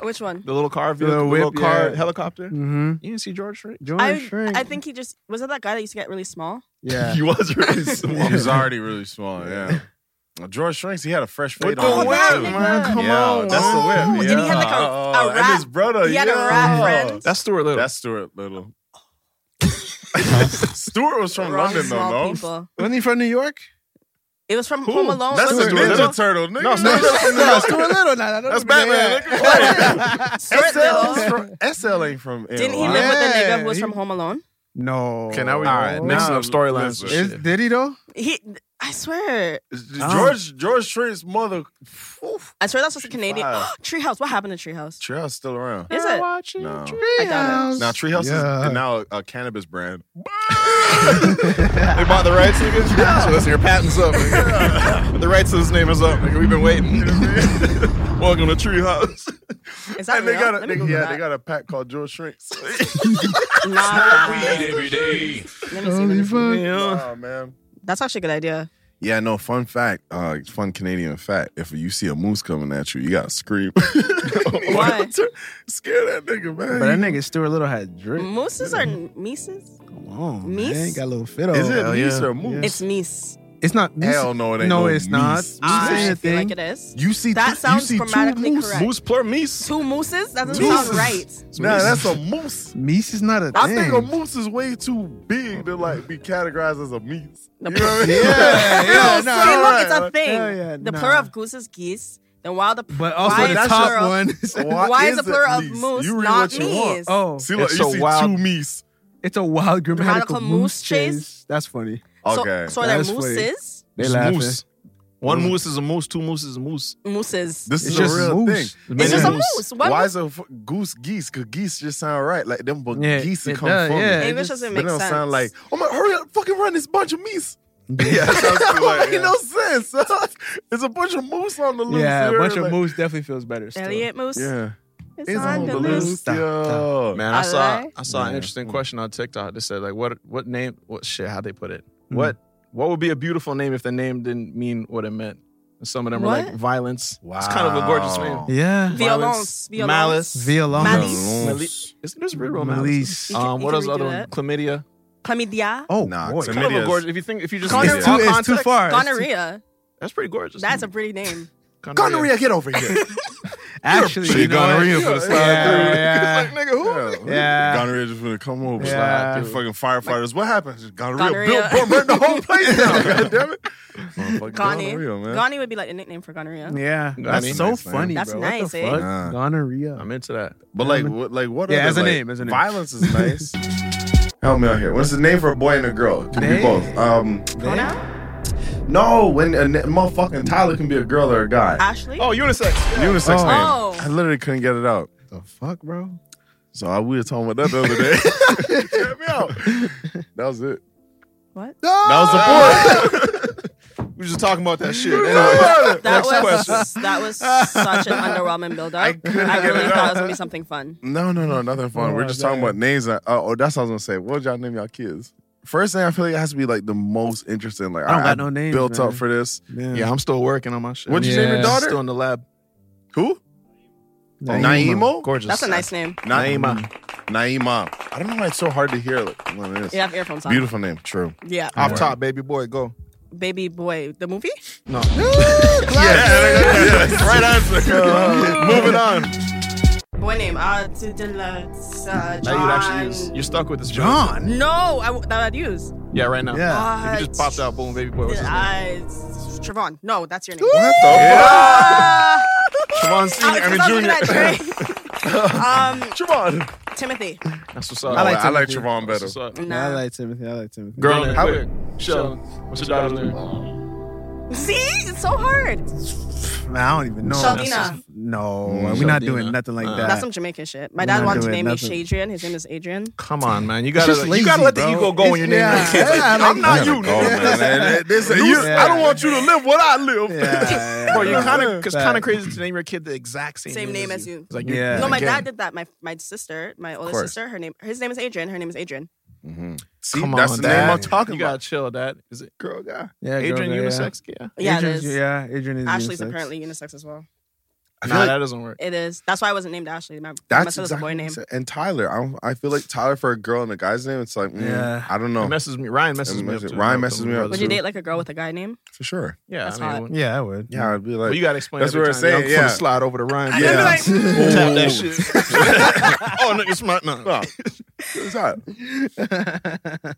[SPEAKER 6] Which one?
[SPEAKER 2] the little car
[SPEAKER 5] The
[SPEAKER 2] vehicle, Mm-hmm. the little
[SPEAKER 5] whip,
[SPEAKER 2] car
[SPEAKER 5] yeah.
[SPEAKER 2] helicopter.
[SPEAKER 5] Mhm.
[SPEAKER 2] You didn't see George Shrink.
[SPEAKER 6] I, I think he just was that that guy that used to get really small.
[SPEAKER 5] Yeah.
[SPEAKER 2] he was really small.
[SPEAKER 3] He was already really small, yeah. Now, George Shrinks, he had a fresh fade
[SPEAKER 2] With the
[SPEAKER 3] on.
[SPEAKER 2] whip, man, come
[SPEAKER 3] yeah,
[SPEAKER 2] on,
[SPEAKER 3] That's the
[SPEAKER 2] man.
[SPEAKER 3] whip.
[SPEAKER 2] And
[SPEAKER 3] Yeah. Uh,
[SPEAKER 2] he had,
[SPEAKER 6] like, a- a
[SPEAKER 3] And his
[SPEAKER 6] rat-
[SPEAKER 3] brother.
[SPEAKER 6] he had a
[SPEAKER 3] yeah. Oh.
[SPEAKER 6] rat friend.
[SPEAKER 2] That's Stuart Little.
[SPEAKER 3] That's Stuart Little. Stuart was from
[SPEAKER 6] Wrong
[SPEAKER 3] London,
[SPEAKER 6] small
[SPEAKER 3] though, no?
[SPEAKER 6] people.
[SPEAKER 5] Wasn't he from New York?
[SPEAKER 6] It was from
[SPEAKER 2] Who?
[SPEAKER 6] Home Alone.
[SPEAKER 3] That's the
[SPEAKER 2] Stuart
[SPEAKER 3] Ninja
[SPEAKER 2] Little.
[SPEAKER 3] Turtle, nigga.
[SPEAKER 2] No, Stuart Little from New
[SPEAKER 5] No,
[SPEAKER 2] York.
[SPEAKER 5] Stuart Little. Nah, that don't
[SPEAKER 3] That's
[SPEAKER 5] be the
[SPEAKER 3] Batman.
[SPEAKER 5] man.
[SPEAKER 3] Look at
[SPEAKER 6] Stuart
[SPEAKER 3] SL
[SPEAKER 6] Little.
[SPEAKER 3] is from SL ain't from.
[SPEAKER 6] Didn't he
[SPEAKER 3] NY.
[SPEAKER 6] live with the
[SPEAKER 5] Yeah,
[SPEAKER 6] nigga who was
[SPEAKER 5] he-
[SPEAKER 6] from Home Alone?
[SPEAKER 5] No.
[SPEAKER 2] Okay, now we
[SPEAKER 3] All right,
[SPEAKER 2] mixing
[SPEAKER 3] now
[SPEAKER 2] up storylines. and
[SPEAKER 5] Is,
[SPEAKER 2] shit.
[SPEAKER 5] did he though?
[SPEAKER 6] He, I swear,
[SPEAKER 3] George George Shrink's mother. Oof.
[SPEAKER 6] I swear that's just a Canadian.
[SPEAKER 3] Five.
[SPEAKER 6] Treehouse. What happened to Treehouse?
[SPEAKER 3] Treehouse still around.
[SPEAKER 6] Is it?
[SPEAKER 3] No.
[SPEAKER 6] I doubt it.
[SPEAKER 3] Now Treehouse
[SPEAKER 5] Yeah.
[SPEAKER 3] is now a, a cannabis brand.
[SPEAKER 2] They bought the rights, niggas. So listen, your patent's up. Nigga. the rights to this name is up. Nigga. We've been waiting. Welcome to Treehouse.
[SPEAKER 6] Is that
[SPEAKER 3] and they
[SPEAKER 6] real?
[SPEAKER 3] got a
[SPEAKER 6] Let me
[SPEAKER 3] they,
[SPEAKER 6] Google
[SPEAKER 3] yeah
[SPEAKER 6] that.
[SPEAKER 3] they got a pack called George Shrinks.
[SPEAKER 6] Nah. Let me see. Let me see.
[SPEAKER 3] oh man.
[SPEAKER 6] That's actually a good idea.
[SPEAKER 3] Yeah, no. Fun fact, uh, fun Canadian fact. If you see a moose coming at you, you gotta scream.
[SPEAKER 6] Why?
[SPEAKER 3] Scare that nigga, man.
[SPEAKER 5] But that nigga Stuart Little had drip.
[SPEAKER 6] Mooses are Mises?
[SPEAKER 5] Come on,
[SPEAKER 6] Meese?
[SPEAKER 5] man. Got a little fit on.
[SPEAKER 3] Is it
[SPEAKER 5] Hell
[SPEAKER 3] moose
[SPEAKER 5] yeah.
[SPEAKER 3] or moose?
[SPEAKER 6] It's Mies.
[SPEAKER 5] It's not. Meese.
[SPEAKER 3] Hell no, it ain't
[SPEAKER 5] No,
[SPEAKER 3] no
[SPEAKER 5] it's not.
[SPEAKER 3] Meese.
[SPEAKER 5] You saying
[SPEAKER 6] I feel
[SPEAKER 5] a thing?
[SPEAKER 6] like it is.
[SPEAKER 3] You see,
[SPEAKER 6] That
[SPEAKER 3] two-
[SPEAKER 6] sounds
[SPEAKER 3] you see
[SPEAKER 6] grammatically
[SPEAKER 3] two moose.
[SPEAKER 6] correct.
[SPEAKER 2] Moose plur meese.
[SPEAKER 6] Two mooses? That doesn't
[SPEAKER 3] Mooses.
[SPEAKER 6] sound right.
[SPEAKER 3] Nah, that's a moose.
[SPEAKER 5] Meese is not a
[SPEAKER 3] I
[SPEAKER 5] thing.
[SPEAKER 3] think a moose is way too big to like be categorized as a meese.
[SPEAKER 6] The
[SPEAKER 3] You know what I mean?
[SPEAKER 5] yeah, yeah,
[SPEAKER 6] no,
[SPEAKER 5] no,
[SPEAKER 6] see, look,
[SPEAKER 5] right,
[SPEAKER 6] it's a
[SPEAKER 5] right.
[SPEAKER 6] thing.
[SPEAKER 5] Hell yeah,
[SPEAKER 6] the
[SPEAKER 5] nah.
[SPEAKER 6] plural of goose is geese. Then while the
[SPEAKER 5] But also
[SPEAKER 6] why
[SPEAKER 5] the
[SPEAKER 6] is
[SPEAKER 5] top
[SPEAKER 6] plural-
[SPEAKER 5] one.
[SPEAKER 3] Why
[SPEAKER 6] Why is the
[SPEAKER 3] it
[SPEAKER 6] plural of
[SPEAKER 3] meese?
[SPEAKER 6] moose
[SPEAKER 3] You read
[SPEAKER 6] not
[SPEAKER 3] what you want.
[SPEAKER 6] meese?
[SPEAKER 5] oh,
[SPEAKER 3] See, look,
[SPEAKER 2] It's
[SPEAKER 3] you
[SPEAKER 2] a
[SPEAKER 3] see
[SPEAKER 2] wild-
[SPEAKER 3] two meese.
[SPEAKER 5] it's a wild
[SPEAKER 6] Grammatical
[SPEAKER 5] grammatical
[SPEAKER 6] moose
[SPEAKER 5] moose
[SPEAKER 6] chase?
[SPEAKER 5] chase. That's funny.
[SPEAKER 3] Okay.
[SPEAKER 6] So, so are there
[SPEAKER 5] That's funny.
[SPEAKER 6] mooses?
[SPEAKER 5] They
[SPEAKER 2] It's
[SPEAKER 5] laughing.
[SPEAKER 2] moose. One moose is a moose. Two moose is a moose.
[SPEAKER 6] Mooses.
[SPEAKER 3] this
[SPEAKER 5] It's
[SPEAKER 3] is
[SPEAKER 5] just
[SPEAKER 3] a real
[SPEAKER 5] moose.
[SPEAKER 3] thing.
[SPEAKER 6] it's
[SPEAKER 2] Yeah.
[SPEAKER 6] just a
[SPEAKER 3] Why
[SPEAKER 6] moose. What
[SPEAKER 3] Why
[SPEAKER 6] moose?
[SPEAKER 3] is a f- goose geese? Cause geese just sound right. Like them but
[SPEAKER 5] Yeah,
[SPEAKER 3] geese that
[SPEAKER 5] it
[SPEAKER 3] come
[SPEAKER 5] does,
[SPEAKER 3] from
[SPEAKER 5] yeah.
[SPEAKER 3] it.
[SPEAKER 5] It
[SPEAKER 6] Maybe it's just it
[SPEAKER 3] But they
[SPEAKER 6] makes
[SPEAKER 3] don't
[SPEAKER 6] sense.
[SPEAKER 3] sound like, oh my, hurry up, fucking run this bunch of meese.
[SPEAKER 2] Yeah, that sounds
[SPEAKER 3] That
[SPEAKER 2] too
[SPEAKER 3] don't
[SPEAKER 2] like,
[SPEAKER 3] make no sense. it's a bunch of moose on the loose.
[SPEAKER 5] Yeah, a
[SPEAKER 3] you
[SPEAKER 5] bunch
[SPEAKER 3] heard,
[SPEAKER 5] of
[SPEAKER 3] like-
[SPEAKER 5] moose definitely feels better. Still.
[SPEAKER 6] Elliot Moose.
[SPEAKER 3] Yeah.
[SPEAKER 6] It's, on the
[SPEAKER 5] loose.
[SPEAKER 6] loose.
[SPEAKER 5] Stop,
[SPEAKER 3] yo.
[SPEAKER 2] Man, I, saw
[SPEAKER 6] Alright.
[SPEAKER 2] I saw an
[SPEAKER 3] Yeah. Mm.
[SPEAKER 2] interesting question on TikTok that said like what what name what shit how they put it
[SPEAKER 3] Mm.
[SPEAKER 2] what what would be a beautiful name if the name didn't mean what it meant. And some of them were like
[SPEAKER 6] What?
[SPEAKER 2] violence. It's kind of a gorgeous
[SPEAKER 3] Wow.
[SPEAKER 2] name.
[SPEAKER 5] Yeah.
[SPEAKER 6] Violence. Violence.
[SPEAKER 2] malice,
[SPEAKER 5] Violongo.
[SPEAKER 6] Malice.
[SPEAKER 2] Mali- Isn't there's real real malice?
[SPEAKER 5] Malice.
[SPEAKER 6] You can-
[SPEAKER 2] Um,
[SPEAKER 6] you
[SPEAKER 2] what
[SPEAKER 6] can
[SPEAKER 2] was the other
[SPEAKER 6] redo
[SPEAKER 2] one?
[SPEAKER 6] that.
[SPEAKER 2] Chlamydia.
[SPEAKER 6] Chlamydia.
[SPEAKER 5] Oh,
[SPEAKER 3] Nah,
[SPEAKER 5] boy.
[SPEAKER 3] to
[SPEAKER 2] Kind of
[SPEAKER 3] Chlamydia
[SPEAKER 2] a
[SPEAKER 3] is-
[SPEAKER 2] gorgeous. If you think, if you just
[SPEAKER 6] Gonorrhea.
[SPEAKER 2] think
[SPEAKER 5] It's too,
[SPEAKER 2] all
[SPEAKER 5] it's too
[SPEAKER 2] context,
[SPEAKER 5] far. It's too-
[SPEAKER 6] Gonorrhea.
[SPEAKER 2] That's pretty gorgeous.
[SPEAKER 6] That's a pretty name.
[SPEAKER 3] Gonorrhea, get over here.
[SPEAKER 5] Actually, you know what?
[SPEAKER 3] for the
[SPEAKER 5] slide Yeah,
[SPEAKER 2] Like, nigga, who?
[SPEAKER 5] Yeah.
[SPEAKER 3] Gonorrhea just gonna come over.
[SPEAKER 5] Yeah.
[SPEAKER 3] Slide through. fucking firefighters. what happened? Just gonorrhea.
[SPEAKER 6] Gonorrhea.
[SPEAKER 3] Bill burned the whole place down. God damn it. Motherfucking
[SPEAKER 6] Gani.
[SPEAKER 3] Gonorrhea, man.
[SPEAKER 6] Gani would be like the nickname for gonorrhea.
[SPEAKER 5] Yeah,
[SPEAKER 2] Nice,
[SPEAKER 5] that's so
[SPEAKER 3] nice,
[SPEAKER 5] funny.
[SPEAKER 6] That's
[SPEAKER 5] bro. What the
[SPEAKER 6] nice, eh?
[SPEAKER 5] fuck?
[SPEAKER 3] Nah.
[SPEAKER 5] Gonorrhea.
[SPEAKER 2] I'm into that.
[SPEAKER 3] but like, what, like, what?
[SPEAKER 5] Yeah,
[SPEAKER 3] other,
[SPEAKER 5] as a
[SPEAKER 3] like,
[SPEAKER 5] name, as a name.
[SPEAKER 3] Violence is nice. Help me out here. What's the name for a boy and a girl? Can
[SPEAKER 5] They-
[SPEAKER 3] be both. Um,
[SPEAKER 6] Pronoun?
[SPEAKER 3] no, when a n- motherfucking Tyler can be a girl or a guy.
[SPEAKER 6] Ashley?
[SPEAKER 2] Oh, unisex.
[SPEAKER 3] Unisex
[SPEAKER 5] Oh.
[SPEAKER 3] name.
[SPEAKER 6] Oh.
[SPEAKER 3] I literally couldn't get it out.
[SPEAKER 5] The fuck, bro?
[SPEAKER 3] So I we were talking about that the other day. Check me out. That was it.
[SPEAKER 6] What?
[SPEAKER 3] That was the point.
[SPEAKER 2] We were just talking about that shit.
[SPEAKER 6] That
[SPEAKER 2] Next
[SPEAKER 6] was
[SPEAKER 2] question.
[SPEAKER 6] that was such an underwhelming build up. I,
[SPEAKER 3] couldn't get
[SPEAKER 6] really
[SPEAKER 3] it
[SPEAKER 6] thought
[SPEAKER 3] out.
[SPEAKER 6] it was gonna be something fun.
[SPEAKER 3] No, no, no, nothing fun.
[SPEAKER 5] Oh,
[SPEAKER 3] We're just talking about names. That, oh, oh, that's what I was gonna say. What would y'all name y'all kids? First thing I feel like it has to be like the most interesting. Like I,
[SPEAKER 5] don't got
[SPEAKER 3] I
[SPEAKER 5] no names,
[SPEAKER 3] built
[SPEAKER 5] man.
[SPEAKER 3] up for this.
[SPEAKER 5] Man.
[SPEAKER 2] Yeah, I'm still working on my shit.
[SPEAKER 3] What'd you name your
[SPEAKER 5] Yeah.
[SPEAKER 3] daughter?
[SPEAKER 2] Still in the lab.
[SPEAKER 3] Who?
[SPEAKER 5] Naima.
[SPEAKER 3] Naimo.
[SPEAKER 2] Gorgeous.
[SPEAKER 6] That's a nice name.
[SPEAKER 3] Naima. Naima. I don't know why it's so hard to hear. Like, what it is.
[SPEAKER 6] You have earphones on.
[SPEAKER 3] Beautiful name. True.
[SPEAKER 6] Yeah.
[SPEAKER 2] Off top, baby Ah, boy, go.
[SPEAKER 6] Baby boy. The movie?
[SPEAKER 2] No.
[SPEAKER 3] Yeah, yeah, yeah, right answer. Moving on.
[SPEAKER 6] Boy name, uh, to the left, uh,
[SPEAKER 2] That you'd actually
[SPEAKER 6] John.
[SPEAKER 2] use. You're stuck with this. choice.
[SPEAKER 6] No, I w- that I'd use.
[SPEAKER 2] Yeah, right now.
[SPEAKER 6] Yeah.
[SPEAKER 2] If you just popped out, boom, baby boy. What's his name?
[SPEAKER 6] Uh, Trevon. No, that's your name.
[SPEAKER 2] What the
[SPEAKER 6] Uh,
[SPEAKER 2] Trevon Senior. I mean
[SPEAKER 6] I was
[SPEAKER 2] Junior.
[SPEAKER 6] looking at um,
[SPEAKER 3] Trevon.
[SPEAKER 6] Timothy.
[SPEAKER 2] That's what's up.
[SPEAKER 3] Oh, I like I like
[SPEAKER 5] Timothy.
[SPEAKER 3] Trevon better.
[SPEAKER 2] What's up?
[SPEAKER 5] Yeah, I like Timothy. I like Timothy.
[SPEAKER 2] Girl, how
[SPEAKER 5] quick.
[SPEAKER 2] Show. What's your daughter's name?
[SPEAKER 6] See, it's so hard.
[SPEAKER 5] Man, I don't even know.
[SPEAKER 6] Shaldina.
[SPEAKER 5] That's- No,
[SPEAKER 2] Mm,
[SPEAKER 5] we're not
[SPEAKER 2] Shaldina.
[SPEAKER 5] doing nothing like
[SPEAKER 2] Uh.
[SPEAKER 5] that.
[SPEAKER 6] That's some Jamaican shit. My
[SPEAKER 5] We're
[SPEAKER 6] dad
[SPEAKER 5] not
[SPEAKER 6] wanted to
[SPEAKER 5] doing
[SPEAKER 6] name
[SPEAKER 5] nothing.
[SPEAKER 6] me Shadrian. His name is Adrian.
[SPEAKER 2] Come on, man. You
[SPEAKER 5] It's
[SPEAKER 2] gotta
[SPEAKER 5] just
[SPEAKER 2] you gotta
[SPEAKER 5] lazy,
[SPEAKER 2] let the
[SPEAKER 5] bro.
[SPEAKER 2] ego go when
[SPEAKER 5] It's-
[SPEAKER 2] you're naming
[SPEAKER 5] yeah,
[SPEAKER 2] your kids. Like,
[SPEAKER 5] yeah,
[SPEAKER 2] I'm
[SPEAKER 5] like-
[SPEAKER 2] not
[SPEAKER 5] Yeah.
[SPEAKER 2] you.
[SPEAKER 3] Go, Oh, man. That- this- you- I don't want you to live what I live.
[SPEAKER 2] Bro, you're kind of it's kind of crazy to name your kid the exact same
[SPEAKER 6] Same name as you.
[SPEAKER 2] It's like you're-
[SPEAKER 5] Yeah.
[SPEAKER 6] No, my
[SPEAKER 2] again.
[SPEAKER 6] dad did that. My my sister, my older
[SPEAKER 2] course.
[SPEAKER 6] sister, her name his name is Adrian. Her name is Adrian.
[SPEAKER 3] See,
[SPEAKER 2] Come
[SPEAKER 3] that's
[SPEAKER 2] on,
[SPEAKER 3] the name I'm
[SPEAKER 2] Dad.
[SPEAKER 3] talking
[SPEAKER 2] You
[SPEAKER 3] about.
[SPEAKER 2] gotta chill. That is it. Girl, guy.
[SPEAKER 5] Yeah, girl,
[SPEAKER 2] Adrian
[SPEAKER 5] guy, yeah.
[SPEAKER 2] unisex. Yeah.
[SPEAKER 6] Yeah, it
[SPEAKER 5] Adrian's-
[SPEAKER 6] is.
[SPEAKER 5] yeah, Adrian is
[SPEAKER 6] Ashley's
[SPEAKER 5] unisex.
[SPEAKER 6] apparently unisex as well.
[SPEAKER 2] Nah, that doesn't work.
[SPEAKER 6] It is. That's why I wasn't named Ashley. My, my
[SPEAKER 3] That's
[SPEAKER 6] sister's
[SPEAKER 3] exactly
[SPEAKER 6] boy
[SPEAKER 3] what
[SPEAKER 6] name.
[SPEAKER 3] he said. And Tyler, I don't- I feel like Tyler for a girl and a guy's name. It's like, mm,
[SPEAKER 5] Yeah.
[SPEAKER 3] I
[SPEAKER 2] It
[SPEAKER 3] don't know
[SPEAKER 2] messes me. Ryan messes me up.
[SPEAKER 3] messes-
[SPEAKER 2] too.
[SPEAKER 3] Ryan
[SPEAKER 2] I'm
[SPEAKER 3] messes
[SPEAKER 2] with
[SPEAKER 3] me up
[SPEAKER 2] brothers.
[SPEAKER 6] Would you date like a girl with a guy name?
[SPEAKER 3] for sure.
[SPEAKER 2] Yeah,
[SPEAKER 6] That's
[SPEAKER 2] I
[SPEAKER 6] hot.
[SPEAKER 2] mean,
[SPEAKER 5] Yeah, I would.
[SPEAKER 3] Yeah, I'd be like,
[SPEAKER 2] well, you gotta explain.
[SPEAKER 3] That's
[SPEAKER 2] every
[SPEAKER 3] what I'm
[SPEAKER 2] time.
[SPEAKER 3] saying,
[SPEAKER 2] I'm gonna
[SPEAKER 3] yeah.
[SPEAKER 2] slide over to Ryan.
[SPEAKER 3] Yeah.
[SPEAKER 2] Tap that
[SPEAKER 3] Ooh.
[SPEAKER 2] shit. oh, nigga, smart. No,
[SPEAKER 3] No. It's hot.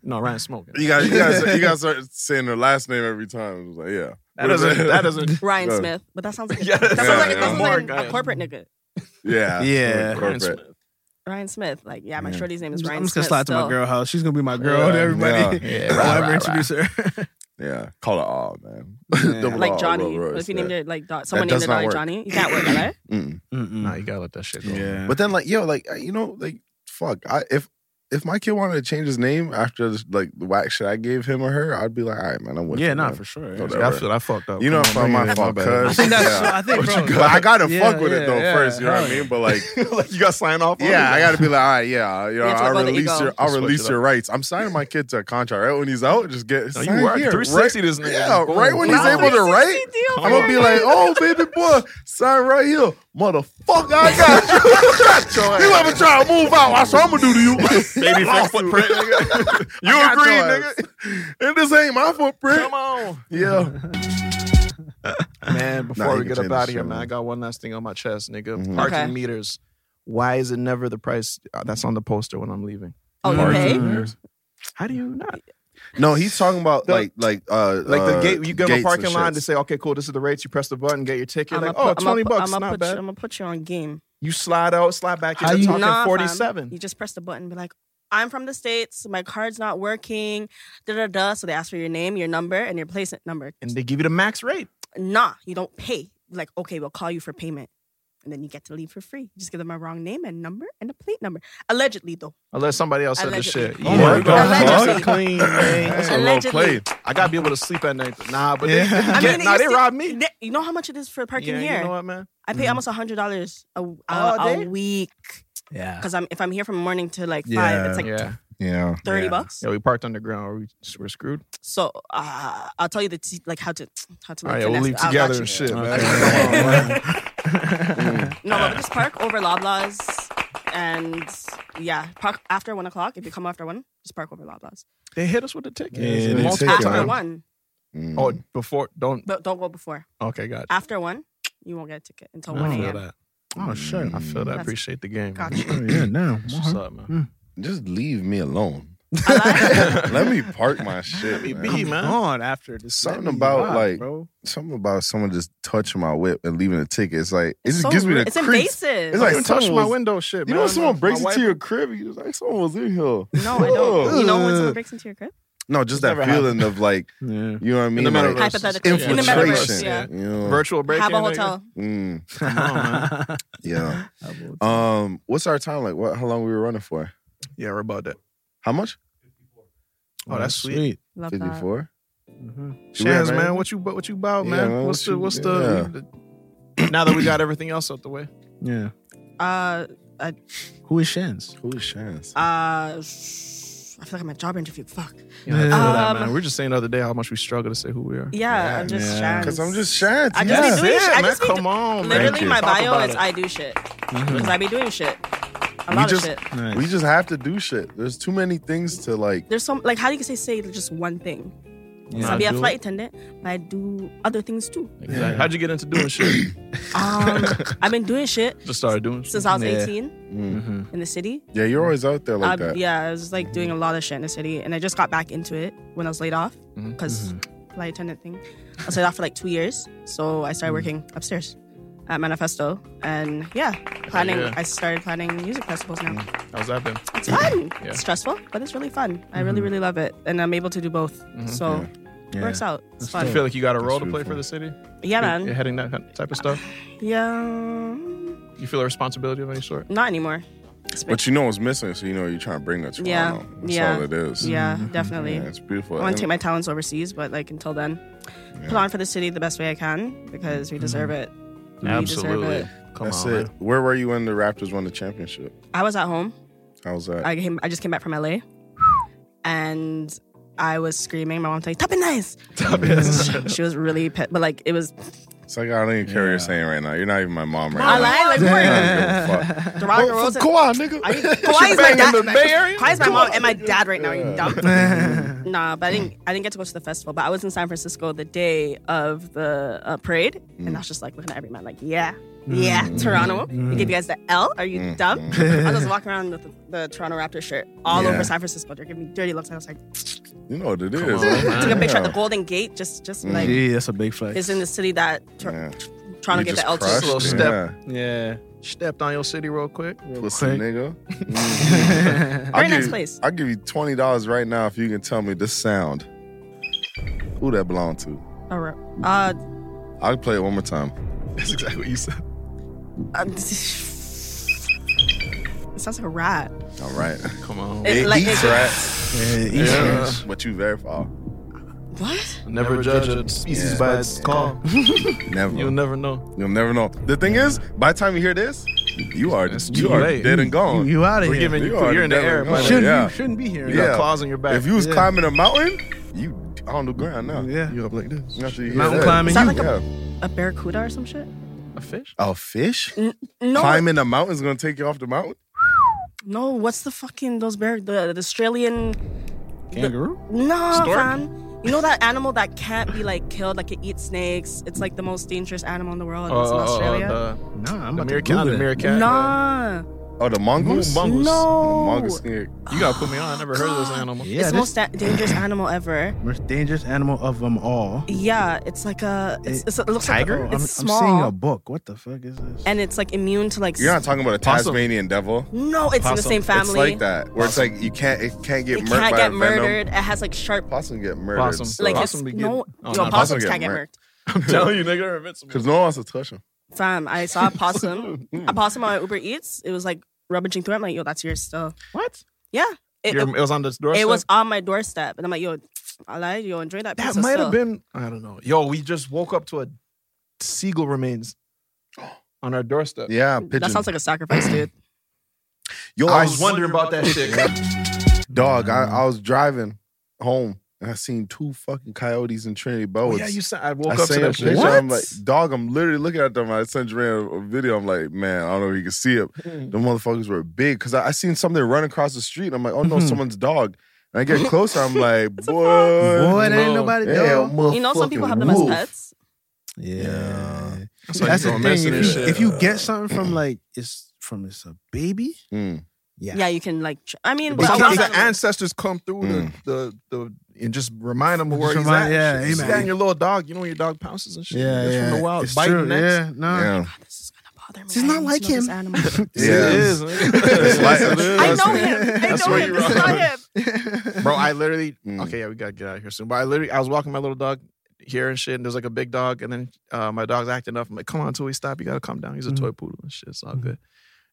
[SPEAKER 2] no, Ryan smoking.
[SPEAKER 3] You got you got you got start saying their last name every time. It's like, yeah,
[SPEAKER 2] That doesn't. That doesn't.
[SPEAKER 6] Ryan
[SPEAKER 3] Yeah.
[SPEAKER 6] Smith. But that sounds like,
[SPEAKER 2] Yeah,
[SPEAKER 6] that sounds like,
[SPEAKER 3] yeah.
[SPEAKER 6] that sounds
[SPEAKER 2] More
[SPEAKER 6] like
[SPEAKER 2] guy.
[SPEAKER 6] a corporate nigga.
[SPEAKER 3] yeah,
[SPEAKER 5] Yeah.
[SPEAKER 3] like corporate.
[SPEAKER 6] Ryan Smith. Like, yeah, my shorty's name is Ryan
[SPEAKER 5] I'm just
[SPEAKER 6] Smith.
[SPEAKER 5] gonna slide to my
[SPEAKER 6] still.
[SPEAKER 5] girl house. She's gonna be my girl to
[SPEAKER 3] Yeah.
[SPEAKER 5] everybody.
[SPEAKER 3] Yeah.
[SPEAKER 2] Yeah,
[SPEAKER 5] I'll
[SPEAKER 2] rah,
[SPEAKER 5] ever
[SPEAKER 2] rah,
[SPEAKER 5] introduce her.
[SPEAKER 3] Yeah, call it all, man.
[SPEAKER 5] Yeah.
[SPEAKER 3] Double
[SPEAKER 6] Like
[SPEAKER 3] R,
[SPEAKER 6] Johnny.
[SPEAKER 3] Rolls Royce,
[SPEAKER 6] What if you
[SPEAKER 3] yeah.
[SPEAKER 6] named it like dot- someone
[SPEAKER 3] does
[SPEAKER 6] named it
[SPEAKER 3] not
[SPEAKER 6] like
[SPEAKER 3] work.
[SPEAKER 6] Johnny? You can't work, right?
[SPEAKER 3] Mm-mm.
[SPEAKER 2] Nah, you gotta let that shit go.
[SPEAKER 5] Yeah.
[SPEAKER 3] But then, like, yo, like, you know, like, fuck, I if if my kid wanted to change his name after this, like the whack shit I gave him or her, I'd be like, all right, man, I'm with
[SPEAKER 2] Yeah,
[SPEAKER 3] you.
[SPEAKER 2] nah,
[SPEAKER 3] man.
[SPEAKER 2] for sure.
[SPEAKER 3] Whatever.
[SPEAKER 2] See, I feel I fucked up.
[SPEAKER 3] You know, it's
[SPEAKER 2] Come on,
[SPEAKER 3] not
[SPEAKER 2] bring
[SPEAKER 3] my
[SPEAKER 2] it
[SPEAKER 3] fault,
[SPEAKER 2] in, my
[SPEAKER 3] cuz.
[SPEAKER 5] I think that's.
[SPEAKER 3] Yeah.
[SPEAKER 5] I think, bro.
[SPEAKER 3] But I gotta
[SPEAKER 5] Yeah,
[SPEAKER 3] fuck with it
[SPEAKER 5] yeah,
[SPEAKER 3] though
[SPEAKER 5] yeah,
[SPEAKER 3] first, you know what I
[SPEAKER 5] hell yeah.
[SPEAKER 3] mean? But like,
[SPEAKER 2] bad. like you got to sign off. on
[SPEAKER 3] yeah,
[SPEAKER 2] it.
[SPEAKER 3] I gotta be like, all right, yeah, you know,
[SPEAKER 6] Yeah, it's
[SPEAKER 3] I'll
[SPEAKER 6] about the
[SPEAKER 3] release
[SPEAKER 6] ego.
[SPEAKER 3] your, I'll
[SPEAKER 2] Just switch
[SPEAKER 3] release
[SPEAKER 2] it
[SPEAKER 3] your rights. I'm signing my kid to a contract right when he's out. Just get
[SPEAKER 2] No, you
[SPEAKER 3] sign
[SPEAKER 2] work
[SPEAKER 3] here,
[SPEAKER 2] 360
[SPEAKER 3] right-
[SPEAKER 2] this nigga.
[SPEAKER 3] Yeah,
[SPEAKER 2] Boom.
[SPEAKER 3] right when he's
[SPEAKER 2] Wow.
[SPEAKER 3] able to write,
[SPEAKER 6] 360 deal
[SPEAKER 3] I'm gonna be like, oh baby boy, sign right here, motherfucker. I got you. you ever try to move out? That's what I'm gonna do to you.
[SPEAKER 2] Baby
[SPEAKER 3] Lawsuit.
[SPEAKER 2] footprint, nigga. You
[SPEAKER 3] I got
[SPEAKER 2] agree,
[SPEAKER 3] your
[SPEAKER 2] nigga?
[SPEAKER 3] and this ain't my footprint.
[SPEAKER 2] Come on.
[SPEAKER 3] Yeah.
[SPEAKER 2] Man, before
[SPEAKER 3] Nah, you
[SPEAKER 2] we
[SPEAKER 3] can
[SPEAKER 2] get up
[SPEAKER 3] change
[SPEAKER 2] out
[SPEAKER 3] the
[SPEAKER 2] of here,
[SPEAKER 3] show,
[SPEAKER 2] man,
[SPEAKER 3] man.
[SPEAKER 2] I got one last thing on my chest, nigga.
[SPEAKER 3] Mhm.
[SPEAKER 2] Parking
[SPEAKER 6] Okay.
[SPEAKER 2] meters. Why is it never the price uh, that's on the poster when I'm leaving?
[SPEAKER 6] Oh, you
[SPEAKER 3] Parking
[SPEAKER 6] pay?
[SPEAKER 3] meters. Uh,
[SPEAKER 2] How do you not?
[SPEAKER 3] No, he's talking about
[SPEAKER 2] The-
[SPEAKER 3] like like uh
[SPEAKER 2] Like the
[SPEAKER 3] uh,
[SPEAKER 2] gate, you give them a
[SPEAKER 3] gates and
[SPEAKER 2] parking line
[SPEAKER 3] shits.
[SPEAKER 2] to say, okay, cool, this is the rates. You press the button, get your ticket.
[SPEAKER 6] I'm
[SPEAKER 2] Like,
[SPEAKER 6] gonna
[SPEAKER 2] oh,
[SPEAKER 6] put- I'm
[SPEAKER 2] 20
[SPEAKER 6] gonna put-
[SPEAKER 2] bucks,
[SPEAKER 6] I'm
[SPEAKER 2] not
[SPEAKER 6] gonna put you-
[SPEAKER 2] bad.
[SPEAKER 6] I'm gonna put you on game.
[SPEAKER 2] You slide out, slide back in.
[SPEAKER 5] How
[SPEAKER 2] You're
[SPEAKER 5] you-
[SPEAKER 2] talking
[SPEAKER 6] Nah, fam.
[SPEAKER 2] 47.
[SPEAKER 6] You just press the button, be like, I'm from the States, my card's not working, da da da. So they ask for your name, your number, and your placement number.
[SPEAKER 2] And they give you the max rate.
[SPEAKER 6] Nah, you don't pay. Like, okay, we'll call you for payment. And then you get to leave for free. Just give them a wrong name and number and a plate number. Allegedly, though.
[SPEAKER 2] Unless somebody else said the
[SPEAKER 6] Allegedly.
[SPEAKER 2] shit.
[SPEAKER 3] Oh my
[SPEAKER 2] you
[SPEAKER 3] God.
[SPEAKER 2] gotta
[SPEAKER 6] Allegedly.
[SPEAKER 2] fuck Clean, man.
[SPEAKER 3] That's a little
[SPEAKER 6] Allegedly.
[SPEAKER 3] play.
[SPEAKER 2] I gotta be able to sleep at night. Nah, but they,
[SPEAKER 5] Yeah.
[SPEAKER 2] they,
[SPEAKER 5] I
[SPEAKER 6] mean,
[SPEAKER 2] get- nah,
[SPEAKER 6] you
[SPEAKER 2] they
[SPEAKER 6] still-
[SPEAKER 2] robbed me.
[SPEAKER 6] Th- You know how much it is for parking
[SPEAKER 2] yeah,
[SPEAKER 6] here?
[SPEAKER 2] you know what, Mm. Oh, man?
[SPEAKER 6] I pay almost almost $100 a, a,
[SPEAKER 2] All
[SPEAKER 6] a
[SPEAKER 2] day?
[SPEAKER 6] week.
[SPEAKER 5] Yeah.
[SPEAKER 6] Because I'm, if I'm here from morning to like 5,
[SPEAKER 5] Yeah.
[SPEAKER 6] it's like
[SPEAKER 2] yeah,
[SPEAKER 3] Yeah.
[SPEAKER 6] 30
[SPEAKER 5] Yeah.
[SPEAKER 6] bucks.
[SPEAKER 2] yeah. We parked underground. Or we just, we're screwed.
[SPEAKER 6] So uh, I'll tell you the t- like how to how to
[SPEAKER 2] All
[SPEAKER 6] like
[SPEAKER 2] right, we'll
[SPEAKER 6] finesse-
[SPEAKER 2] leave
[SPEAKER 6] I'll got
[SPEAKER 2] together
[SPEAKER 6] you.
[SPEAKER 2] and shit, man.
[SPEAKER 5] Okay.
[SPEAKER 6] No, but we just park over Loblaws and yeah, park after one o'clock. If you come after one, just park over Loblaws.
[SPEAKER 2] They hit us with a ticket.
[SPEAKER 5] Yeah, they
[SPEAKER 2] Multiple
[SPEAKER 3] ticket,
[SPEAKER 6] After
[SPEAKER 3] man.
[SPEAKER 2] times.
[SPEAKER 6] one,
[SPEAKER 3] Mm.
[SPEAKER 2] Oh, before don't.
[SPEAKER 6] but don't go before.
[SPEAKER 2] Okay, got.
[SPEAKER 6] After one, you won't get a ticket until
[SPEAKER 2] you.
[SPEAKER 6] one
[SPEAKER 2] I feel
[SPEAKER 6] a.m.
[SPEAKER 2] that.
[SPEAKER 5] Oh shit.
[SPEAKER 2] I feel that.
[SPEAKER 6] That's-
[SPEAKER 2] Appreciate the game. man.
[SPEAKER 6] Got you.
[SPEAKER 5] Yeah. Now.
[SPEAKER 2] That's What's up, man?
[SPEAKER 3] Just leave me alone.
[SPEAKER 6] I lied.
[SPEAKER 3] Let me park my shit.
[SPEAKER 2] Let me
[SPEAKER 3] man.
[SPEAKER 2] be, man.
[SPEAKER 5] On after this.
[SPEAKER 3] Something
[SPEAKER 5] Let me
[SPEAKER 3] about,
[SPEAKER 5] rock,
[SPEAKER 3] like-
[SPEAKER 5] bro.
[SPEAKER 3] Something about someone just touching my whip and leaving a ticket. It's like it
[SPEAKER 6] It's
[SPEAKER 3] just
[SPEAKER 6] so
[SPEAKER 3] gives me the
[SPEAKER 6] rude. It's
[SPEAKER 3] creeps.
[SPEAKER 6] invasive.
[SPEAKER 3] It's like
[SPEAKER 2] Don't touch
[SPEAKER 3] someone
[SPEAKER 2] my
[SPEAKER 3] was-
[SPEAKER 2] window, shit.
[SPEAKER 3] You
[SPEAKER 2] man.
[SPEAKER 3] know, when someone
[SPEAKER 2] My
[SPEAKER 3] breaks into
[SPEAKER 2] wife-
[SPEAKER 3] your crib, you're just like, someone was in here.
[SPEAKER 6] no, I don't. You know when someone
[SPEAKER 3] Ugh.
[SPEAKER 6] breaks into your crib?
[SPEAKER 3] No, just that
[SPEAKER 2] never
[SPEAKER 3] feeling of like,
[SPEAKER 5] Yeah.
[SPEAKER 3] you know what I mean?
[SPEAKER 2] the
[SPEAKER 3] Like,
[SPEAKER 2] metaverse.
[SPEAKER 6] Hypothetically, in the
[SPEAKER 3] infiltration.
[SPEAKER 6] metaverse, yeah.
[SPEAKER 3] You know?
[SPEAKER 2] virtual break.
[SPEAKER 6] Have a hotel.
[SPEAKER 3] Mm,
[SPEAKER 2] Come on, man. Oh,
[SPEAKER 3] yeah. Um, what's our time like? What? How long we were running for?
[SPEAKER 2] Yeah, we're about that.
[SPEAKER 3] How much?
[SPEAKER 2] Oh, that's sweet.
[SPEAKER 6] Love
[SPEAKER 3] Fifty
[SPEAKER 6] that.
[SPEAKER 3] four.
[SPEAKER 2] Mm-hmm. Shans,
[SPEAKER 3] Yeah, man.
[SPEAKER 2] man. What you what you about,
[SPEAKER 3] Yeah,
[SPEAKER 2] man?
[SPEAKER 3] man,
[SPEAKER 2] What's
[SPEAKER 3] what
[SPEAKER 2] the
[SPEAKER 3] you-
[SPEAKER 2] what's the, now that we got everything else out the way?
[SPEAKER 5] Yeah.
[SPEAKER 6] Uh,
[SPEAKER 5] Who is Shans?
[SPEAKER 3] Who's Chance?
[SPEAKER 6] uh, sh- I feel like I'm at a job interview. Fuck.
[SPEAKER 2] Yeah, I feel that,
[SPEAKER 6] Um,
[SPEAKER 2] man. We We're just saying the other day how much we struggle to say who we are.
[SPEAKER 6] Yeah, I'm just
[SPEAKER 5] Yeah.
[SPEAKER 6] Shans.
[SPEAKER 3] Because I'm just Chance.
[SPEAKER 6] I just be
[SPEAKER 3] yeah.
[SPEAKER 6] doing shit. I
[SPEAKER 2] man.
[SPEAKER 6] just be
[SPEAKER 2] Come on,
[SPEAKER 6] Literally,
[SPEAKER 2] man.
[SPEAKER 6] my
[SPEAKER 2] Talk
[SPEAKER 6] bio
[SPEAKER 2] about
[SPEAKER 6] is
[SPEAKER 2] it.
[SPEAKER 6] I do shit because I be doing shit. A
[SPEAKER 3] We
[SPEAKER 6] lot
[SPEAKER 3] just-
[SPEAKER 6] of shit.
[SPEAKER 5] Mm-hmm. Nice.
[SPEAKER 3] We just have to do shit. There's too many things to like.
[SPEAKER 6] There's some like how do you say say just one thing? So I'll be a flight attendant, but I do other things too.
[SPEAKER 2] Exactly. How'd you get into doing shit?
[SPEAKER 6] Um, I've been doing shit
[SPEAKER 2] Just started doing shit.
[SPEAKER 6] since I was
[SPEAKER 2] Yeah.
[SPEAKER 6] 18
[SPEAKER 2] Mhm.
[SPEAKER 6] in the city.
[SPEAKER 3] Yeah, you're always out there Mm-hmm. like
[SPEAKER 6] I-
[SPEAKER 3] that.
[SPEAKER 6] Um,
[SPEAKER 3] Mm-hmm.
[SPEAKER 6] Yeah, I was like doing a lot of shit in the city, and I just got back into it when I was laid off
[SPEAKER 3] Mm-hmm.
[SPEAKER 6] because flight attendant thing. I was laid off for like two years, so I
[SPEAKER 3] Mm-hmm.
[SPEAKER 6] started working upstairs at Manifesto, and yeah, planning.
[SPEAKER 2] yeah.
[SPEAKER 6] I started planning music festivals now.
[SPEAKER 3] Mm.
[SPEAKER 2] How's that been?
[SPEAKER 6] It's fun.
[SPEAKER 2] Yeah.
[SPEAKER 6] It's stressful, but it's really fun. I really, really love it, and I'm able to do both, so it works out. It's fun.
[SPEAKER 2] You feel like you got a role to play for the city?
[SPEAKER 6] Yeah,
[SPEAKER 2] You're-
[SPEAKER 6] man.
[SPEAKER 2] You're heading that kind- type of stuff?
[SPEAKER 6] Yeah,
[SPEAKER 2] You feel a responsibility of any sort?
[SPEAKER 6] not anymore.
[SPEAKER 3] But you know what's missing, so you know you're trying to bring that to
[SPEAKER 6] Yeah,
[SPEAKER 3] Toronto. That's
[SPEAKER 6] yeah,
[SPEAKER 3] all it is.
[SPEAKER 6] yeah, definitely.
[SPEAKER 3] Yeah, it's beautiful.
[SPEAKER 6] I want
[SPEAKER 3] And-
[SPEAKER 6] to take my talents overseas, but like until then, put on for the city the best way I can because we deserve it. We deserve it.
[SPEAKER 3] That's it. Where were you when the Raptors won the championship?
[SPEAKER 6] I was at home.
[SPEAKER 3] How was that?
[SPEAKER 6] I came. I just came back from LA, and I was screaming. My mom's like, "Top it nice." Top it. she was really pissed, but like it was.
[SPEAKER 3] it's like I don't even care what you're saying right now. You're not even my mom right
[SPEAKER 6] I
[SPEAKER 3] now.
[SPEAKER 6] lied, like,
[SPEAKER 3] I don't give a fuck.
[SPEAKER 6] Toronto
[SPEAKER 3] Oh,
[SPEAKER 6] Rosen-
[SPEAKER 3] fuck Kawhi, nigga.
[SPEAKER 6] Are you,
[SPEAKER 3] She
[SPEAKER 6] Kawhi is my
[SPEAKER 3] banging
[SPEAKER 6] dad.
[SPEAKER 3] the Bay Area?
[SPEAKER 6] Kawhi is my mom and my dad right now. You dumb. nah, but I didn't. I didn't get to go to the festival. But I was in San Francisco the day of the uh, parade, and I was just like looking at every man, like, yeah, yeah,
[SPEAKER 3] Mm.
[SPEAKER 6] Toronto. We give you guys the L. Are you dumb? I was walking around with the, the Toronto Raptors shirt all
[SPEAKER 3] Yeah.
[SPEAKER 6] over San Francisco. They're giving me dirty looks. I was like,
[SPEAKER 3] You know what it
[SPEAKER 5] Come
[SPEAKER 3] is.
[SPEAKER 5] on,
[SPEAKER 3] huh?
[SPEAKER 6] took a picture at the
[SPEAKER 3] Yeah.
[SPEAKER 6] Golden Gate. Just, just
[SPEAKER 3] Mm.
[SPEAKER 6] like,
[SPEAKER 5] Yeah, that's a big flex.
[SPEAKER 6] is in the city that Tor-
[SPEAKER 3] Yeah.
[SPEAKER 6] Toronto
[SPEAKER 3] You
[SPEAKER 6] get
[SPEAKER 3] just
[SPEAKER 6] the L.
[SPEAKER 3] crushed
[SPEAKER 2] Just a little
[SPEAKER 3] it.
[SPEAKER 2] step. Yeah. Stepped on your city real quick.
[SPEAKER 3] Pussy
[SPEAKER 2] quick.
[SPEAKER 3] nigga.
[SPEAKER 6] Very nice
[SPEAKER 3] give,
[SPEAKER 6] place.
[SPEAKER 3] I'll give you twenty dollars right now if you can tell me this sound. Who that belong to?
[SPEAKER 6] All right. Uh,
[SPEAKER 3] I can play it one more time.
[SPEAKER 2] That's exactly what you said.
[SPEAKER 6] um, it sounds like a rat.
[SPEAKER 3] All right.
[SPEAKER 2] Come on.
[SPEAKER 6] It-
[SPEAKER 3] It,
[SPEAKER 6] like,
[SPEAKER 3] eats
[SPEAKER 6] it-
[SPEAKER 3] rats.
[SPEAKER 5] Yeah,
[SPEAKER 3] Yeah.
[SPEAKER 5] each rats.
[SPEAKER 3] But you verify.
[SPEAKER 6] What?
[SPEAKER 2] Never, judge a species
[SPEAKER 3] Yeah.
[SPEAKER 2] by its call.
[SPEAKER 3] Never.
[SPEAKER 2] You'll never know.
[SPEAKER 3] You'll never know. The thing is, by the time you hear this, you are
[SPEAKER 2] too
[SPEAKER 3] you are
[SPEAKER 2] late.
[SPEAKER 3] dead and gone.
[SPEAKER 5] You, you out of
[SPEAKER 2] We're
[SPEAKER 5] here.
[SPEAKER 2] giving you,
[SPEAKER 3] You are
[SPEAKER 2] you're in the
[SPEAKER 3] never
[SPEAKER 2] air,
[SPEAKER 3] gonna-
[SPEAKER 2] but
[SPEAKER 5] shouldn't,
[SPEAKER 3] yeah.
[SPEAKER 5] be, shouldn't be here.
[SPEAKER 2] you got
[SPEAKER 3] Yeah.
[SPEAKER 2] claws on your back.
[SPEAKER 3] If you was
[SPEAKER 5] Yeah.
[SPEAKER 3] climbing a mountain, you on the ground now.
[SPEAKER 5] Yeah.
[SPEAKER 2] you up like this.
[SPEAKER 3] After you hear
[SPEAKER 5] Mountain
[SPEAKER 3] that.
[SPEAKER 5] climbing.
[SPEAKER 6] Is that
[SPEAKER 5] You,
[SPEAKER 6] like
[SPEAKER 3] Yeah.
[SPEAKER 6] a barracuda or some shit?
[SPEAKER 2] A fish?
[SPEAKER 3] A fish
[SPEAKER 6] No,
[SPEAKER 3] climbing a mountain is gonna take you off the mountain.
[SPEAKER 6] no. What's the fucking those bear? The, the Australian
[SPEAKER 5] kangaroo?
[SPEAKER 6] no,
[SPEAKER 2] Stork?
[SPEAKER 6] fam. You know that animal that can't be like killed, like it eats snakes. It's like the most dangerous animal in the world.
[SPEAKER 2] Oh,
[SPEAKER 6] it's in
[SPEAKER 2] oh, oh,
[SPEAKER 6] Australia.
[SPEAKER 5] Nah, I'm
[SPEAKER 2] the, uh, the
[SPEAKER 5] about
[SPEAKER 2] meerkat.
[SPEAKER 5] to
[SPEAKER 2] not
[SPEAKER 5] Google
[SPEAKER 2] The
[SPEAKER 5] that.
[SPEAKER 2] meerkat.
[SPEAKER 6] nah,
[SPEAKER 3] Oh, the mongoose.
[SPEAKER 2] Ooh, mongoose.
[SPEAKER 6] No.
[SPEAKER 3] The mongoose. snake.
[SPEAKER 2] You gotta put me on. I never heard of this animal.
[SPEAKER 5] Yeah,
[SPEAKER 6] it's
[SPEAKER 5] this
[SPEAKER 6] the most da- dangerous animal ever.
[SPEAKER 5] most dangerous animal of them all.
[SPEAKER 6] Yeah, it's like a. It's, it's, it looks
[SPEAKER 5] Oh,
[SPEAKER 6] like
[SPEAKER 5] I'm,
[SPEAKER 6] a, it's
[SPEAKER 5] I'm
[SPEAKER 6] small,
[SPEAKER 5] seeing a book. What the fuck is this?
[SPEAKER 6] and it's like immune to like.
[SPEAKER 3] You're not
[SPEAKER 6] s-
[SPEAKER 3] talking about a
[SPEAKER 2] Possum.
[SPEAKER 3] Tasmanian devil.
[SPEAKER 6] no, it's in the
[SPEAKER 2] Possum.
[SPEAKER 6] same
[SPEAKER 2] It's
[SPEAKER 6] family.
[SPEAKER 3] It's like that, where it's like you can't it can't get
[SPEAKER 6] It
[SPEAKER 3] murked
[SPEAKER 6] can't
[SPEAKER 3] by
[SPEAKER 6] get
[SPEAKER 3] a
[SPEAKER 6] murdered.
[SPEAKER 3] venom.
[SPEAKER 6] It has like sharp.
[SPEAKER 3] Possum get murdered.
[SPEAKER 2] Possum.
[SPEAKER 3] so-
[SPEAKER 6] Like
[SPEAKER 2] Possum
[SPEAKER 6] it's
[SPEAKER 2] be
[SPEAKER 6] no,
[SPEAKER 2] good.
[SPEAKER 6] no,
[SPEAKER 2] Oh, no, possum
[SPEAKER 6] opossums
[SPEAKER 3] get
[SPEAKER 6] can't get
[SPEAKER 3] murked.
[SPEAKER 6] murked.
[SPEAKER 2] I'm telling you, nigga, they're invincible.
[SPEAKER 3] Cause no one wants to touch him.
[SPEAKER 6] Fam, I saw a possum. a possum on Uber Eats. It was like rummaging through. it. I'm like, yo, that's yours still.
[SPEAKER 2] What?
[SPEAKER 6] Yeah. It,
[SPEAKER 2] Your-
[SPEAKER 6] it,
[SPEAKER 2] it was on the doorstep.
[SPEAKER 6] was on my doorstep. And I'm like, yo, I lied. Yo, enjoy that
[SPEAKER 2] That
[SPEAKER 6] pizza
[SPEAKER 2] might
[SPEAKER 6] still.
[SPEAKER 2] have been. I don't know. Yo, we just woke up to a seagull remains on our doorstep.
[SPEAKER 3] Yeah, pigeon.
[SPEAKER 6] That sounds like a sacrifice, dude.
[SPEAKER 3] Yo,
[SPEAKER 2] I was wondering about that shit.
[SPEAKER 3] Dog, I, I was driving home and I seen two fucking coyotes in Trinity Bowers.
[SPEAKER 2] Oh, yeah, you said I
[SPEAKER 3] I
[SPEAKER 2] woke up to
[SPEAKER 3] seen a
[SPEAKER 2] that
[SPEAKER 3] picture.
[SPEAKER 2] shit.
[SPEAKER 3] I'm like, dog, I'm literally looking at them. I sent Jermaine a- a video. I'm like, man, I don't know if you can see it. The motherfuckers were big because I, I seen something run across the street. And I'm like, oh no, someone's dog. And I get closer. I'm like, boy,
[SPEAKER 5] Boy, there ain't
[SPEAKER 2] No.
[SPEAKER 5] nobody
[SPEAKER 3] yeah,
[SPEAKER 5] dog.
[SPEAKER 6] You know, some people have them
[SPEAKER 3] motherfucking
[SPEAKER 6] as
[SPEAKER 3] wolf.
[SPEAKER 6] pets.
[SPEAKER 5] Yeah.
[SPEAKER 2] That's,
[SPEAKER 5] That's
[SPEAKER 2] why you
[SPEAKER 5] the thing. If
[SPEAKER 2] don't mess with
[SPEAKER 5] you,
[SPEAKER 2] this shit.
[SPEAKER 5] if
[SPEAKER 2] uh,
[SPEAKER 5] you get something from like it's from it's a baby,
[SPEAKER 3] Mm.
[SPEAKER 6] Yeah.
[SPEAKER 5] Yeah.
[SPEAKER 6] you can like. Tr- I mean, but
[SPEAKER 2] because
[SPEAKER 6] wild
[SPEAKER 2] the
[SPEAKER 6] animals-
[SPEAKER 2] ancestors come through
[SPEAKER 3] Mm.
[SPEAKER 2] the, the the and just remind them of where
[SPEAKER 5] Just
[SPEAKER 2] he's
[SPEAKER 5] remind-
[SPEAKER 2] at.
[SPEAKER 5] yeah,
[SPEAKER 2] you see
[SPEAKER 5] amen.
[SPEAKER 2] that in your little dog. You know when your dog pounces and shit.
[SPEAKER 5] yeah,
[SPEAKER 2] it's
[SPEAKER 5] yeah,
[SPEAKER 2] from the wild.
[SPEAKER 5] it's
[SPEAKER 2] biting
[SPEAKER 5] true.
[SPEAKER 2] necks.
[SPEAKER 5] Yeah, no,
[SPEAKER 3] Yeah.
[SPEAKER 6] Oh, This is gonna bother me.
[SPEAKER 5] This is
[SPEAKER 6] I
[SPEAKER 5] not
[SPEAKER 6] need to
[SPEAKER 5] like
[SPEAKER 6] know this
[SPEAKER 5] him.
[SPEAKER 6] animal.
[SPEAKER 3] Yeah.
[SPEAKER 2] It is.
[SPEAKER 3] It's like-
[SPEAKER 6] I
[SPEAKER 3] That's
[SPEAKER 6] know
[SPEAKER 3] right.
[SPEAKER 6] him. I
[SPEAKER 3] That's
[SPEAKER 6] know
[SPEAKER 3] right,
[SPEAKER 6] him.
[SPEAKER 3] you're
[SPEAKER 6] It's
[SPEAKER 3] right.
[SPEAKER 6] not him.
[SPEAKER 2] bro. I literally
[SPEAKER 3] Mm.
[SPEAKER 2] okay, yeah, we gotta get out of here soon. But I literally, I was walking my little dog here and shit, and there's like a big dog, and then uh, my dog's acting up. I'm like, come on, Tui, stop! You gotta calm down.
[SPEAKER 5] Mm-hmm.
[SPEAKER 2] He's a toy poodle and shit. It's all good.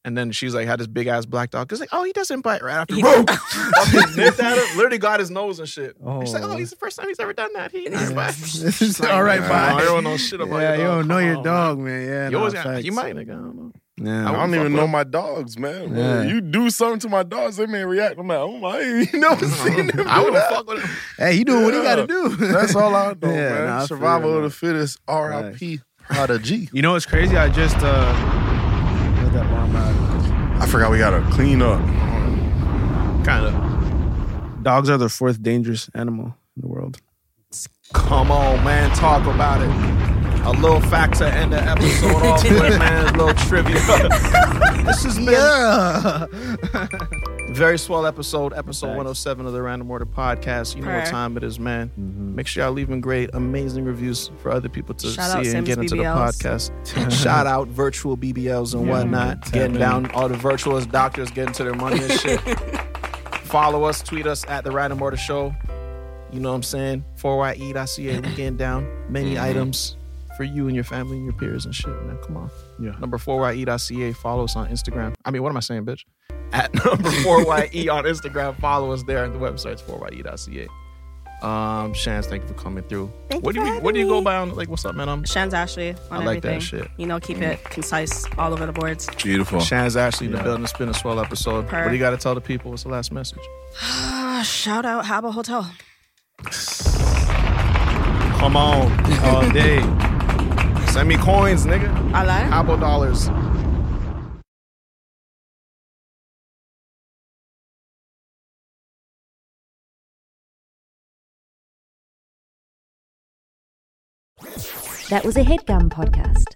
[SPEAKER 2] And then she's like, had this big ass black dog. It's like, oh, he doesn't bite right after. Bro, fucking nipped at him, literally got his nose and shit. She's like, oh,
[SPEAKER 5] Oh.
[SPEAKER 2] he's the first time he's ever done that. He doesn't bite.
[SPEAKER 5] It's all right,
[SPEAKER 6] uh,
[SPEAKER 2] Nah,
[SPEAKER 5] bye.
[SPEAKER 2] I don't know shit about
[SPEAKER 5] yeah,
[SPEAKER 2] your dog.
[SPEAKER 5] you don't know
[SPEAKER 2] Come
[SPEAKER 5] your
[SPEAKER 2] on,
[SPEAKER 5] dog, man. Yeah,
[SPEAKER 2] man. You
[SPEAKER 5] nah,
[SPEAKER 2] always got, you
[SPEAKER 5] facts.
[SPEAKER 2] might, nigga. I don't know.
[SPEAKER 5] Yeah.
[SPEAKER 3] I
[SPEAKER 2] I
[SPEAKER 3] don't
[SPEAKER 2] fuck
[SPEAKER 3] even
[SPEAKER 2] with
[SPEAKER 3] know
[SPEAKER 2] them.
[SPEAKER 3] my dogs, man.
[SPEAKER 5] Yeah.
[SPEAKER 3] You do something to my dogs, they may react. I'm like, oh my, you know, seen them
[SPEAKER 2] Uh-huh. I
[SPEAKER 3] do
[SPEAKER 2] wouldn't
[SPEAKER 3] that.
[SPEAKER 2] fuck with him.
[SPEAKER 5] Hey, he doing what he got to do.
[SPEAKER 3] That's all I know,
[SPEAKER 5] Yeah,
[SPEAKER 3] man.
[SPEAKER 5] nah, I feel
[SPEAKER 3] Survival
[SPEAKER 5] you,
[SPEAKER 3] of
[SPEAKER 5] man.
[SPEAKER 3] the fittest, RIP, prodigy.
[SPEAKER 5] You know what's crazy? I just uh, let that bomb out.
[SPEAKER 3] I forgot we gotta clean up.
[SPEAKER 2] Kind of.
[SPEAKER 5] Dogs are the fourth dangerous animal in the world.
[SPEAKER 2] Come on, man, talk about it. A little fact to end the episode off with, man. A little trivia. this has been very swell episode, episode 107 of the Random Order Podcast. You know what
[SPEAKER 6] Purr.
[SPEAKER 2] time it is, man. Make sure y'all leaving great, amazing reviews for other people to
[SPEAKER 6] Shout
[SPEAKER 2] see
[SPEAKER 6] out
[SPEAKER 2] and
[SPEAKER 6] Sims
[SPEAKER 2] get into
[SPEAKER 6] BBLs.
[SPEAKER 2] the podcast. Mm-hmm. Shout out virtual BBLs and
[SPEAKER 6] Yeah.
[SPEAKER 2] whatnot.
[SPEAKER 6] Mhm.
[SPEAKER 2] Getting
[SPEAKER 6] Tap in.
[SPEAKER 2] down all the virtualist doctors getting to their money and shit. Follow us, tweet us at the Random Order Show. You know what I'm saying? E, 4YE.ca weekend down. Many
[SPEAKER 13] Mhm.
[SPEAKER 2] items for you and your family and your peers and shit, man. Come on.
[SPEAKER 13] Yeah.
[SPEAKER 2] Number E, 4YE.ca. Follow us on Instagram. I mean, what am I saying, bitch? At number 4YE on Instagram. Follow us there. The website's E, 4YE.ca. Um, Shans, thank you for coming through.
[SPEAKER 6] Thank
[SPEAKER 2] what
[SPEAKER 6] you
[SPEAKER 2] do
[SPEAKER 6] for
[SPEAKER 2] you
[SPEAKER 6] having
[SPEAKER 2] what do you go
[SPEAKER 6] me.
[SPEAKER 2] by on like what's up, man? I'm
[SPEAKER 6] Shans Ashley on
[SPEAKER 2] I like
[SPEAKER 6] everything.
[SPEAKER 2] that shit.
[SPEAKER 6] You know, keep it concise all over the boards.
[SPEAKER 2] beautiful. Shans Ashley in the
[SPEAKER 6] Yeah.
[SPEAKER 2] building. It's been a swell episode.
[SPEAKER 6] Purr.
[SPEAKER 2] What do you gotta tell the people? What's the last message?
[SPEAKER 6] Shout out Habba Hotel.
[SPEAKER 2] Come on, all day. Send me coins, nigga.
[SPEAKER 6] I like.
[SPEAKER 2] Apple dollars.
[SPEAKER 14] That was a headgum podcast.